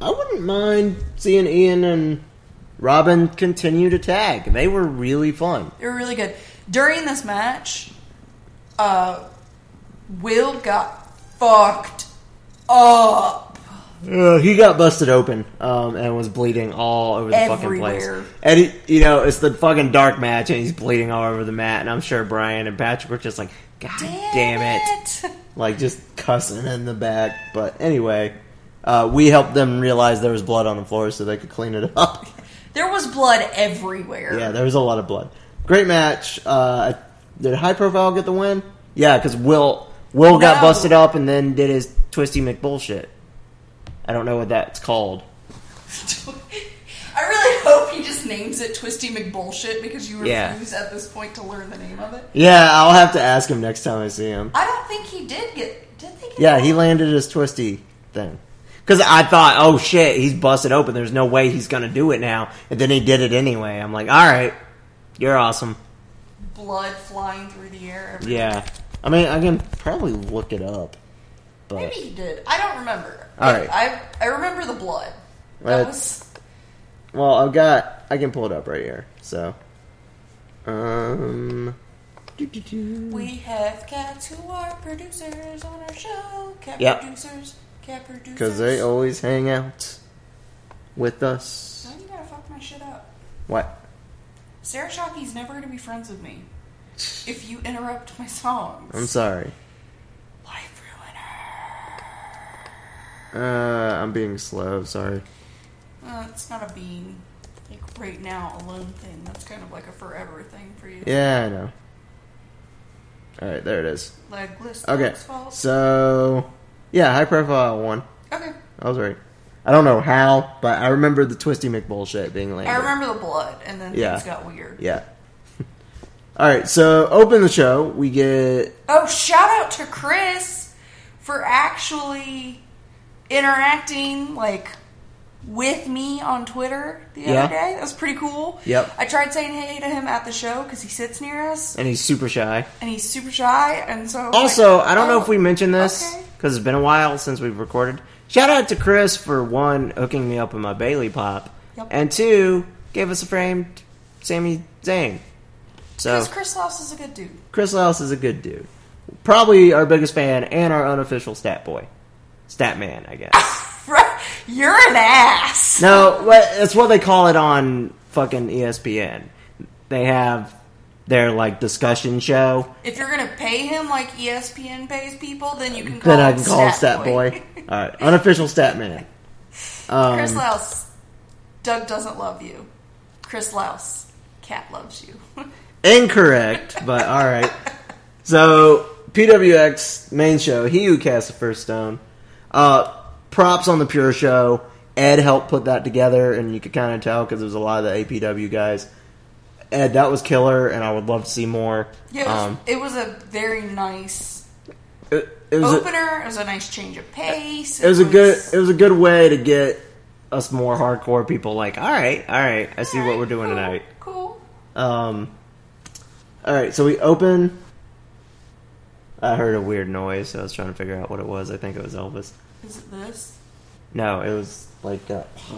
[SPEAKER 5] I wouldn't mind seeing Ian and Robin continue to tag. They were really fun.
[SPEAKER 4] They were really good. During this match, uh, Will got fucked up.
[SPEAKER 5] Uh, he got busted open um, and was bleeding all over the
[SPEAKER 4] Everywhere.
[SPEAKER 5] fucking place. And he, you know, it's the fucking dark match, and he's bleeding all over the mat. And I'm sure Brian and Patrick were just like, "God damn, it. like just cussing in the back. But anyway, uh, we helped them realize there was blood on the floor so they could clean it up.
[SPEAKER 4] There was blood everywhere.
[SPEAKER 5] yeah, there was a lot of blood. Great match. Uh, did High Profile get the win? Yeah, because Will Will got
[SPEAKER 4] No.
[SPEAKER 5] busted up and then did his twisty McBullshit. I don't know what that's called.
[SPEAKER 4] I really hope he just names it Twisty McBullshit because you
[SPEAKER 5] Yeah.
[SPEAKER 4] refuse at this point to learn the name of it.
[SPEAKER 5] Yeah, I'll have to ask him next time I see him.
[SPEAKER 4] I don't think he did get. Did they get
[SPEAKER 5] Yeah, he landed his twisty thing. Because I thought, oh shit, he's busted open. There's no way he's going to do it now. And then he did it anyway. I'm like, all right, you're awesome.
[SPEAKER 4] blood flying through the air?
[SPEAKER 5] Yeah. I mean, I can probably look it up. But
[SPEAKER 4] Maybe he did. I don't remember.
[SPEAKER 5] All right.
[SPEAKER 4] I I remember the blood. That
[SPEAKER 5] Let's-
[SPEAKER 4] was
[SPEAKER 5] Well, I've got. I can pull it up right here. So. Um. doo-doo-doo.
[SPEAKER 4] We have cats who are producers on our show. Cat
[SPEAKER 5] Yep.
[SPEAKER 4] producers. Cat producers.
[SPEAKER 5] Because they always hang out with us.
[SPEAKER 4] Why you gotta fuck my shit up?
[SPEAKER 5] What?
[SPEAKER 4] Sarah Shockey's never gonna be friends with me if you interrupt my songs.
[SPEAKER 5] I'm sorry.
[SPEAKER 4] Life ruiner.
[SPEAKER 5] Uh, I'm being slow. Sorry.
[SPEAKER 4] Uh, it's not a being. Like right now, alone thing. That's kind of like a forever thing for you.
[SPEAKER 5] Yeah, I know. Alright, there it is.
[SPEAKER 4] Like, listen,
[SPEAKER 5] Okay.
[SPEAKER 4] it's false.
[SPEAKER 5] So. Yeah, high profile one.
[SPEAKER 4] okay.
[SPEAKER 5] I was right. I don't know how, but I remember the Twisty McBullshit being landed.
[SPEAKER 4] I remember the blood, and then
[SPEAKER 5] Yeah.
[SPEAKER 4] things got weird.
[SPEAKER 5] Yeah. All right, so open the show. We get
[SPEAKER 4] Oh, shout out to Chris for actually interacting like with me on Twitter the
[SPEAKER 5] Yeah.
[SPEAKER 4] other day. That was pretty cool.
[SPEAKER 5] Yep.
[SPEAKER 4] I tried saying hey to him at the show because he sits near us
[SPEAKER 5] and he's super shy.
[SPEAKER 4] and he's super shy. And so I was
[SPEAKER 5] Also,
[SPEAKER 4] like,
[SPEAKER 5] I don't know
[SPEAKER 4] oh,
[SPEAKER 5] if we mentioned this
[SPEAKER 4] okay.
[SPEAKER 5] because it's been a while since we've recorded. Shout out to Chris for one hooking me up with my Bailey pop,
[SPEAKER 4] Yep.
[SPEAKER 5] and two gave us a framed Sammy Zayn. So
[SPEAKER 4] 'Cause Chris Loss is a good dude.
[SPEAKER 5] Chris Laos is a good dude, probably our biggest fan and our unofficial stat boy, stat man, I guess.
[SPEAKER 4] Right? You're an ass.
[SPEAKER 5] no, what- that's what they call it on fucking E ESPN. They have their like discussion show.
[SPEAKER 4] If you're gonna pay him like E ESPN pays people, then you can call
[SPEAKER 5] Then I
[SPEAKER 4] him
[SPEAKER 5] can call him
[SPEAKER 4] Stat
[SPEAKER 5] Stat Boy. All right, unofficial Stat Man.
[SPEAKER 4] Chris
[SPEAKER 5] Um,
[SPEAKER 4] Louse, Doug doesn't love you. Chris Louse, Cat loves you.
[SPEAKER 5] Incorrect, but all right. So PWX main show. He who cast the first stone. Uh, props on the Pure Show. Ed helped put that together, and you could kind of tell because there was a lot of the APW guys. Ed, that was killer, and I would love to see more.
[SPEAKER 4] Yeah, it was,
[SPEAKER 5] Um,
[SPEAKER 4] it was a very nice
[SPEAKER 5] it, it was a,
[SPEAKER 4] opener. it was a nice change of pace.
[SPEAKER 5] it was a good it was a good way to get us more hardcore people. Like, all right, all right, I see what we're doing
[SPEAKER 4] cool,
[SPEAKER 5] tonight.
[SPEAKER 4] Cool.
[SPEAKER 5] Um. All right, so we open. I heard a weird noise, so I was trying to figure out what it was. I think it was Elvis.
[SPEAKER 4] Is it this?
[SPEAKER 5] No, it was like. Uh, I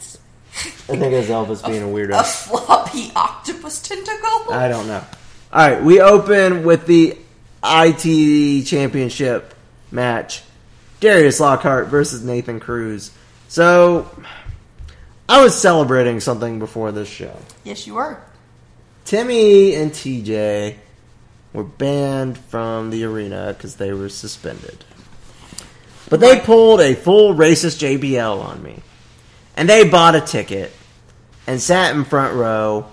[SPEAKER 5] think it was Elvis being a
[SPEAKER 4] A
[SPEAKER 5] weirdo.
[SPEAKER 4] floppy octopus tentacle?
[SPEAKER 5] I don't know. All right, we open with the IT Championship match: Darius Lockhart versus Nathan Cruz. So, I was celebrating something before this show.
[SPEAKER 4] yes, you were.
[SPEAKER 5] Timmy and TJ were banned from the arena because they were suspended. But they pulled a full racist JBL on me. And they bought a ticket and sat in front row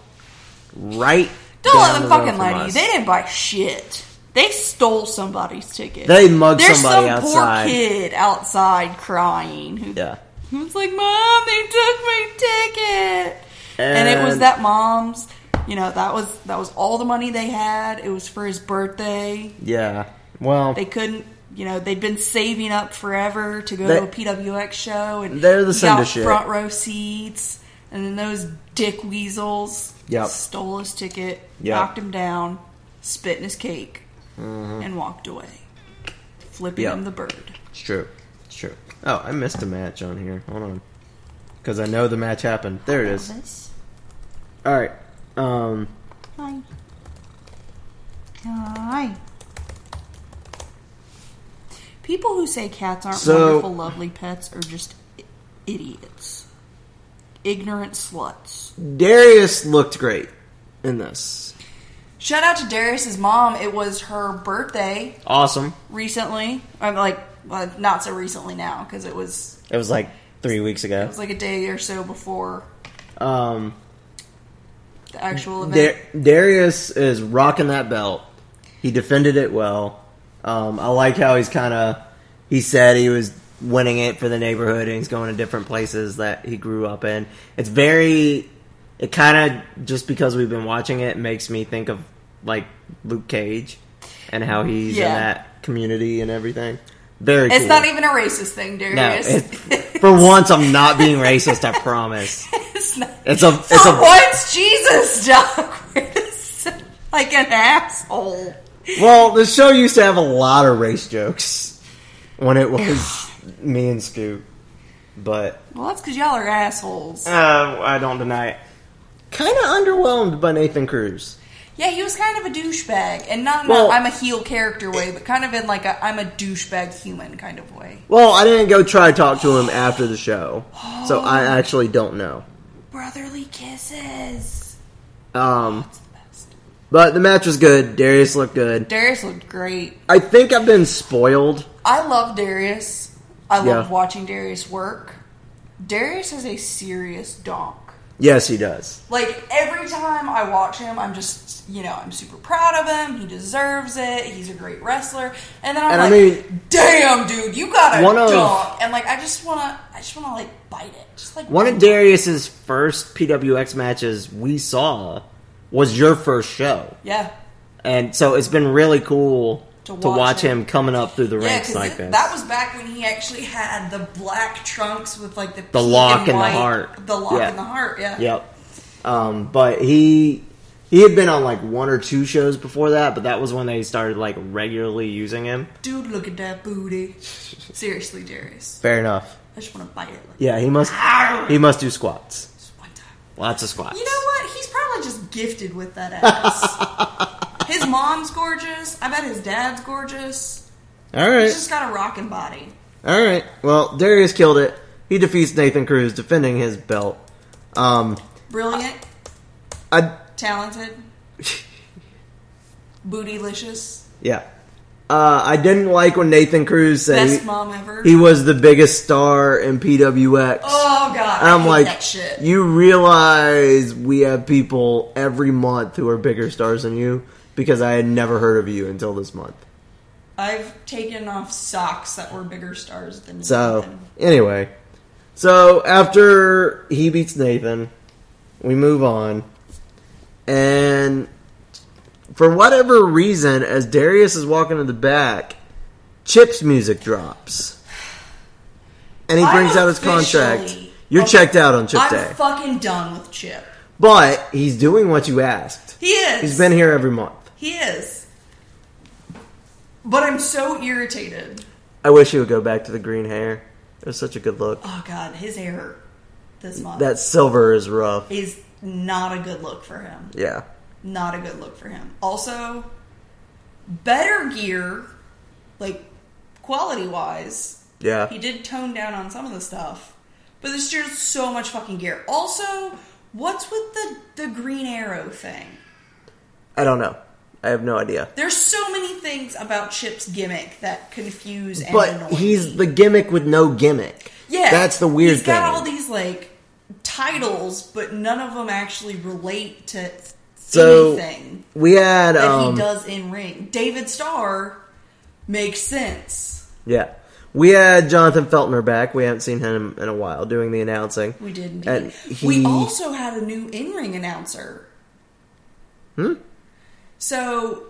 [SPEAKER 5] right
[SPEAKER 4] Don't
[SPEAKER 5] down
[SPEAKER 4] let them
[SPEAKER 5] the row
[SPEAKER 4] fucking
[SPEAKER 5] from
[SPEAKER 4] lie to you.
[SPEAKER 5] us.
[SPEAKER 4] They didn't buy shit. They stole somebody's ticket.
[SPEAKER 5] They mugged
[SPEAKER 4] There's
[SPEAKER 5] somebody
[SPEAKER 4] some
[SPEAKER 5] outside.
[SPEAKER 4] poor kid outside crying who,
[SPEAKER 5] Yeah.
[SPEAKER 4] who's like, "Mom, they took my ticket," and, it was
[SPEAKER 5] And-
[SPEAKER 4] that mom's. You know, that was that was all the money they had. It was for his birthday.
[SPEAKER 5] Yeah. Well,
[SPEAKER 4] they couldn't you know they'd been saving up forever to go
[SPEAKER 5] They-
[SPEAKER 4] to a pwx show and
[SPEAKER 5] They're the
[SPEAKER 4] he
[SPEAKER 5] send
[SPEAKER 4] got
[SPEAKER 5] a shit.
[SPEAKER 4] front row seats and then those dick weasels
[SPEAKER 5] Yep.
[SPEAKER 4] stole his ticket
[SPEAKER 5] Yep.
[SPEAKER 4] knocked him down spit in his cake and walked away flipping
[SPEAKER 5] Mm-hmm. Yep.
[SPEAKER 4] him the bird
[SPEAKER 5] it's true. It's true. Oh, I missed a match on here. Hold on. Because I know the match happened. There it is.
[SPEAKER 11] This.
[SPEAKER 5] All right. Um,
[SPEAKER 11] Hi. Hi. People who say cats aren't
[SPEAKER 5] So-
[SPEAKER 11] wonderful, lovely pets are just i- idiots, ignorant sluts.
[SPEAKER 5] Darius looked great in this.
[SPEAKER 4] Shout out to Darius's mom. It was her birthday
[SPEAKER 5] Awesome.
[SPEAKER 4] recently. I'm like, well, not so recently now because it was
[SPEAKER 5] It was like three weeks
[SPEAKER 4] it
[SPEAKER 5] ago.
[SPEAKER 4] was like a day or so before
[SPEAKER 5] Um,
[SPEAKER 4] the actual event.
[SPEAKER 5] Dar- Darius is rocking that belt. He defended it well. Um, I like how he's kind of. He said he was winning it for the neighborhood, and he's going to different places that he grew up in. It's very. It kind of just because we've been watching it makes me think of like Luke Cage and how he's in
[SPEAKER 4] Yeah.
[SPEAKER 5] that community and everything. Very.
[SPEAKER 4] it's
[SPEAKER 5] cool.
[SPEAKER 4] not even a racist thing,
[SPEAKER 5] No,
[SPEAKER 4] Darius.
[SPEAKER 5] it- for once, I'm not being racist. I promise.
[SPEAKER 4] it's not.
[SPEAKER 5] It's a. It's
[SPEAKER 4] For
[SPEAKER 5] a.
[SPEAKER 4] once, Jesus, Doc. We're just like an asshole.
[SPEAKER 5] Well, the show used to have a lot of race jokes when it was me and Scoop, but
[SPEAKER 4] Well, that's because y'all are assholes.
[SPEAKER 5] uh, I don't deny it. Kind of underwhelmed by Nathan Cruz.
[SPEAKER 4] Yeah, he was kind of a douchebag, and not in
[SPEAKER 5] Well-
[SPEAKER 4] a I'm a heel character way, but kind of in like a I'm a douchebag human kind of way.
[SPEAKER 5] Well, I didn't go try to talk to him after the show, so I actually don't know.
[SPEAKER 4] Brotherly kisses.
[SPEAKER 5] Um, but the match was good. Darius looked good.
[SPEAKER 4] Darius looked great.
[SPEAKER 5] I think I've been spoiled.
[SPEAKER 4] I love Darius. I love
[SPEAKER 5] Yeah.
[SPEAKER 4] watching Darius work. Darius is a serious donk.
[SPEAKER 5] Yes, he does.
[SPEAKER 4] Like every time I watch him, I'm just you know I'm super proud of him. He deserves it. He's a great wrestler. And then I'm
[SPEAKER 5] And I
[SPEAKER 4] like,
[SPEAKER 5] mean-
[SPEAKER 4] damn dude, you got a
[SPEAKER 5] One of-
[SPEAKER 4] donk. And like I just wanna, I just wanna like bite it. Just like
[SPEAKER 5] One of Darius's first PWX matches we saw was your first show.
[SPEAKER 4] yeah,
[SPEAKER 5] and so it's been really cool to
[SPEAKER 4] To
[SPEAKER 5] watch,
[SPEAKER 4] watch
[SPEAKER 5] him.
[SPEAKER 4] him.
[SPEAKER 5] coming up through the
[SPEAKER 4] yeah.
[SPEAKER 5] ranks
[SPEAKER 4] Because
[SPEAKER 5] like this.
[SPEAKER 4] that was back when he actually had the black trunks with like the
[SPEAKER 5] The
[SPEAKER 4] pink
[SPEAKER 5] lock and the
[SPEAKER 4] white-
[SPEAKER 5] heart.
[SPEAKER 4] the lock
[SPEAKER 5] Yeah.
[SPEAKER 4] and the heart. Yeah,
[SPEAKER 5] yep. Um, but he he had been on like one or two shows before that, but that was when they started like regularly using him.
[SPEAKER 4] Dude, look at that booty. Seriously, Darius.
[SPEAKER 5] Fair enough.
[SPEAKER 4] I just want to bite it. Like
[SPEAKER 5] Yeah, he must he must do squats.
[SPEAKER 4] this one time.
[SPEAKER 5] Lots of squats.
[SPEAKER 4] You know what? He's probably just gifted with that ass. his mom's gorgeous. I bet his dad's gorgeous.
[SPEAKER 5] All right.
[SPEAKER 4] He's just got a rockin' body.
[SPEAKER 5] All right. Well, Darius killed it. He defeats Nathan Cruz defending his belt. Um
[SPEAKER 4] Brilliant,
[SPEAKER 5] I
[SPEAKER 4] talented, bootylicious,
[SPEAKER 5] yeah. Uh, I didn't like when Nathan Cruz said
[SPEAKER 4] best
[SPEAKER 5] he,
[SPEAKER 4] mom ever.
[SPEAKER 5] he was the biggest star in PWX.
[SPEAKER 4] oh god,
[SPEAKER 5] And
[SPEAKER 4] I
[SPEAKER 5] I'm
[SPEAKER 4] hate
[SPEAKER 5] like,
[SPEAKER 4] that shit.
[SPEAKER 5] you realize we have people every month who are bigger stars than you because I had never heard of you until this month.
[SPEAKER 4] I've taken off socks that were bigger stars than
[SPEAKER 5] So,
[SPEAKER 4] Nathan.
[SPEAKER 5] anyway, so after he beats Nathan, we move on. And for whatever reason, as Darius is walking to the back, Chip's music drops. And he
[SPEAKER 4] I'm
[SPEAKER 5] brings out his contract.
[SPEAKER 4] officially- Oh,
[SPEAKER 5] You're checked out on Chip
[SPEAKER 4] I'm
[SPEAKER 5] Day.
[SPEAKER 4] fucking done with Chip.
[SPEAKER 5] But he's doing what you asked.
[SPEAKER 4] He is.
[SPEAKER 5] He's been here every month.
[SPEAKER 4] He is. But I'm so irritated.
[SPEAKER 5] I wish he would go back to the green hair. It was such a good look.
[SPEAKER 4] Oh god, his hair this month
[SPEAKER 5] That silver is rough.
[SPEAKER 4] is not a good look for him.
[SPEAKER 5] Yeah.
[SPEAKER 4] Not a good look for him. Also, better gear, like quality wise.
[SPEAKER 5] Yeah.
[SPEAKER 4] He did tone down on some of the stuff. But there's just so much fucking gear. Also, what's with the the green arrow thing?
[SPEAKER 5] I don't know. I have no idea.
[SPEAKER 4] There's so many things about Chip's gimmick that confuse and
[SPEAKER 5] But
[SPEAKER 4] annoy me.
[SPEAKER 5] he's the gimmick with no gimmick.
[SPEAKER 4] Yeah,
[SPEAKER 5] That's the weird
[SPEAKER 4] He's got
[SPEAKER 5] thing.
[SPEAKER 4] all these like titles, but none of them actually relate to
[SPEAKER 5] so
[SPEAKER 4] anything
[SPEAKER 5] we had
[SPEAKER 4] that
[SPEAKER 5] um
[SPEAKER 4] he does in ring. David Starr makes sense.
[SPEAKER 5] yeah. We had Jonathan Feltner back. We haven't seen him in a while doing the announcing.
[SPEAKER 4] We did indeed.
[SPEAKER 5] And he-
[SPEAKER 4] We also had a new in ring announcer. Hmm. So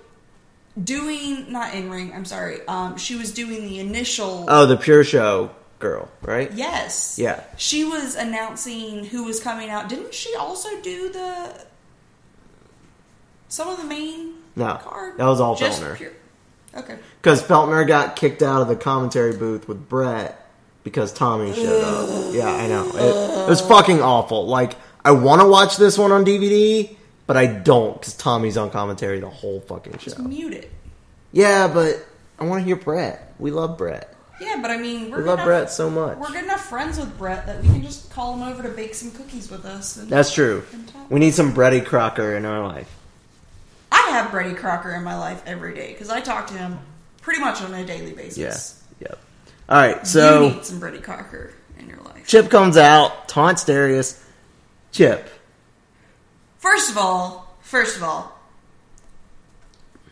[SPEAKER 4] doing not in ring. I'm sorry. Um, she was doing the initial.
[SPEAKER 5] Oh, the Pure Show girl, right?
[SPEAKER 4] Yes.
[SPEAKER 5] Yeah.
[SPEAKER 4] She was announcing who was coming out. Didn't she also do the some of the main
[SPEAKER 5] No.
[SPEAKER 4] card?
[SPEAKER 5] That was all
[SPEAKER 4] Just
[SPEAKER 5] Feltner.
[SPEAKER 4] pure- Okay.
[SPEAKER 5] Because Feltner got kicked out of the commentary booth with Brett because Tommy showed up. Yeah, I know. It, it was fucking awful. Like, I want to watch this one on DVD, but I don't because Tommy's on commentary the whole fucking show.
[SPEAKER 4] Mute it.
[SPEAKER 5] Yeah, but I want to hear Brett. We love Brett.
[SPEAKER 4] Yeah, but I mean, we're
[SPEAKER 5] We love
[SPEAKER 4] good
[SPEAKER 5] Brett
[SPEAKER 4] enough,
[SPEAKER 5] so much.
[SPEAKER 4] We're good enough friends with Brett that we can just call him over to bake some cookies with us. And
[SPEAKER 5] That's true. We need some Bretty Crocker in our life.
[SPEAKER 4] I have Brady Crocker in my life every day because I talk to him pretty much on a daily basis.
[SPEAKER 5] Yeah. Yep. All right.
[SPEAKER 4] you
[SPEAKER 5] So
[SPEAKER 4] need some Brady Crocker in your life.
[SPEAKER 5] Chip comes out, taunts Darius. Chip.
[SPEAKER 4] First of all, first of all,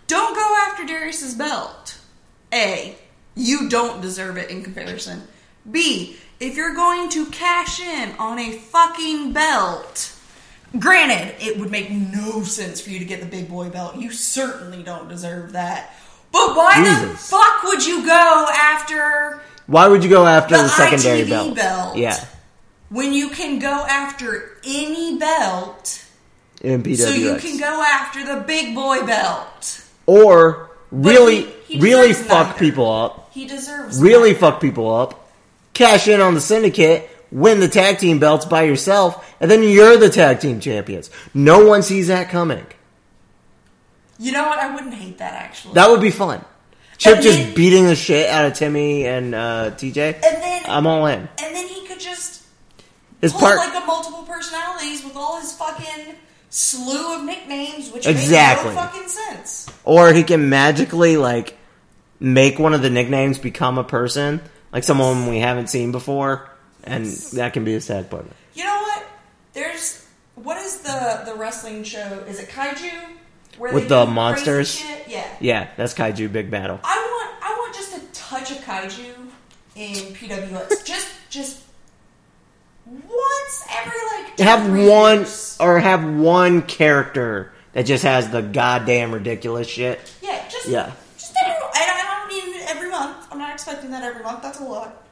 [SPEAKER 4] don't go after Darius's belt. A, you don't deserve it in comparison. B, if you're going to cash in on a fucking belt, granted, it would make no sense for you to get the big boy belt. You certainly don't deserve that. But why the
[SPEAKER 5] Jesus.
[SPEAKER 4] fuck would you go after
[SPEAKER 5] Why would you go after the,
[SPEAKER 4] The
[SPEAKER 5] secondary
[SPEAKER 4] ITV
[SPEAKER 5] belt?
[SPEAKER 4] belt.
[SPEAKER 5] Yeah.
[SPEAKER 4] when you can go after any belt?
[SPEAKER 5] In PWX.
[SPEAKER 4] So you can go after the big boy belt.
[SPEAKER 5] or really,
[SPEAKER 4] he- he
[SPEAKER 5] really
[SPEAKER 4] deserves
[SPEAKER 5] fuck
[SPEAKER 4] neither.
[SPEAKER 5] people up.
[SPEAKER 4] He deserves
[SPEAKER 5] Really
[SPEAKER 4] that.
[SPEAKER 5] fuck people up. Cash in on the syndicate. Win the tag team belts by yourself, and then you're the tag team champions. No one sees that coming.
[SPEAKER 4] You know what? I wouldn't hate that actually.
[SPEAKER 5] That would be fun. Chip
[SPEAKER 4] And
[SPEAKER 5] just
[SPEAKER 4] then-
[SPEAKER 5] beating the shit out of Timmy and uh, TJ.
[SPEAKER 4] And then- Oh
[SPEAKER 5] I'm all in.
[SPEAKER 4] and then he could just
[SPEAKER 5] His
[SPEAKER 4] pull
[SPEAKER 5] part,
[SPEAKER 4] like a multiple personalities with all his fucking slew of nicknames, which
[SPEAKER 5] Exactly.
[SPEAKER 4] makes no fucking sense.
[SPEAKER 5] or he can magically like make one of the nicknames become a person, like someone we haven't seen before, and that can be his tag partner.
[SPEAKER 4] You know what? There's what is the the wrestling show? Is it kaiju? Where
[SPEAKER 5] With
[SPEAKER 4] they
[SPEAKER 5] the
[SPEAKER 4] do crazy
[SPEAKER 5] monsters?
[SPEAKER 4] shit? Yeah.
[SPEAKER 5] Yeah, that's Kaiju Big Battle.
[SPEAKER 4] I want I want just a touch of kaiju in PWX. just just once every like two,
[SPEAKER 5] Have
[SPEAKER 4] three
[SPEAKER 5] one
[SPEAKER 4] years.
[SPEAKER 5] or have one character that just has the goddamn ridiculous shit.
[SPEAKER 4] Yeah, just
[SPEAKER 5] Yeah.
[SPEAKER 4] Just every, and I don't mean every month. I'm not expecting that every month. That's a lot.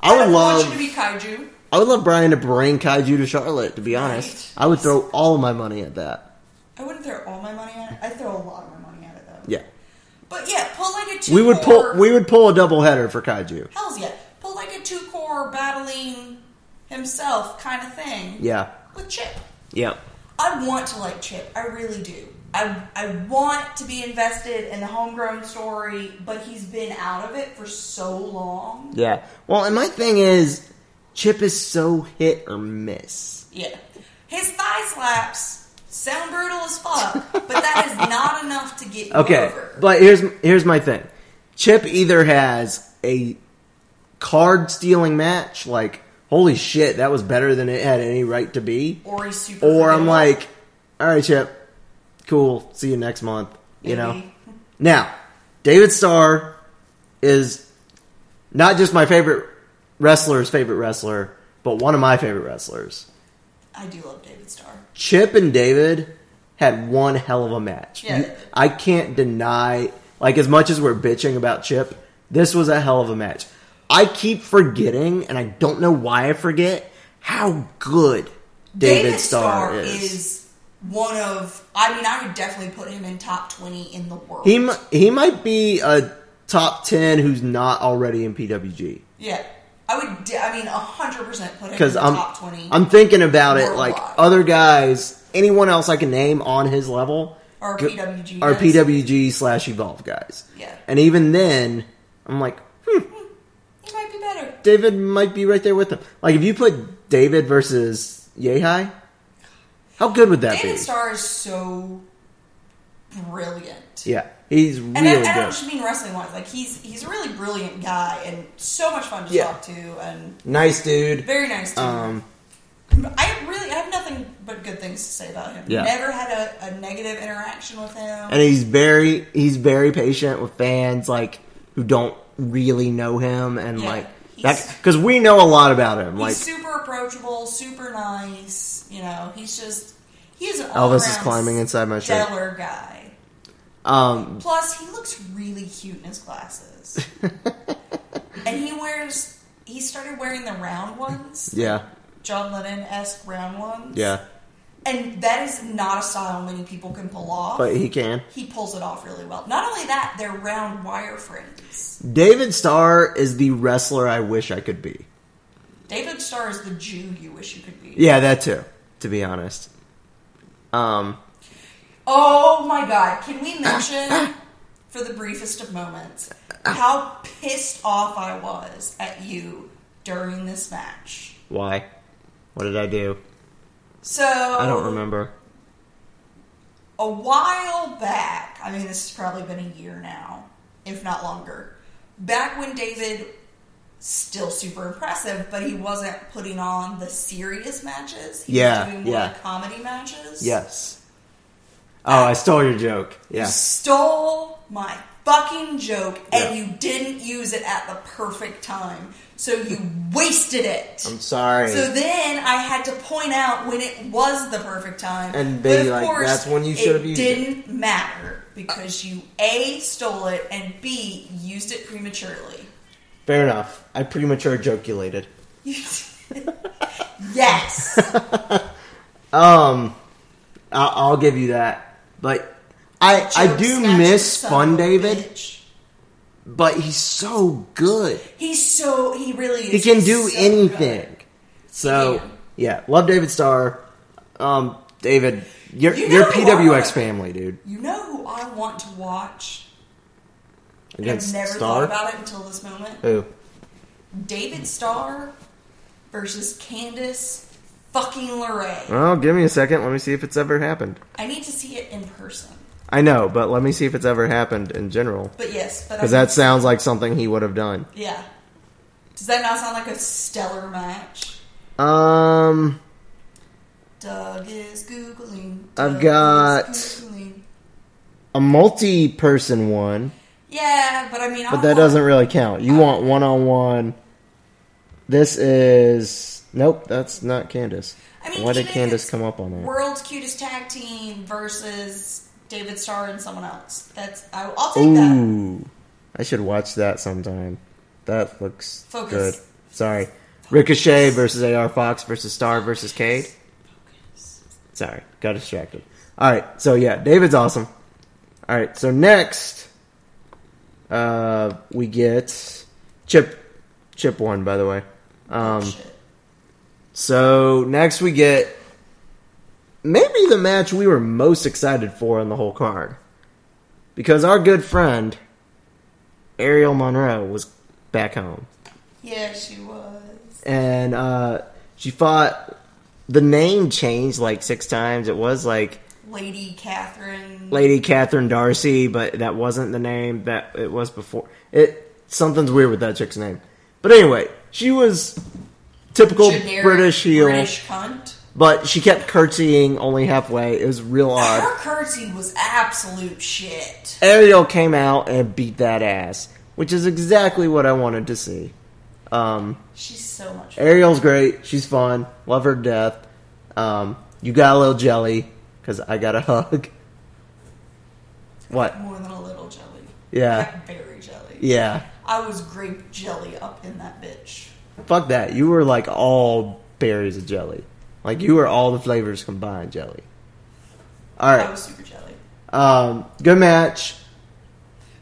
[SPEAKER 5] I would
[SPEAKER 4] don't want
[SPEAKER 5] love,
[SPEAKER 4] you to be kaiju.
[SPEAKER 5] I would love Brian to bring Kaiju to Charlotte. To be honest,
[SPEAKER 4] Right.
[SPEAKER 5] I would throw all of my money at that.
[SPEAKER 4] I wouldn't throw all my money at it. I throw a lot of my money at it though.
[SPEAKER 5] Yeah,
[SPEAKER 4] But yeah, pull like a two.
[SPEAKER 5] we would
[SPEAKER 4] core,
[SPEAKER 5] pull, we would pull a double header for Kaiju.
[SPEAKER 4] Hell's yeah, pull like a two core battling himself kind of thing.
[SPEAKER 5] Yeah,
[SPEAKER 4] With Chip,
[SPEAKER 5] yep.
[SPEAKER 4] I want to like Chip. I really do. I I want to be invested in the homegrown story, but he's been out of it for so long.
[SPEAKER 5] Yeah. Well, and my thing is, Chip is so hit or miss.
[SPEAKER 4] Yeah. His thigh slaps sound brutal as fuck, but that is not enough to get you
[SPEAKER 5] Okay,
[SPEAKER 4] over.
[SPEAKER 5] but here's here's my thing. Chip either has a card stealing match, like holy shit, that was better than it had any right to be,
[SPEAKER 4] or he's super.
[SPEAKER 5] or
[SPEAKER 4] forgettable.
[SPEAKER 5] I'm like, all right, Chip, cool, see you next month. You know.
[SPEAKER 4] Maybe.
[SPEAKER 5] Now, David Starr is not just my favorite wrestler's favorite wrestler, but one of my favorite wrestlers.
[SPEAKER 4] I do love David Starr.
[SPEAKER 5] Chip and David had one hell of a match.
[SPEAKER 4] Yeah.
[SPEAKER 5] You- I can't deny, like, as much as we're bitching about Chip, this was a hell of a match. I keep forgetting, and I don't know why I forget, how good David, Starr, is.
[SPEAKER 4] one of. I mean, I would definitely put him in top twenty in the world.
[SPEAKER 5] He, mi- he might be a top 10 who's not already in PWG.
[SPEAKER 4] yeah, I would. de- I mean, hundred percent put him in
[SPEAKER 5] Because
[SPEAKER 4] the
[SPEAKER 5] I'm,
[SPEAKER 4] top twenty.
[SPEAKER 5] I'm thinking about it, like,
[SPEAKER 4] Worldwide.
[SPEAKER 5] other guys, anyone else I can name on his level,
[SPEAKER 4] or
[SPEAKER 5] go-
[SPEAKER 4] PWG.
[SPEAKER 5] Our
[SPEAKER 4] guys.
[SPEAKER 5] PWG slash Evolve guys.
[SPEAKER 4] Yeah.
[SPEAKER 5] And even then, I'm like, hmm,
[SPEAKER 4] He might be better.
[SPEAKER 5] David might be right there with him. Like, if you put David versus Yehai, how good would that
[SPEAKER 4] David
[SPEAKER 5] be?
[SPEAKER 4] Starr is so brilliant.
[SPEAKER 5] yeah, he's
[SPEAKER 4] And
[SPEAKER 5] really
[SPEAKER 4] I, I don't
[SPEAKER 5] good.
[SPEAKER 4] just mean wrestling wise. Like he's he's a really brilliant guy and so much fun to
[SPEAKER 5] Yeah.
[SPEAKER 4] talk to and
[SPEAKER 5] Nice dude.
[SPEAKER 4] very nice. To
[SPEAKER 5] Um,
[SPEAKER 4] I really I have nothing but good things to say about him.
[SPEAKER 5] Yeah.
[SPEAKER 4] Never had a, a negative interaction with him.
[SPEAKER 5] and he's very he's very patient with fans like who don't really know him and
[SPEAKER 4] Yeah,
[SPEAKER 5] like
[SPEAKER 4] he's-
[SPEAKER 5] that because we know a lot about him.
[SPEAKER 4] he's
[SPEAKER 5] Like
[SPEAKER 4] super approachable, super nice. You know, he's just he's an all
[SPEAKER 5] Elvis is climbing inside my shirt.
[SPEAKER 4] stellar guy.
[SPEAKER 5] Um,
[SPEAKER 4] Plus, he looks really cute in his glasses, and he wears. He started wearing the round ones,
[SPEAKER 5] yeah,
[SPEAKER 4] John Lennon esque round ones.
[SPEAKER 5] yeah.
[SPEAKER 4] and that is not a style many people can pull off.
[SPEAKER 5] but he can.
[SPEAKER 4] he pulls it off really well. Not only that, they're round wire frames.
[SPEAKER 5] David Starr is the wrestler I wish I could be.
[SPEAKER 4] David Starr is the Jew you wish you could be.
[SPEAKER 5] Yeah, that too. To be honest, um,
[SPEAKER 4] Oh my god, can we mention for the briefest of moments how pissed off I was at you during this match?
[SPEAKER 5] why? What did I do?
[SPEAKER 4] So
[SPEAKER 5] I
[SPEAKER 4] Oh.
[SPEAKER 5] don't remember.
[SPEAKER 4] a while back, I mean, this has probably been a year now, if not longer, back when David, still super impressive, but he wasn't putting on the serious matches. He
[SPEAKER 5] Yeah,
[SPEAKER 4] was doing more
[SPEAKER 5] yeah.
[SPEAKER 4] comedy matches.
[SPEAKER 5] Yes. Oh, I stole your joke.
[SPEAKER 4] You
[SPEAKER 5] Yeah.
[SPEAKER 4] stole my fucking joke and
[SPEAKER 5] Yeah.
[SPEAKER 4] you didn't use it at the perfect time. So you wasted it.
[SPEAKER 5] I'm sorry.
[SPEAKER 4] So then I had to point out when it was the perfect time.
[SPEAKER 5] And
[SPEAKER 4] But
[SPEAKER 5] be
[SPEAKER 4] of
[SPEAKER 5] like,
[SPEAKER 4] course,
[SPEAKER 5] "That's when you should have
[SPEAKER 4] it
[SPEAKER 5] used it."
[SPEAKER 4] didn't matter because you A, stole it, and B, used it prematurely.
[SPEAKER 5] Fair enough. I premature jokulated.
[SPEAKER 4] Yes.
[SPEAKER 5] Um, I'll, I'll give you that. But I I
[SPEAKER 4] Joke
[SPEAKER 5] do
[SPEAKER 4] snatcher,
[SPEAKER 5] miss
[SPEAKER 4] son
[SPEAKER 5] Fun
[SPEAKER 4] of a
[SPEAKER 5] David,
[SPEAKER 4] bitch.
[SPEAKER 5] but he's so good.
[SPEAKER 4] He's so, he really is.
[SPEAKER 5] He can
[SPEAKER 4] He's
[SPEAKER 5] do
[SPEAKER 4] so
[SPEAKER 5] anything.
[SPEAKER 4] good.
[SPEAKER 5] So
[SPEAKER 4] Yeah.
[SPEAKER 5] yeah, love David Starr. Um, David, you're
[SPEAKER 4] You
[SPEAKER 5] you're
[SPEAKER 4] know
[SPEAKER 5] PWX
[SPEAKER 4] what?
[SPEAKER 5] family, dude.
[SPEAKER 4] You know who I want to watch? And I've
[SPEAKER 5] Against
[SPEAKER 4] never
[SPEAKER 5] Starr.
[SPEAKER 4] thought about it until this moment.
[SPEAKER 5] Who?
[SPEAKER 4] David Starr versus Candace fucking LeRae.
[SPEAKER 5] Well, give me a second. Let me see if it's ever happened.
[SPEAKER 4] I need to see it in person.
[SPEAKER 5] I know, but let me see if it's ever happened in general.
[SPEAKER 4] But yes, but
[SPEAKER 5] Because
[SPEAKER 4] I'm-
[SPEAKER 5] that sounds like something he would have done.
[SPEAKER 4] yeah. Does that not sound like a stellar match?
[SPEAKER 5] Um,
[SPEAKER 4] Doug is googling.
[SPEAKER 5] I've
[SPEAKER 4] Doug is
[SPEAKER 5] got-
[SPEAKER 4] Googling.
[SPEAKER 5] a multi-person one,
[SPEAKER 4] Yeah, but I mean,
[SPEAKER 5] but that doesn't really count. You want one-on-one. This is nope. That's not Candace.
[SPEAKER 4] I mean,
[SPEAKER 5] Why did
[SPEAKER 4] even if
[SPEAKER 5] Candace
[SPEAKER 4] it's
[SPEAKER 5] come up on that?
[SPEAKER 4] World's cutest tag team versus David Starr and someone else. That's I, I'll take that.
[SPEAKER 5] Ooh, I should watch that sometime. That looks
[SPEAKER 4] Focus.
[SPEAKER 5] good. Sorry, Ricochet versus AR Fox versus Star versus Cade. Sorry, got distracted. All right, so yeah, David's awesome. All right, so next, uh, we get Chip. Chip one, by the way. Um,
[SPEAKER 4] Shit.
[SPEAKER 5] so next we get maybe the match we were most excited for on the whole card. Because our good friend Ariel Monroe was back home.
[SPEAKER 4] Yeah, she was.
[SPEAKER 5] And uh, she fought the name changed like six times. It was like
[SPEAKER 4] Lady Catherine.
[SPEAKER 5] Lady Catherine Darcy, but that wasn't the name that it was before. It something's weird with that chick's name. But anyway, she was typical
[SPEAKER 4] generic
[SPEAKER 5] British heel.
[SPEAKER 4] British cunt.
[SPEAKER 5] But she kept curtsying only halfway. It was real
[SPEAKER 4] Her
[SPEAKER 5] odd.
[SPEAKER 4] curtsy was absolute shit.
[SPEAKER 5] Ariel came out and beat that ass, which is exactly what I wanted to see. Um,
[SPEAKER 4] She's so much fun.
[SPEAKER 5] Ariel's great. She's fun. Love her to death. Um, you got a little jelly because I got a hug. What?
[SPEAKER 4] more than a little jelly.
[SPEAKER 5] Yeah.
[SPEAKER 4] Like Berry jelly.
[SPEAKER 5] Yeah.
[SPEAKER 4] I was grape jelly up in that bitch.
[SPEAKER 5] Fuck that. You were like all berries of jelly. Like you were all the flavors combined jelly. All
[SPEAKER 4] I
[SPEAKER 5] right.
[SPEAKER 4] was super jelly.
[SPEAKER 5] Um, good match.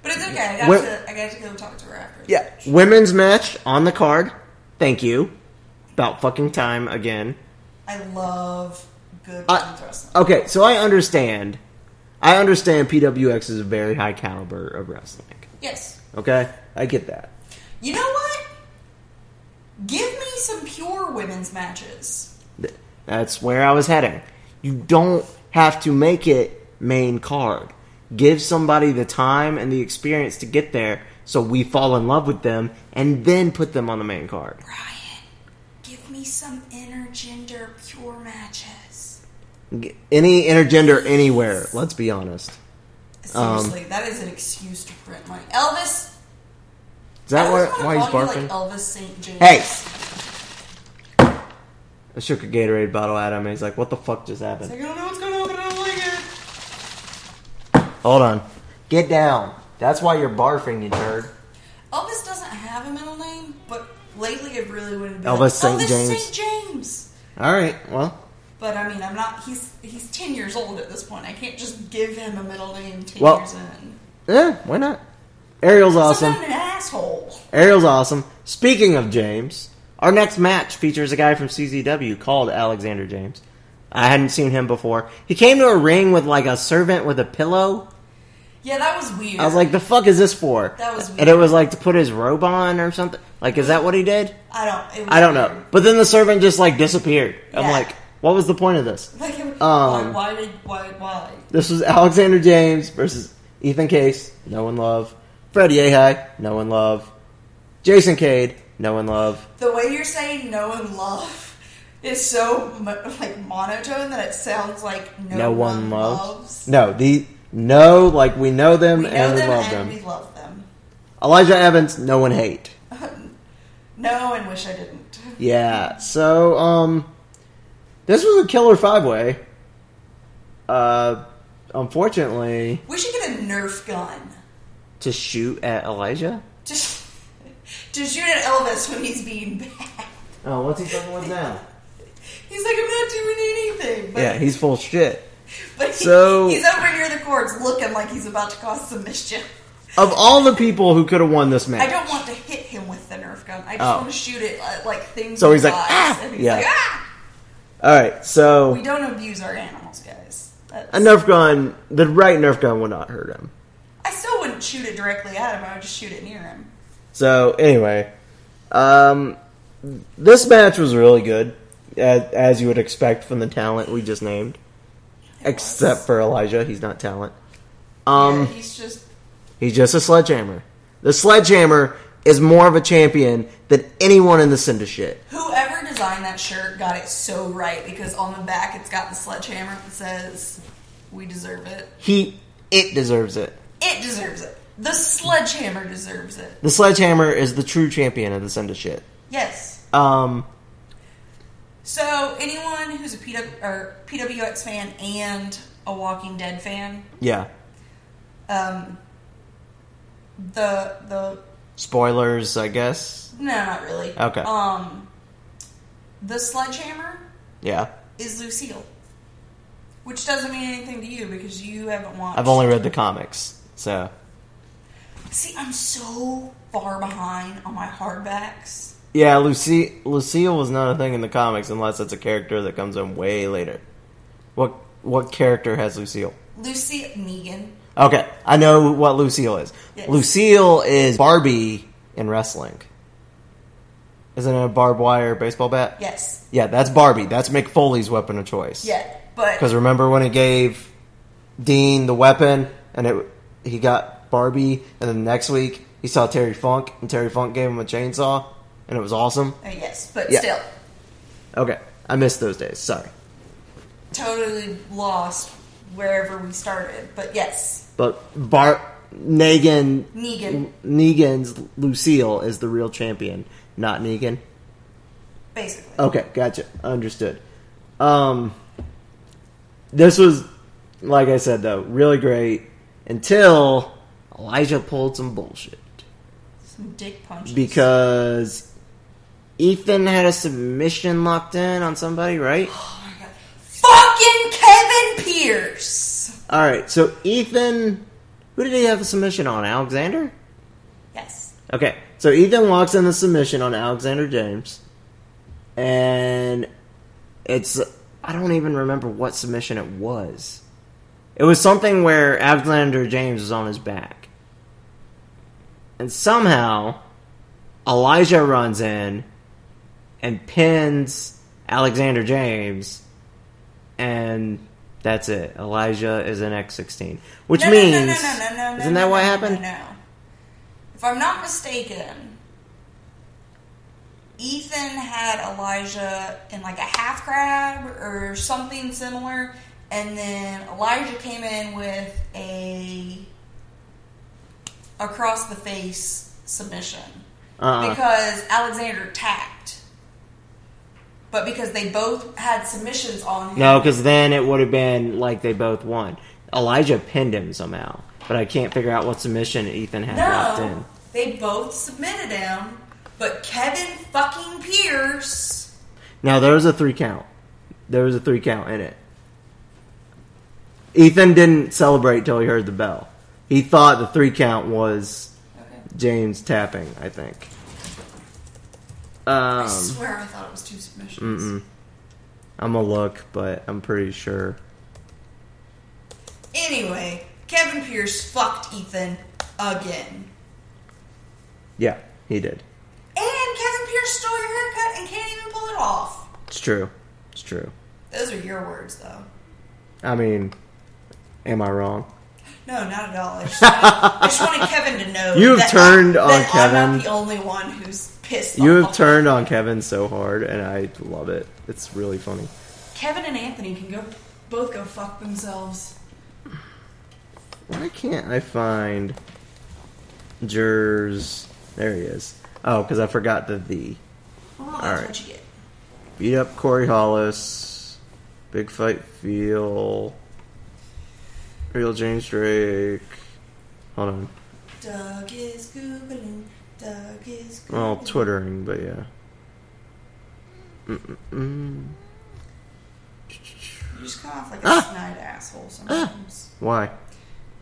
[SPEAKER 4] But it's okay. I got
[SPEAKER 5] Wh-
[SPEAKER 4] to. I got to go talk to her after.
[SPEAKER 5] Yeah, women's match on the card. Thank you. About fucking time again.
[SPEAKER 4] I love good
[SPEAKER 5] I,
[SPEAKER 4] women's wrestling.
[SPEAKER 5] Uh, okay, so I understand. I understand PWX is a very high caliber of wrestling.
[SPEAKER 4] yes.
[SPEAKER 5] Okay, I get that.
[SPEAKER 4] You know what? Give me some pure women's matches.
[SPEAKER 5] Th- That's where I was heading. You don't have to make it main card. Give somebody the time and the experience to get there, so we fall in love with them, and then put them on the main card.
[SPEAKER 4] Brian, give me some intergender pure matches.
[SPEAKER 5] G- Any intergender anywhere. Let's be honest.
[SPEAKER 4] Seriously,
[SPEAKER 5] Um,
[SPEAKER 4] that is an excuse to print money. Elvis.
[SPEAKER 5] Is that
[SPEAKER 4] I
[SPEAKER 5] where,
[SPEAKER 4] always wanna
[SPEAKER 5] why he's
[SPEAKER 4] call you,
[SPEAKER 5] barfing?
[SPEAKER 4] Like Elvis St. James.
[SPEAKER 5] Hey! I shook a Gatorade bottle at him, and he's like, "What the fuck just happened?"
[SPEAKER 4] I don't know what's going on, but I don't like it.
[SPEAKER 5] Hold on, get down. That's why you're barfing, you turd.
[SPEAKER 4] Elvis doesn't have a middle name, but lately it really would have been
[SPEAKER 5] Elvis St.
[SPEAKER 4] Elvis
[SPEAKER 5] James.
[SPEAKER 4] St. James.
[SPEAKER 5] All right, well,
[SPEAKER 4] But I mean, I'm not. He's he's ten years old at this point. I can't just give him a middle name ten
[SPEAKER 5] Well,
[SPEAKER 4] years in.
[SPEAKER 5] Yeah, why not? Ariel's awesome.
[SPEAKER 4] I'm an asshole.
[SPEAKER 5] Ariel's awesome. Speaking of James, our next match features a guy from CZW called Alexander James. I hadn't seen him before. He came to a ring with like a servant with a pillow.
[SPEAKER 4] Yeah, that was weird.
[SPEAKER 5] I was like, "The fuck is this for?"
[SPEAKER 4] That was
[SPEAKER 5] and it
[SPEAKER 4] weird.
[SPEAKER 5] was like to put his robe on or something. Like, is that what he did?
[SPEAKER 4] I don't. It was
[SPEAKER 5] I don't
[SPEAKER 4] weird.
[SPEAKER 5] know. But then the servant just like disappeared. I'm
[SPEAKER 4] Yeah.
[SPEAKER 5] like, "What was the point of this?"
[SPEAKER 4] Like, it-
[SPEAKER 5] Um,
[SPEAKER 4] why, why did why why?
[SPEAKER 5] This was Alexander James versus Ethan Case, no one love. Freddie Ahai, no one love. Jason Cade, no one love.
[SPEAKER 4] The way you're saying no and love is so mo- like monotone that it sounds like no,
[SPEAKER 5] no one loves.
[SPEAKER 4] loves.
[SPEAKER 5] No, the no, like we know them
[SPEAKER 4] We know
[SPEAKER 5] and we
[SPEAKER 4] them
[SPEAKER 5] love
[SPEAKER 4] and
[SPEAKER 5] them.
[SPEAKER 4] we love them.
[SPEAKER 5] Elijah Evans, no one hate.
[SPEAKER 4] No, and wish I didn't.
[SPEAKER 5] Yeah. So, um, this was a killer five way. Uh, unfortunately,
[SPEAKER 4] We should get a Nerf gun.
[SPEAKER 5] to shoot at Elijah.
[SPEAKER 4] Just to shoot at Elvis when he's being bad.
[SPEAKER 5] Oh, what's he talking with now?
[SPEAKER 4] He's like, I'm not doing anything. But,
[SPEAKER 5] Yeah, he's full shit.
[SPEAKER 4] but he-
[SPEAKER 5] so-
[SPEAKER 4] he's over near the cords looking like he's about to cause some mischief.
[SPEAKER 5] Of all the people who could have won this
[SPEAKER 4] I
[SPEAKER 5] match,
[SPEAKER 4] don't want to hit him with the Nerf gun. I just
[SPEAKER 5] Oh.
[SPEAKER 4] want to shoot it at like things.
[SPEAKER 5] So
[SPEAKER 4] in
[SPEAKER 5] he's
[SPEAKER 4] his
[SPEAKER 5] like,
[SPEAKER 4] eyes.
[SPEAKER 5] "Ah!"
[SPEAKER 4] And he's
[SPEAKER 5] Yeah.
[SPEAKER 4] like, ah!
[SPEAKER 5] All right, so
[SPEAKER 4] We don't abuse our animals, guys. That's,
[SPEAKER 5] a Nerf gun, the right Nerf gun would not hurt him.
[SPEAKER 4] I still wouldn't shoot it directly at him. I would just shoot it near him.
[SPEAKER 5] So anyway, um, this match was really good, as, as you would expect from the talent we just named,
[SPEAKER 4] It
[SPEAKER 5] except
[SPEAKER 4] was.
[SPEAKER 5] for Elijah. He's not talent.
[SPEAKER 4] Yeah,
[SPEAKER 5] Um,
[SPEAKER 4] he's just
[SPEAKER 5] he's just a sledgehammer. The sledgehammer is more of a champion than anyone in the syndicate.
[SPEAKER 4] whoever designed that shirt got it so right because on the back it's got the sledgehammer that says, "We deserve it.
[SPEAKER 5] He it deserves it.
[SPEAKER 4] It deserves it. The sledgehammer deserves it."
[SPEAKER 5] The sledgehammer is the true champion of the syndicate.
[SPEAKER 4] Yes.
[SPEAKER 5] Um,
[SPEAKER 4] So anyone who's a PW, or PWX fan and a Walking Dead fan,
[SPEAKER 5] yeah.
[SPEAKER 4] um, the the
[SPEAKER 5] Spoilers, I guess.
[SPEAKER 4] no, not really.
[SPEAKER 5] Okay.
[SPEAKER 4] Um, the sledgehammer
[SPEAKER 5] Yeah.
[SPEAKER 4] is Lucille, which doesn't mean anything to you because you haven't watched.
[SPEAKER 5] I've only read the comics, so
[SPEAKER 4] see. I'm so far behind on my hardbacks.
[SPEAKER 5] Yeah, Lucy Lucille was not a thing in the comics unless it's a character that comes in way later. What what character has Lucille?
[SPEAKER 4] Lucy Negan.
[SPEAKER 5] Okay, I know what Lucille is.
[SPEAKER 4] Yes.
[SPEAKER 5] Lucille is Barbie in wrestling. Isn't it a barbed wire baseball bat?
[SPEAKER 4] Yes.
[SPEAKER 5] Yeah, that's Barbie. That's Mick Foley's weapon of choice.
[SPEAKER 4] Yeah. But
[SPEAKER 5] Because remember when he gave Dean the weapon and it he got Barbie, and then the next week he saw Terry Funk, and Terry Funk gave him a chainsaw, and it was awesome.
[SPEAKER 4] uh, yes, but
[SPEAKER 5] Yeah.
[SPEAKER 4] still
[SPEAKER 5] Okay, I missed those days. Sorry.
[SPEAKER 4] totally lost wherever we started. But yes,
[SPEAKER 5] But Bart Negan Mm.
[SPEAKER 4] Negan,
[SPEAKER 5] Negan's Lucille is the real champion, not Negan.
[SPEAKER 4] basically.
[SPEAKER 5] Okay, gotcha. Understood. Um This was like I said though, really great until Elijah pulled some bullshit.
[SPEAKER 4] Some dick punches.
[SPEAKER 5] Because Ethan had a submission locked in on somebody, right?
[SPEAKER 4] Fucking Kevin Pierce!
[SPEAKER 5] Alright, so Ethan who did he have a submission on? Alexander?
[SPEAKER 4] Yes.
[SPEAKER 5] Okay, so Ethan walks in the submission on Alexander James, and it's I don't even remember what submission it was. It was something where Alexander James was on his back, and somehow Elijah runs in and pins Alexander James, and that's it. Elijah is an X sixteen, which
[SPEAKER 4] No, no,
[SPEAKER 5] means
[SPEAKER 4] no, no, no, no, no,
[SPEAKER 5] isn't
[SPEAKER 4] no,
[SPEAKER 5] that
[SPEAKER 4] no,
[SPEAKER 5] what
[SPEAKER 4] no,
[SPEAKER 5] happened?
[SPEAKER 4] No, no. If I'm not mistaken, Ethan had Elijah in like a half grab or something similar, and then Elijah came in with a across the face submission
[SPEAKER 5] Uh-uh.
[SPEAKER 4] because Alexander tapped. But because they both had submissions on him,
[SPEAKER 5] No, because then it would have been like they both won. Elijah pinned him somehow, but I can't figure out what submission Ethan had locked in.
[SPEAKER 4] No, they both submitted him, but Kevin fucking Pierce.
[SPEAKER 5] No, there was a three count. There was a three count in it. Ethan didn't celebrate till he heard the bell. He thought the three count was James tapping, I think.
[SPEAKER 12] I
[SPEAKER 5] Um,
[SPEAKER 12] swear I thought it was two submissions.
[SPEAKER 5] I'm gonna look, but I'm pretty sure.
[SPEAKER 4] Anyway, Kevin Pierce fucked Ethan again.
[SPEAKER 5] Yeah, he did.
[SPEAKER 4] And Kevin Pierce stole your haircut and can't even pull it off.
[SPEAKER 5] It's true. It's true.
[SPEAKER 4] Those are your words, though.
[SPEAKER 5] I mean, am I wrong?
[SPEAKER 4] No, not at all. I just wanted, I just wanted Kevin to know.
[SPEAKER 5] You have
[SPEAKER 4] that
[SPEAKER 5] turned
[SPEAKER 4] I,
[SPEAKER 5] on
[SPEAKER 4] that I'm
[SPEAKER 5] Kevin.
[SPEAKER 4] not the only one who's pissed.
[SPEAKER 5] You have
[SPEAKER 4] off.
[SPEAKER 5] turned on Kevin so hard, and I love it. It's really funny.
[SPEAKER 12] Kevin and Anthony can go both go fuck themselves.
[SPEAKER 5] Why can't I find Jers? There he is. Oh, because I forgot the the.
[SPEAKER 4] Well, that's
[SPEAKER 5] Alright.
[SPEAKER 4] what you get.
[SPEAKER 5] Beat up Corey Hollis. Big fight feel. Real James Drake. Hold on.
[SPEAKER 4] Doug is googling. Doug is googling.
[SPEAKER 5] Well, twittering, but yeah. Mm-mm-mm.
[SPEAKER 4] You just come off like a
[SPEAKER 5] Ah!
[SPEAKER 4] snide asshole sometimes.
[SPEAKER 5] Why?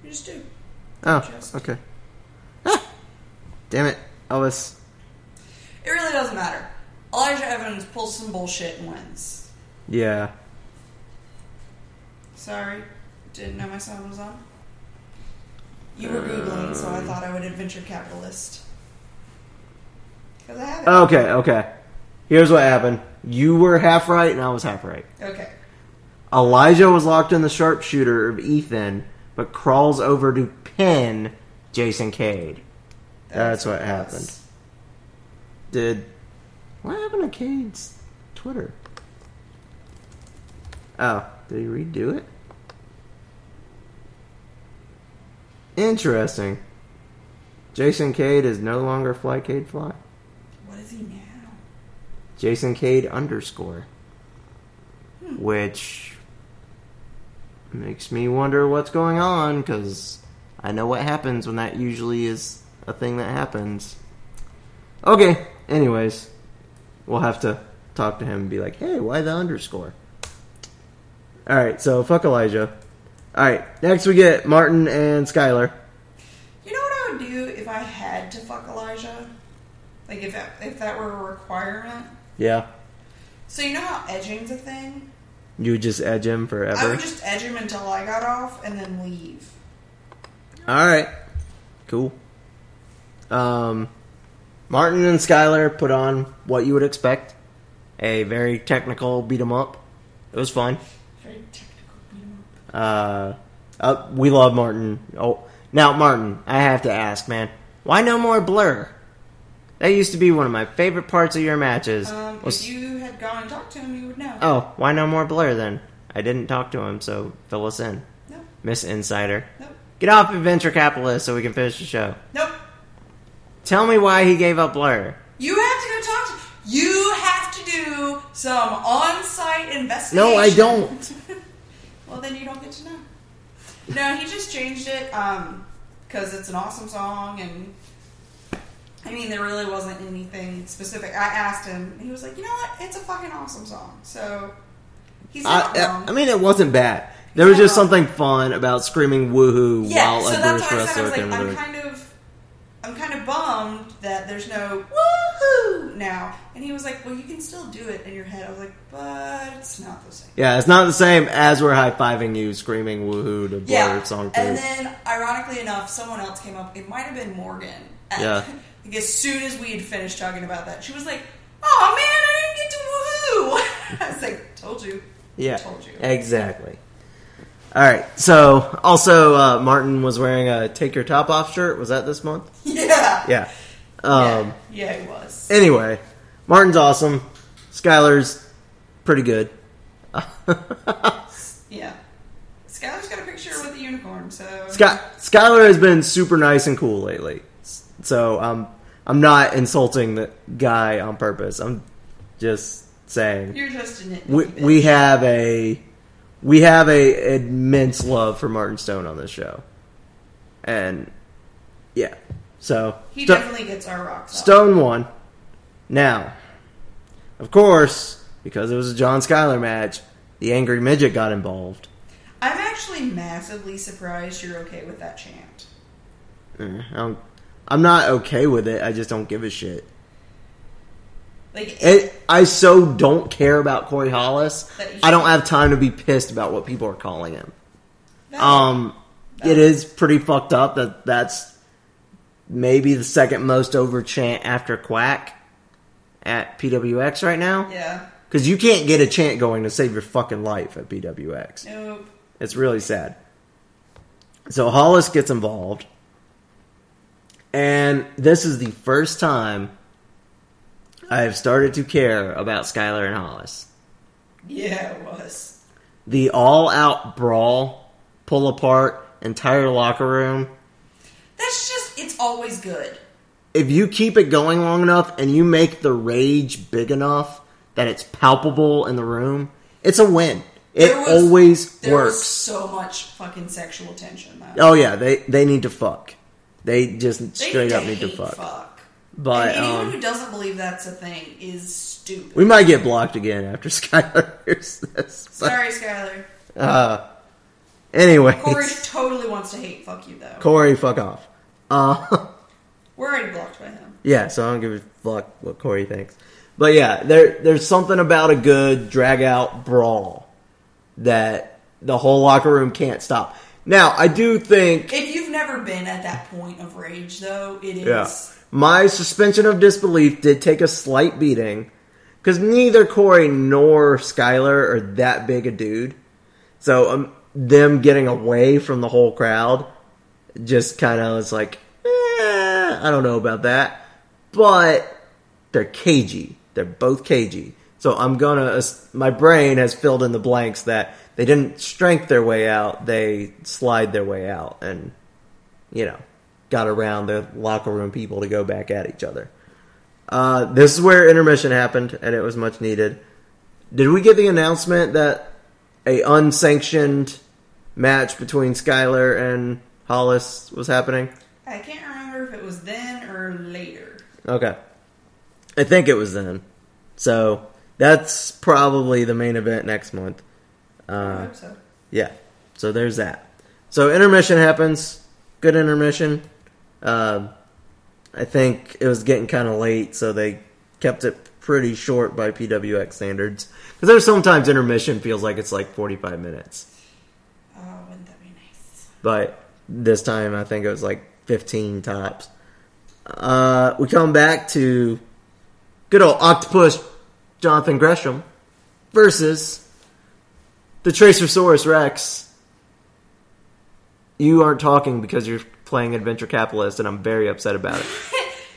[SPEAKER 4] You just do.
[SPEAKER 5] Oh,
[SPEAKER 4] Just-
[SPEAKER 5] okay. Ah! Damn it, Elvis.
[SPEAKER 4] It really doesn't matter. Elijah Evans pulls some bullshit and wins.
[SPEAKER 5] Yeah.
[SPEAKER 4] Sorry, didn't know my son was on. You were googling, so I thought I would adventure capitalist. Because I have it.
[SPEAKER 5] Okay, okay. Here's what happened. You were half right, and I was half right.
[SPEAKER 4] Okay.
[SPEAKER 5] Elijah was locked in the sharpshooter of Ethan, but crawls over to pin Jason Cade. That's what
[SPEAKER 4] it
[SPEAKER 5] happened.
[SPEAKER 4] was.
[SPEAKER 5] Did what happened to Cade's Twitter? Oh, did he redo it? Interesting. Jason Cade is no longer Fly Cade Fly.
[SPEAKER 4] What is he now?
[SPEAKER 5] Jason Cade underscore. Which makes me wonder what's going on because I know what happens when that usually is a thing that happens. Okay, anyways, we'll have to talk to him and be like, hey, why the underscore? Alright, so fuck Elijah. Alright, next we get Martin and Skylar.
[SPEAKER 4] You know what I would do if I had to fuck Elijah? Like if that, if that were a requirement.
[SPEAKER 5] Yeah.
[SPEAKER 4] So you know how edging's a thing.
[SPEAKER 5] You would just edge him
[SPEAKER 4] I
[SPEAKER 5] forever.
[SPEAKER 4] would just edge him until I got off and then leave.
[SPEAKER 5] Alright. Cool. Um, Martin and Skylar put on what you would expect. A very technical beat 'em up. It was fun.
[SPEAKER 4] Very technical. you know.
[SPEAKER 5] Uh, uh, we love Martin. Oh, now Martin, I have to ask, man, why no more Blur? That used to be one of my favorite parts of your matches.
[SPEAKER 4] Um,
[SPEAKER 5] was-
[SPEAKER 4] if you had gone and talked to him, you would know.
[SPEAKER 5] oh, why no more Blur then? I didn't talk to him, so fill us in,
[SPEAKER 4] No,
[SPEAKER 5] Miss Insider.
[SPEAKER 4] nope,
[SPEAKER 5] Get off Adventure Capitalist so we can finish the show.
[SPEAKER 4] nope.
[SPEAKER 5] Tell me why he gave up Blur.
[SPEAKER 4] You have to go talk to. You have to do some on-site investigation.
[SPEAKER 5] No, I don't.
[SPEAKER 4] Well, then you don't get to know. No, he just changed it because it's an awesome song, and I mean, there really wasn't anything specific. I asked him, and he was like, "You know what? It's a fucking awesome song." So he's not
[SPEAKER 5] I,
[SPEAKER 4] wrong.
[SPEAKER 5] I mean, it wasn't bad. There was just
[SPEAKER 4] Yeah.
[SPEAKER 5] something fun about screaming woohoo
[SPEAKER 4] yeah.
[SPEAKER 5] while
[SPEAKER 4] So
[SPEAKER 5] a
[SPEAKER 4] that's
[SPEAKER 5] British
[SPEAKER 4] why I said I
[SPEAKER 5] wrestler
[SPEAKER 4] was
[SPEAKER 5] came
[SPEAKER 4] like,
[SPEAKER 5] to the
[SPEAKER 4] I'm
[SPEAKER 5] ring.
[SPEAKER 4] kind of, I'm kind of bummed that there's no woohoo now. And he was like, "Well, you can still do it in your head." I was like, "But it's not the same."
[SPEAKER 5] Yeah, it's not the same as we're high fiving you screaming woohoo to Blur
[SPEAKER 4] Yeah.
[SPEAKER 5] song too.
[SPEAKER 4] and then, ironically enough, someone else came up. It might have been Morgan. And
[SPEAKER 5] Yeah.
[SPEAKER 4] Like, as soon as we had finished talking about that, she was like, "Oh man, I didn't get to woohoo!" I was like, "Told you."
[SPEAKER 5] yeah,
[SPEAKER 4] Told you.
[SPEAKER 5] exactly. All right. So also, uh, Martin was wearing a "Take Your Top Off" shirt. Was that this month?
[SPEAKER 4] Yeah.
[SPEAKER 5] Yeah. Um,
[SPEAKER 4] yeah, it was.
[SPEAKER 5] Anyway, Martin's awesome. Skylar's pretty good.
[SPEAKER 4] Yeah. Skylar's got a picture with a unicorn, so
[SPEAKER 5] Sky- Skylar has been super nice and cool lately, S- so um, I'm not insulting the guy on purpose. I'm just saying
[SPEAKER 4] you're just a nitpicky
[SPEAKER 5] we,
[SPEAKER 4] bitch.
[SPEAKER 5] we have a we have a immense love for Martin Stone on this show, and yeah, so
[SPEAKER 4] He
[SPEAKER 5] Sto-
[SPEAKER 4] definitely gets our rocks. off.
[SPEAKER 5] Stone won. Now, of course, because it was a John Skylar match, the angry midget got involved.
[SPEAKER 4] I'm actually massively surprised you're okay with that chant.
[SPEAKER 5] Mm, I don't, I'm not okay with it. I just don't give a shit.
[SPEAKER 4] Like,
[SPEAKER 5] It, I so don't care about Corey Hollis.
[SPEAKER 4] That you
[SPEAKER 5] I don't have time to be pissed about what people are calling him.
[SPEAKER 4] that-
[SPEAKER 5] Um, it is pretty fucked up that that's maybe the second most over chant after Quack at PWX right now.
[SPEAKER 4] yeah.
[SPEAKER 5] Because you can't get a chant going to save your fucking life at PWX.
[SPEAKER 4] Nope.
[SPEAKER 5] It's really sad. So Hollis gets involved. And this is the first time I have started to care about Skylar and Hollis.
[SPEAKER 4] Yeah, it was.
[SPEAKER 5] The all out brawl, pull apart, entire locker room.
[SPEAKER 4] That's just, it's always good.
[SPEAKER 5] If you keep it going long enough and you make the rage big enough that it's palpable in the room, it's a win. It
[SPEAKER 4] There was-
[SPEAKER 5] always
[SPEAKER 4] there
[SPEAKER 5] works.
[SPEAKER 4] was so much fucking sexual tension, though.
[SPEAKER 5] Oh yeah, they they need to fuck. They just
[SPEAKER 4] They
[SPEAKER 5] straight up
[SPEAKER 4] hate
[SPEAKER 5] need to fuck.
[SPEAKER 4] And
[SPEAKER 5] But
[SPEAKER 4] anyone who
[SPEAKER 5] um,
[SPEAKER 4] doesn't believe that's a thing is stupid.
[SPEAKER 5] we might get blocked again after Skylar hears this. But,
[SPEAKER 4] Sorry, Skylar.
[SPEAKER 5] Uh, anyway,
[SPEAKER 4] Corey
[SPEAKER 5] Corey.
[SPEAKER 4] totally wants to hate fuck you, though.
[SPEAKER 5] fuck off. Uh,
[SPEAKER 4] We're already blocked by him.
[SPEAKER 5] yeah, so I don't give a fuck what Corey thinks. But yeah, there there's something about a good drag out brawl that the whole locker room can't stop. Now I do think
[SPEAKER 4] If you've never been at that point of rage, though, it is.
[SPEAKER 5] Yeah. My suspension of disbelief did take a slight beating because neither Corey nor Skylar are that big a dude. So um, them getting away from the whole crowd just kind of was like, eh, I don't know about that. But they're cagey. They're both cagey. So I'm gonna. My brain has filled in the blanks that they didn't strength their way out. They slide their way out, and you know, got around the locker room people to go back at each other. Uh, this is where intermission happened, and it was much needed. Did we get the announcement that a unsanctioned match between Skylar and Hollis was happening?
[SPEAKER 4] I can't remember if it was then or later.
[SPEAKER 5] Okay. I think it was then. So that's probably the main event next month. Uh-huh.
[SPEAKER 4] I hope so.
[SPEAKER 5] Yeah. So there's that. So intermission happens. Good intermission. Um I think it was getting kind of late, so they kept it pretty short by PWX standards. Because there's sometimes intermission feels like it's like 45 minutes,
[SPEAKER 4] Oh, wouldn't that be nice?
[SPEAKER 5] but this time I think it was like 15 tops. Uh, we come back to good old Octopus Jonathan Gresham versus the Tracersaurus Rex. You aren't talking because you're playing Adventure Capitalist, and I'm very upset about it.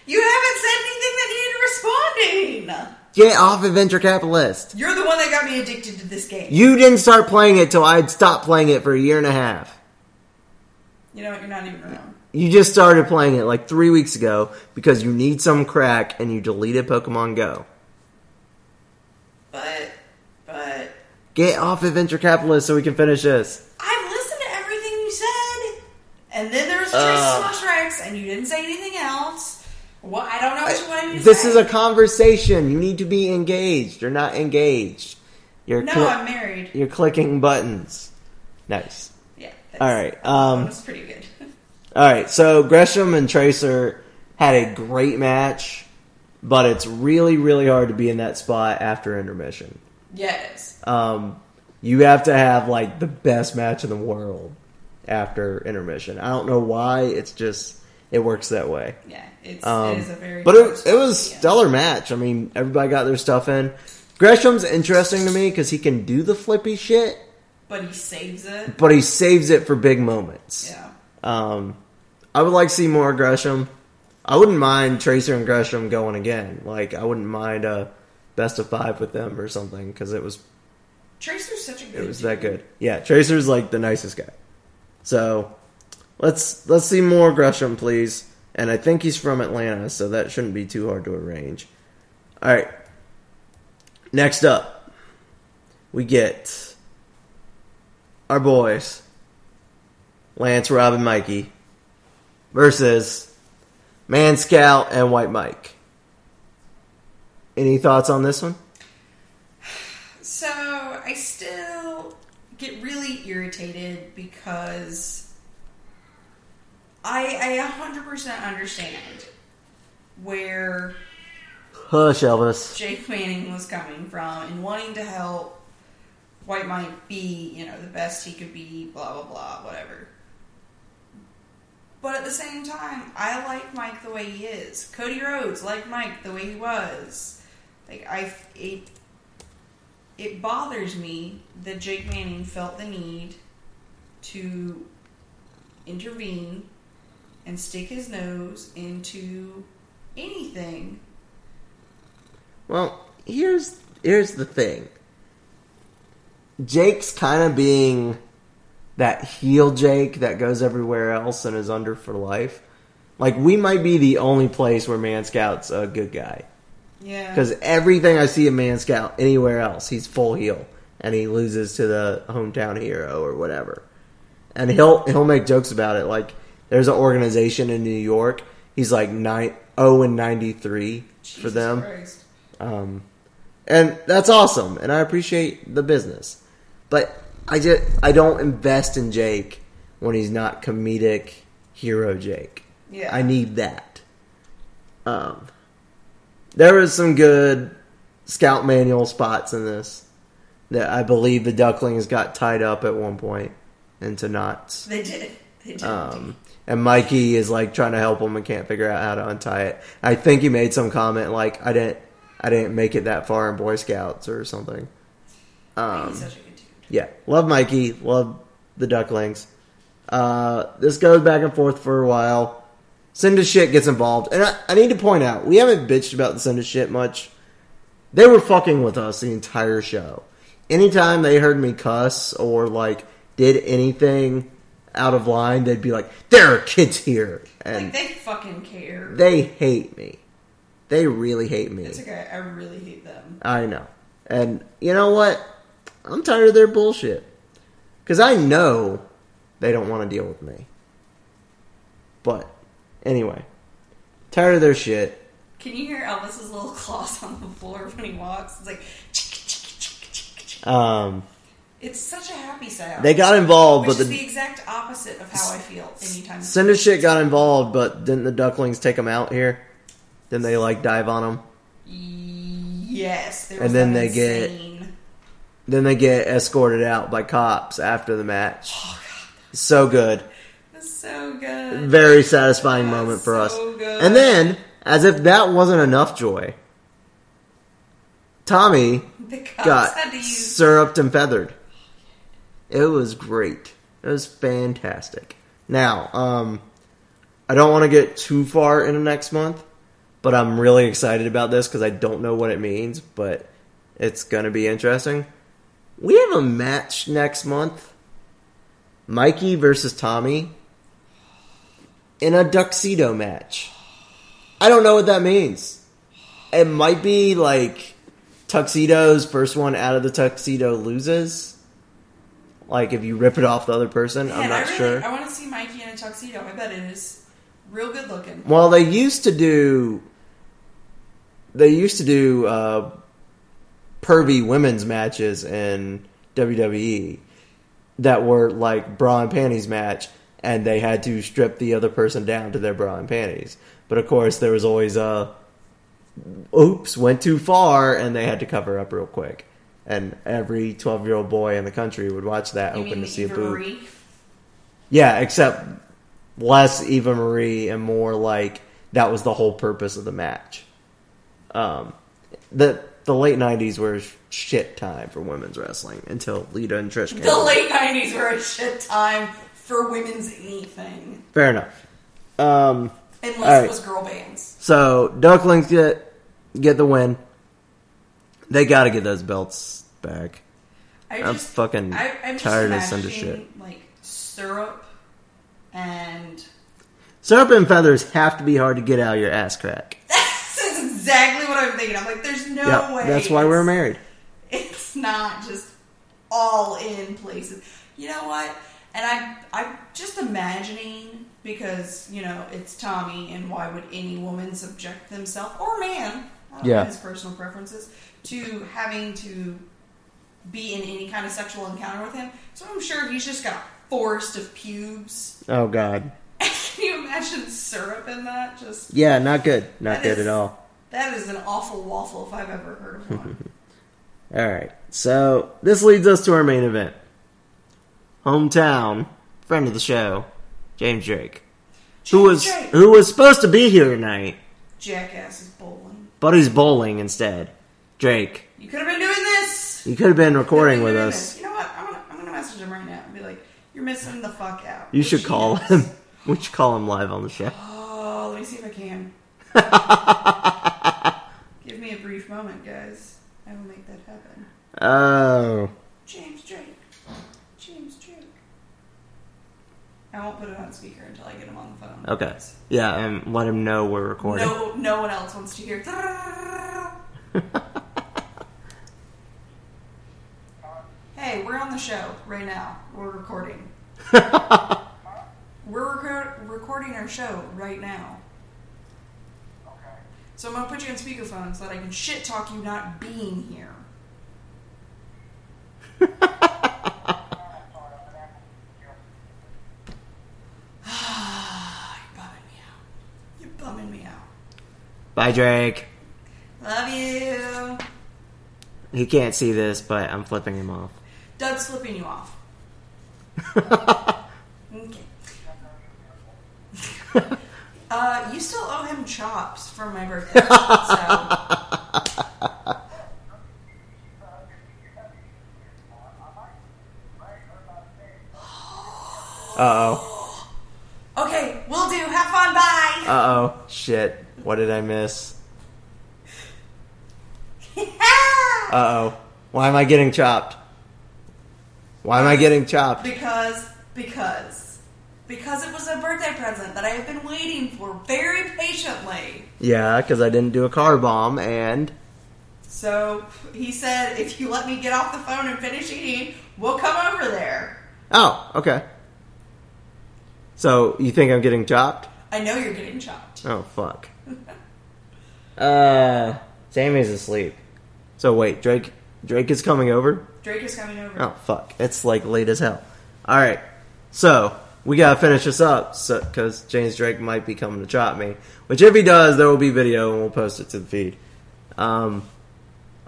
[SPEAKER 4] You haven't said anything that needed responding!
[SPEAKER 5] Get off Adventure Capitalist.
[SPEAKER 4] You're the one that got me addicted to this game.
[SPEAKER 5] You didn't start playing it till I'd stopped playing it for a year and a half.
[SPEAKER 4] You know what? You're not even wrong.
[SPEAKER 5] You just started playing it like three weeks ago because you need some crack and you deleted Pokemon Go.
[SPEAKER 4] But, but,
[SPEAKER 5] Get off Adventure Capitalist so we can finish this.
[SPEAKER 4] I've listened to everything you said, and then there was Trace
[SPEAKER 5] Uh.
[SPEAKER 4] Smash Rex, and you didn't say anything else. What? I don't know what you wanted me to
[SPEAKER 5] This
[SPEAKER 4] say.
[SPEAKER 5] is a conversation. You need to be engaged. You're not engaged. You're
[SPEAKER 4] No,
[SPEAKER 5] cli-
[SPEAKER 4] I'm married.
[SPEAKER 5] you're clicking buttons. Nice.
[SPEAKER 4] Yeah. That's,
[SPEAKER 5] All right.
[SPEAKER 4] That
[SPEAKER 5] Um,
[SPEAKER 4] was pretty good.
[SPEAKER 5] all right. So Gresham and Tracer had a great match, but it's really, really hard to be in that spot after intermission.
[SPEAKER 4] yeah, it is.
[SPEAKER 5] Um, you have to have like the best match in the world after intermission. I don't know why. It's just it works that way.
[SPEAKER 4] Yeah, it's,
[SPEAKER 5] Um,
[SPEAKER 4] it is a very
[SPEAKER 5] but
[SPEAKER 4] close
[SPEAKER 5] it, it was
[SPEAKER 4] one, yeah.
[SPEAKER 5] stellar match. I mean, everybody got their stuff in. Gresham's interesting to me because he can do the flippy shit,
[SPEAKER 4] But he saves it.
[SPEAKER 5] but he saves it for big moments.
[SPEAKER 4] Yeah.
[SPEAKER 5] Um, I would like to see more Gresham. I wouldn't mind Tracer and Gresham going again. Like, I wouldn't mind a best of five with them or something because it was
[SPEAKER 4] Tracer's such a good
[SPEAKER 5] it was that good. Yeah, Tracer's like the nicest guy. So let's let's see more Gresham, please. And I think he's from Atlanta, so that shouldn't be too hard to arrange. All right. Next up, we get our boys Lance, Rob, and Mikey versus Man Scout and White Mike. Any thoughts on this one?
[SPEAKER 4] So know, I still get really irritated because I I 100% understand where
[SPEAKER 5] Hush, Elvis.
[SPEAKER 4] Jake Manning was coming from and wanting to help White Mike be, you know, the best he could be, blah, blah, blah, whatever. But at the same time, I like Mike the way he is. Cody Rhodes liked Mike the way he was. Like, I, it, it bothers me that Jake Manning felt the need to intervene and stick his nose into anything
[SPEAKER 5] Well, here's here's the thing. Jake's kind of being that heel Jake that goes everywhere else and is under for life. Like we might be the only place where Man Scout's a good guy
[SPEAKER 4] Yeah.
[SPEAKER 5] because everything I see a Man Scout anywhere else, he's full heel and he loses to the hometown hero or whatever. And he'll he'll make jokes about it. Like there's an organization in New York. He's like nine zero and ninety three for
[SPEAKER 4] Jesus
[SPEAKER 5] them.
[SPEAKER 4] Christ.
[SPEAKER 5] Um, and that's awesome, and I appreciate the business. But I just I don't invest in Jake when he's not comedic hero Jake.
[SPEAKER 4] Yeah.
[SPEAKER 5] I need that. Um, there was some good scout manual spots in this that I believe the ducklings got tied up at one point into knots.
[SPEAKER 4] They did. They did.
[SPEAKER 5] Um, and Mikey is like trying to help him and can't figure out how to untie it. I think he made some comment like I didn't I didn't make it that far in Boy Scouts or something. um,
[SPEAKER 4] He's such a good dude.
[SPEAKER 5] Yeah. Love Mikey, love the ducklings. Uh, this goes back and forth for a while. Send shit gets involved. And I, I need to point out, we haven't bitched about the send shit much. They were fucking with us the entire show. Anytime they heard me cuss or like did anything out of line, they'd be like, There are kids here and
[SPEAKER 4] Like they fucking care.
[SPEAKER 5] they hate me. They really hate me.
[SPEAKER 4] it's okay. I really hate them.
[SPEAKER 5] I know. And you know what? I'm tired of their bullshit. Because I know they don't want to deal with me. But, anyway. Tired of their shit.
[SPEAKER 4] Can you hear Elvis's little claws on the floor when he walks? It's like chick, chick, chick, chick, chick.
[SPEAKER 5] Um,
[SPEAKER 4] It's such a happy sound.
[SPEAKER 5] they got involved,
[SPEAKER 4] which
[SPEAKER 5] but
[SPEAKER 4] is the,
[SPEAKER 5] the.
[SPEAKER 4] exact opposite of how I feel anytime.
[SPEAKER 5] Cinder shit got involved, but didn't the ducklings take them out here? Then they, like, dive on them.
[SPEAKER 4] yes, there
[SPEAKER 5] And
[SPEAKER 4] was
[SPEAKER 5] then
[SPEAKER 4] that
[SPEAKER 5] they get-
[SPEAKER 4] insane-
[SPEAKER 5] Then they get escorted out by cops after the match. So good.
[SPEAKER 4] That's so good.
[SPEAKER 5] very satisfying moment for
[SPEAKER 4] so
[SPEAKER 5] us.
[SPEAKER 4] good.
[SPEAKER 5] And then, as if that wasn't enough joy, Tommy
[SPEAKER 4] The cops had
[SPEAKER 5] got
[SPEAKER 4] to use
[SPEAKER 5] syruped and feathered. It was great. It was fantastic. Now, um, I don't want to get too far into next month, but I'm really excited about this because I don't know what it means, but it's going to be interesting. We have a match next month Mikey versus Tommy in a tuxedo match. I don't know what that means. It might be like tuxedos, first one out of the tuxedo loses. Like if you rip it off the other person,
[SPEAKER 4] Man,
[SPEAKER 5] I'm not
[SPEAKER 4] I really,
[SPEAKER 5] sure.
[SPEAKER 4] I want to see Mikey in a tuxedo. I bet it is real good looking.
[SPEAKER 5] Well, they used to do. They used to do uh, pervy women's matches in WWE that were like bra and panties match, and they had to strip the other person down to their bra and panties. But of course, there was always a oops went too far, and they had to cover up real quick. And every twelve-year-old boy in the country would watch that,
[SPEAKER 4] You
[SPEAKER 5] hoping
[SPEAKER 4] mean
[SPEAKER 5] to see a
[SPEAKER 4] Eva
[SPEAKER 5] boob.
[SPEAKER 4] Marie?
[SPEAKER 5] Yeah, except less Eva Marie and more like that was the whole purpose of the match. Um, the the late '90s were a shit time for women's wrestling until Lita and Trish came.
[SPEAKER 4] The
[SPEAKER 5] along.
[SPEAKER 4] late nineties were a shit time for women's anything,
[SPEAKER 5] Fair enough. Um,
[SPEAKER 4] unless
[SPEAKER 5] All right.
[SPEAKER 4] it was girl bands.
[SPEAKER 5] so Ducklings get get the win. They got to get those belts back.
[SPEAKER 4] I
[SPEAKER 5] I'm
[SPEAKER 4] just,
[SPEAKER 5] fucking
[SPEAKER 4] I, I'm just
[SPEAKER 5] tired of Cinder
[SPEAKER 4] imagining,
[SPEAKER 5] shit.
[SPEAKER 4] Like syrup and
[SPEAKER 5] Syrup and feathers have to be hard to get out of your ass crack.
[SPEAKER 4] that's exactly what I'm thinking. I'm like, there's no
[SPEAKER 5] Yep,
[SPEAKER 4] way.
[SPEAKER 5] that's why we're married.
[SPEAKER 4] It's not just all in places. You know what? And I, I'm just imagining because you know it's Tommy, and why would any woman subject themselves or man? I don't know
[SPEAKER 5] Yeah.
[SPEAKER 4] his personal preferences to having to be in any kind of sexual encounter with him. So I'm sure he's just got a forest of pubes.
[SPEAKER 5] Oh God.
[SPEAKER 4] Can you imagine syrup in that? Just
[SPEAKER 5] Yeah, not good. Not
[SPEAKER 4] That
[SPEAKER 5] good
[SPEAKER 4] is-
[SPEAKER 5] at all.
[SPEAKER 4] that is an awful waffle if I've ever heard of one.
[SPEAKER 5] All right. So this leads us to our main event. Hometown friend of the show, James Drake, who was
[SPEAKER 4] Drake.
[SPEAKER 5] who was supposed to be here tonight,
[SPEAKER 4] Jackass is bowling.
[SPEAKER 5] but he's bowling instead. Drake,
[SPEAKER 4] You could have been doing this.
[SPEAKER 5] you could have been recording
[SPEAKER 4] Could've
[SPEAKER 5] with
[SPEAKER 4] been doing
[SPEAKER 5] us.
[SPEAKER 4] this. You know what? I'm gonna I'm gonna message him right now and be like, "You're missing the fuck out."
[SPEAKER 5] You
[SPEAKER 4] Which
[SPEAKER 5] should
[SPEAKER 4] he
[SPEAKER 5] call
[SPEAKER 4] is.
[SPEAKER 5] him. We should call him live on the show.
[SPEAKER 4] Oh, let me see if I can. Give me a brief moment, guys. I will make that happen.
[SPEAKER 5] Oh,
[SPEAKER 4] James Drake. James Drake. I won't put it on speaker until I get him on the phone.
[SPEAKER 5] okay. Yeah, and let him know we're recording.
[SPEAKER 4] No, no one else wants to hear. hey, we're on the show right now. We're recording. we're recor- recording our show right now. So I'm gonna put you on speakerphone so that I can shit talk you not being here. You're bumming me out. You're bumming me out.
[SPEAKER 5] Bye, Drake.
[SPEAKER 4] Love you.
[SPEAKER 5] He can't see this, but I'm flipping him off.
[SPEAKER 4] Doug's flipping you off. okay. uh, you still owe him chops for my birthday. So.
[SPEAKER 5] Uh oh.
[SPEAKER 4] Okay, we'll do. Have fun. Bye.
[SPEAKER 5] Uh oh. Shit. What did I miss? Uh oh. Why am I getting chopped? Why am I getting chopped?
[SPEAKER 4] because, because, because it was a birthday present that I have been waiting for very patiently.
[SPEAKER 5] Yeah, because I didn't do a car bomb, and
[SPEAKER 4] So he said, if you let me get off the phone and finish eating, we'll come over there.
[SPEAKER 5] oh, okay. So you think I'm getting chopped?
[SPEAKER 4] I know you're getting chopped.
[SPEAKER 5] Oh fuck. Uh, Sammy's asleep. So wait, Drake. Drake is coming over.
[SPEAKER 4] Drake is coming over.
[SPEAKER 5] Oh fuck, it's like late as hell. All right, so we gotta finish this up, so because James Drake might be coming to chop me. Which if he does, there will be video and we'll post it to the feed. Um,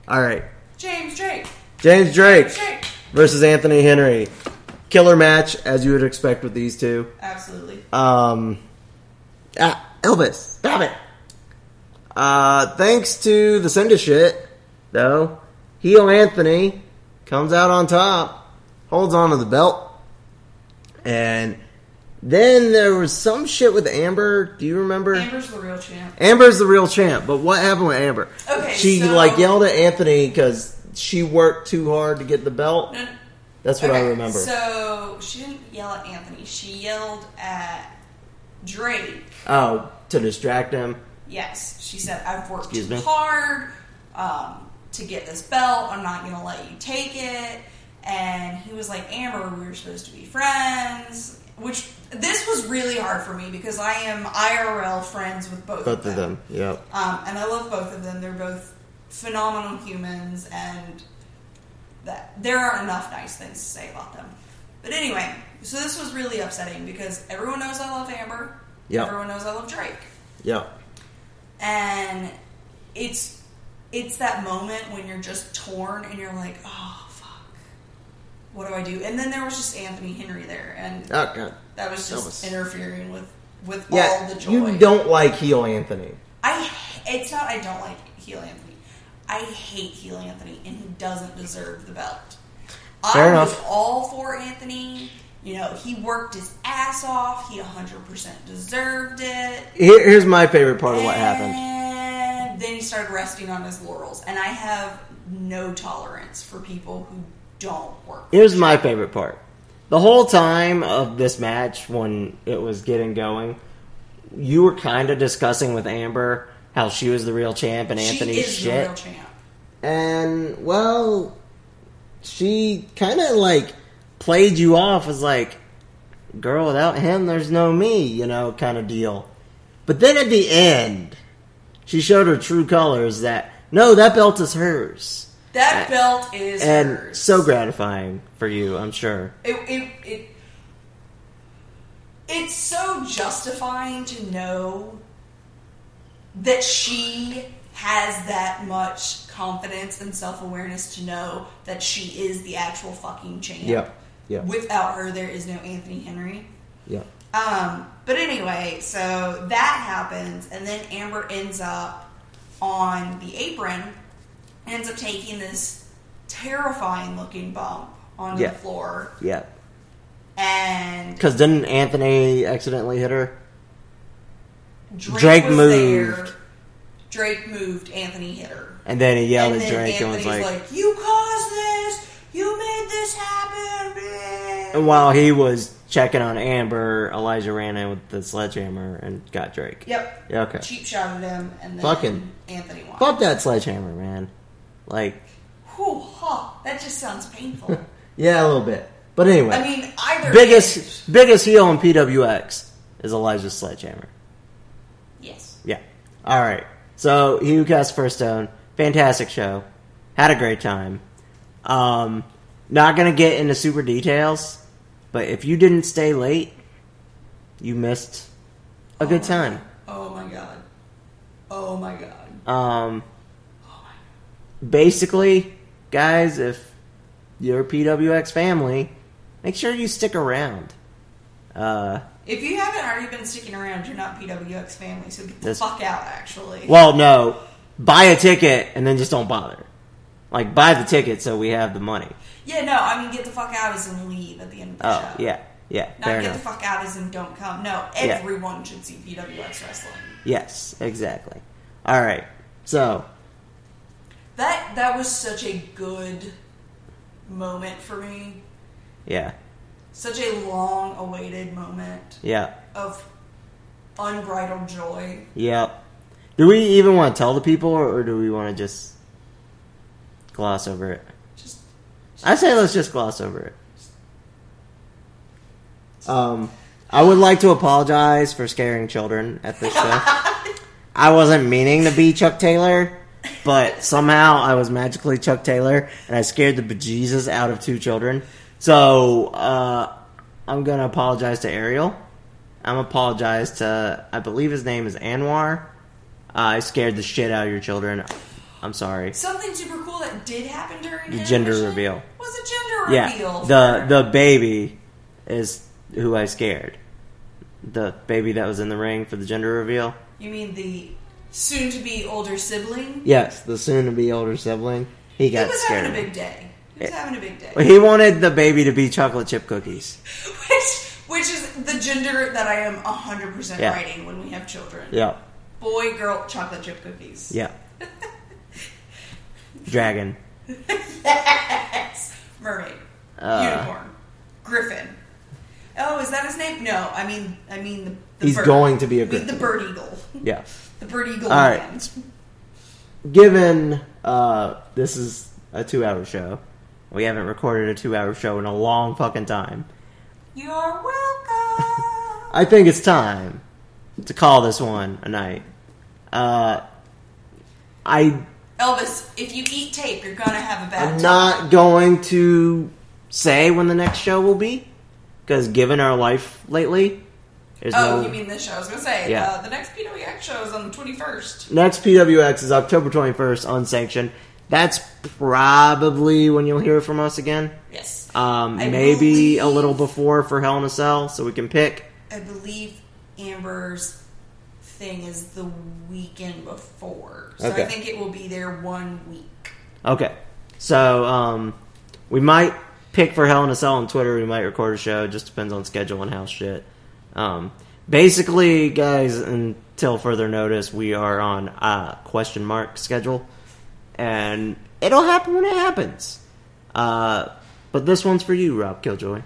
[SPEAKER 5] all right,
[SPEAKER 4] James Drake.
[SPEAKER 5] James Drake
[SPEAKER 4] Drake.
[SPEAKER 5] versus Anthony Henry, killer match as you would expect with these two.
[SPEAKER 4] Absolutely.
[SPEAKER 5] Um, ah, Elvis, stop it. Uh, thanks to the send a shit, though, heel Anthony comes out on top, holds onto the belt, and then there was some shit with Amber. Do you remember?
[SPEAKER 4] Amber's the real champ.
[SPEAKER 5] Amber's the real champ, but what happened with Amber?
[SPEAKER 4] Okay,
[SPEAKER 5] she
[SPEAKER 4] so-
[SPEAKER 5] like yelled at Anthony because she worked too hard to get the belt.
[SPEAKER 4] No,
[SPEAKER 5] That's what I
[SPEAKER 4] okay,
[SPEAKER 5] remember.
[SPEAKER 4] So she didn't yell at Anthony. She yelled at Drake.
[SPEAKER 5] oh, to distract him.
[SPEAKER 4] Yes, she said, "I've worked
[SPEAKER 5] Excuse
[SPEAKER 4] too
[SPEAKER 5] me?
[SPEAKER 4] hard um, to get this belt. I'm not going to let you take it." And he was like, "Amber, we were supposed to be friends." Which this was really hard for me because I am IRL friends with both,
[SPEAKER 5] Both of them. Yep.
[SPEAKER 4] Um, and I love both of them. They're both phenomenal humans, and that there aren't enough nice things to say about them. But anyway, so this was really upsetting because everyone knows I love Amber.
[SPEAKER 5] Yeah.
[SPEAKER 4] Everyone knows I love Drake,
[SPEAKER 5] Yep.
[SPEAKER 4] and it's it's that moment when you're just torn and you're like, oh fuck, what do I do? And then there was just Anthony Henry there, and
[SPEAKER 5] Oh god.
[SPEAKER 4] that was just
[SPEAKER 5] was-
[SPEAKER 4] interfering with with
[SPEAKER 5] Yeah,
[SPEAKER 4] all the joy.
[SPEAKER 5] you don't like heel Anthony.
[SPEAKER 4] I it's not I don't like heel Anthony. I hate heel Anthony, and he doesn't deserve the belt.
[SPEAKER 5] Fair
[SPEAKER 4] I was
[SPEAKER 5] enough.
[SPEAKER 4] all for Anthony. You know, he worked his ass off. He 100% deserved it.
[SPEAKER 5] Here, here's my favorite part of
[SPEAKER 4] Eh.
[SPEAKER 5] what happened.
[SPEAKER 4] And then he started resting on his laurels. And I have no tolerance for people who don't work.
[SPEAKER 5] Here's my favorite part. The whole time of this match, when it was getting going, you were kind of discussing with Amber how she was the real champ and
[SPEAKER 4] she
[SPEAKER 5] Anthony's
[SPEAKER 4] is
[SPEAKER 5] shit.
[SPEAKER 4] the real champ.
[SPEAKER 5] and well she kind of like played you off as like girl without him there's no me you know kind of deal but then at the end she showed her true colors that no that belt is hers
[SPEAKER 4] That belt is
[SPEAKER 5] and
[SPEAKER 4] hers.
[SPEAKER 5] so gratifying for you, I'm sure.
[SPEAKER 4] it, it, it it's so justifying to know that she has that much confidence and self-awareness to know that she is the actual fucking champ.
[SPEAKER 5] Yeah, yeah.
[SPEAKER 4] Without her there is no Anthony Henry.
[SPEAKER 5] Yeah.
[SPEAKER 4] Um, but anyway, so that happens, and then Amber ends up on the apron, ends up taking this terrifying looking bump onto
[SPEAKER 5] Yeah.
[SPEAKER 4] the floor,
[SPEAKER 5] Yeah.
[SPEAKER 4] and
[SPEAKER 5] Because didn't Anthony accidentally hit her?
[SPEAKER 4] Drake,
[SPEAKER 5] Drake
[SPEAKER 4] was
[SPEAKER 5] moved.
[SPEAKER 4] there. Drake moved. Anthony hit her,
[SPEAKER 5] And then he yelled
[SPEAKER 4] and
[SPEAKER 5] at
[SPEAKER 4] then
[SPEAKER 5] Drake and was
[SPEAKER 4] Anthony's
[SPEAKER 5] like,
[SPEAKER 4] like, "You caused this. You made this happen." man."
[SPEAKER 5] And while he was checking on Amber, Elijah ran in with the sledgehammer and got Drake.
[SPEAKER 4] Yep.
[SPEAKER 5] Yeah, okay.
[SPEAKER 4] Cheap shot at him, and then
[SPEAKER 5] Fucking-
[SPEAKER 4] Anthony won.
[SPEAKER 5] Fuck that sledgehammer, man. Like,
[SPEAKER 4] Whew, huh, that just sounds painful.
[SPEAKER 5] yeah, a little bit. But anyway,
[SPEAKER 4] I mean, either
[SPEAKER 5] biggest biggest heel in PWX is Elijah Sledgehammer.
[SPEAKER 4] Yes.
[SPEAKER 5] Yeah. All right. So he who cast first stone, fantastic show, had a great time. Um, not gonna get into super details, but if you didn't stay late, you missed a good time.
[SPEAKER 4] Oh my god. Oh my god.
[SPEAKER 5] Um, basically, guys, if you're a PWX family, make sure you stick around. Uh,
[SPEAKER 4] If you haven't already been sticking around, you're not PWX family, so get the
[SPEAKER 5] That's-
[SPEAKER 4] fuck out. Actually.
[SPEAKER 5] well, no, buy a ticket and then just don't bother. Like, buy the ticket so we have the money.
[SPEAKER 4] Yeah. No. I mean, get the fuck out as in leave at the end of the
[SPEAKER 5] Oh,
[SPEAKER 4] show.
[SPEAKER 5] yeah, yeah,
[SPEAKER 4] Not
[SPEAKER 5] fair
[SPEAKER 4] get
[SPEAKER 5] enough.
[SPEAKER 4] the fuck out as in don't come. No. Everyone should see PWX wrestling.
[SPEAKER 5] yes, exactly. All right, so
[SPEAKER 4] That that was such a good moment for me.
[SPEAKER 5] yeah,
[SPEAKER 4] Such a long awaited moment
[SPEAKER 5] yeah,
[SPEAKER 4] of unbridled joy.
[SPEAKER 5] yeah. Do we even want to tell the people, or, or do we want to just gloss over it?
[SPEAKER 4] Just
[SPEAKER 5] I say let's just gloss over it. Um, I would like to apologize for scaring children at this show. I wasn't meaning to be Chuck Taylor, but somehow I was magically Chuck Taylor, and I scared the bejesus out of two children. So uh, I'm gonna apologize to Ariel. I'm apologize to I believe his name is Anwar. I scared the shit out of your children. I'm sorry.
[SPEAKER 4] something super cool that did happen during
[SPEAKER 5] The gender
[SPEAKER 4] Animation
[SPEAKER 5] reveal.
[SPEAKER 4] was a gender
[SPEAKER 5] Yeah,
[SPEAKER 4] reveal.
[SPEAKER 5] the the baby is who I scared. The baby that was in the ring for the gender reveal.
[SPEAKER 4] You mean the soon to be older sibling?
[SPEAKER 5] Yes, the soon to be older sibling.
[SPEAKER 4] He
[SPEAKER 5] He got
[SPEAKER 4] was
[SPEAKER 5] scared.
[SPEAKER 4] having a big day. He was having a big day.
[SPEAKER 5] he wanted the baby to be chocolate chip cookies.
[SPEAKER 4] Which which is the gender that I am 100%
[SPEAKER 5] Yeah.
[SPEAKER 4] writing when we have children.
[SPEAKER 5] Yeah,
[SPEAKER 4] Boy, girl, chocolate chip cookies.
[SPEAKER 5] yeah. Dragon.
[SPEAKER 4] Yes. Mermaid.
[SPEAKER 5] Uh.
[SPEAKER 4] Unicorn. Griffin. Oh, is that his name? No, I mean I mean the, the
[SPEAKER 5] He's
[SPEAKER 4] bird.
[SPEAKER 5] going to be a
[SPEAKER 4] I mean, the
[SPEAKER 5] griffin.
[SPEAKER 4] bird eagle.
[SPEAKER 5] Yeah.
[SPEAKER 4] The bird eagle.
[SPEAKER 5] All
[SPEAKER 4] man.
[SPEAKER 5] right. Given uh, this is a two-hour show, we haven't recorded a two-hour show in a long fucking time.
[SPEAKER 4] You're welcome.
[SPEAKER 5] I think it's time to call this one a night. Uh, I
[SPEAKER 4] Elvis, if you eat tape, you're gonna have a bad
[SPEAKER 5] am
[SPEAKER 4] time.
[SPEAKER 5] not going to say when the next show will be because given our life lately, there's
[SPEAKER 4] Oh,
[SPEAKER 5] no
[SPEAKER 4] you mean this show? I was gonna say
[SPEAKER 5] Yeah.
[SPEAKER 4] uh, the next PWX show is on the twenty first.
[SPEAKER 5] next PWX is October 21st unsanctioned. That's probably when you'll hear from us again.
[SPEAKER 4] Yes,
[SPEAKER 5] Um,
[SPEAKER 4] I
[SPEAKER 5] maybe a
[SPEAKER 4] believe-
[SPEAKER 5] little before for Hell in a Cell, so we can pick.
[SPEAKER 4] I believe Amber's thing is the weekend before, so
[SPEAKER 5] Okay.
[SPEAKER 4] I think it will be there one week.
[SPEAKER 5] Okay. So, um, we might pick for Hell in a Cell on Twitter. We might record a show. It just depends on schedule and house shit. Um, basically, guys, until further notice, we are on uh, question mark schedule. And it'll happen when it happens. Uh, but this one's for you, Rob Killjoy.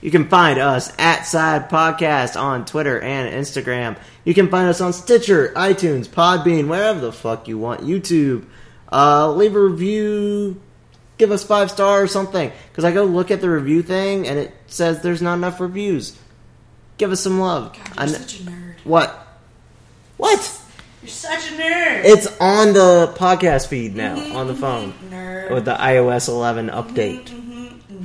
[SPEAKER 5] You can find us at Side Podcast on Twitter and Instagram. You can find us on Stitcher, iTunes, Podbean, wherever the fuck you want. YouTube. Uh, leave a review. Give us five star or something. Because I go look at the review thing and it says there's not enough reviews. Give us some love.
[SPEAKER 4] God,
[SPEAKER 5] I
[SPEAKER 4] you're
[SPEAKER 5] kn-
[SPEAKER 4] such a nerd.
[SPEAKER 5] what? What?
[SPEAKER 4] You're such a nerd.
[SPEAKER 5] It's on the podcast feed now
[SPEAKER 4] Mm-hmm,
[SPEAKER 5] on the phone
[SPEAKER 4] nerd.
[SPEAKER 5] with the iOS 11 update.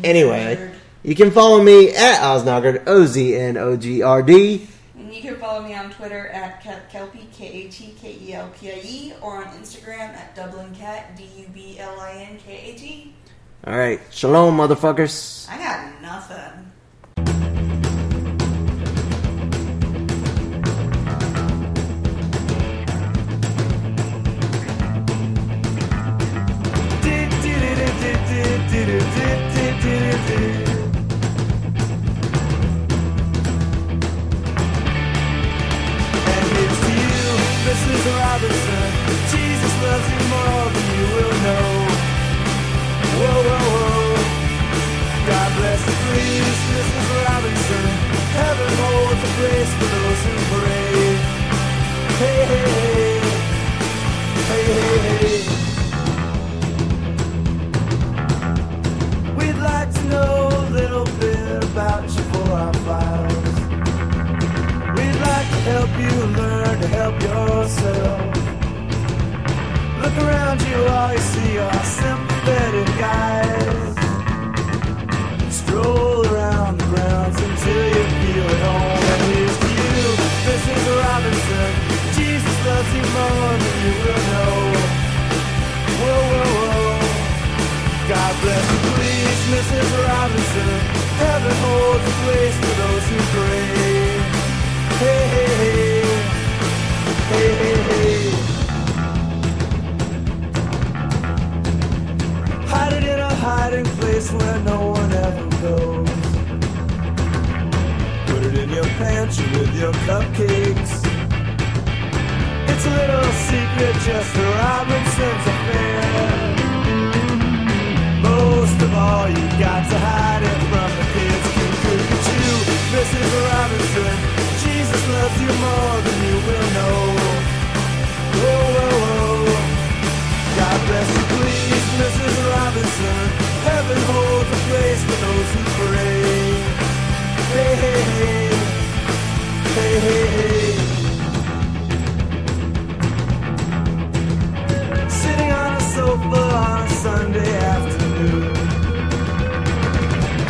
[SPEAKER 5] Anyway, you can follow me at Osnogard, O Z N O G R D.
[SPEAKER 4] And you can follow me on Twitter at Ke- Kelpie, K A T K E L P I E, or on Instagram at Dublin Cat, D U B L I N K A T.
[SPEAKER 5] All right, shalom, motherfuckers.
[SPEAKER 4] I got nothing.
[SPEAKER 3] And it's to you, Mrs. Robinson. Jesus loves you more than you will know. Whoa, whoa, whoa. God bless you, please, Mrs. Robinson. Heaven holds a place for those who pray. Hey, hey, hey. Hey, hey, hey. We'd like to know a little bit about you for our files. We'd like to help you learn to help yourself. Look around you, all you see are sympathetic eyes. Stroll around the grounds until you feel at home. And here's to you, Mrs. Robinson. Jesus loves you more than you will know. Whoa, whoa, whoa. God bless you, please, Mrs. Robinson. Heaven holds a place for those who pray. Hey, hey, hey. Hey, hey, hey. Hide it in a hiding place where no one ever goes. Put it in your pantry with your cupcakes. It's a little secret just for Robinson's affair. Most of all, you got to hide it from the kids. Look at you, Mrs. Robinson. Jesus loves you more than you will know. Whoa, whoa, whoa. God bless you, please, Mrs. Robinson. Heaven holds a place for those who pray.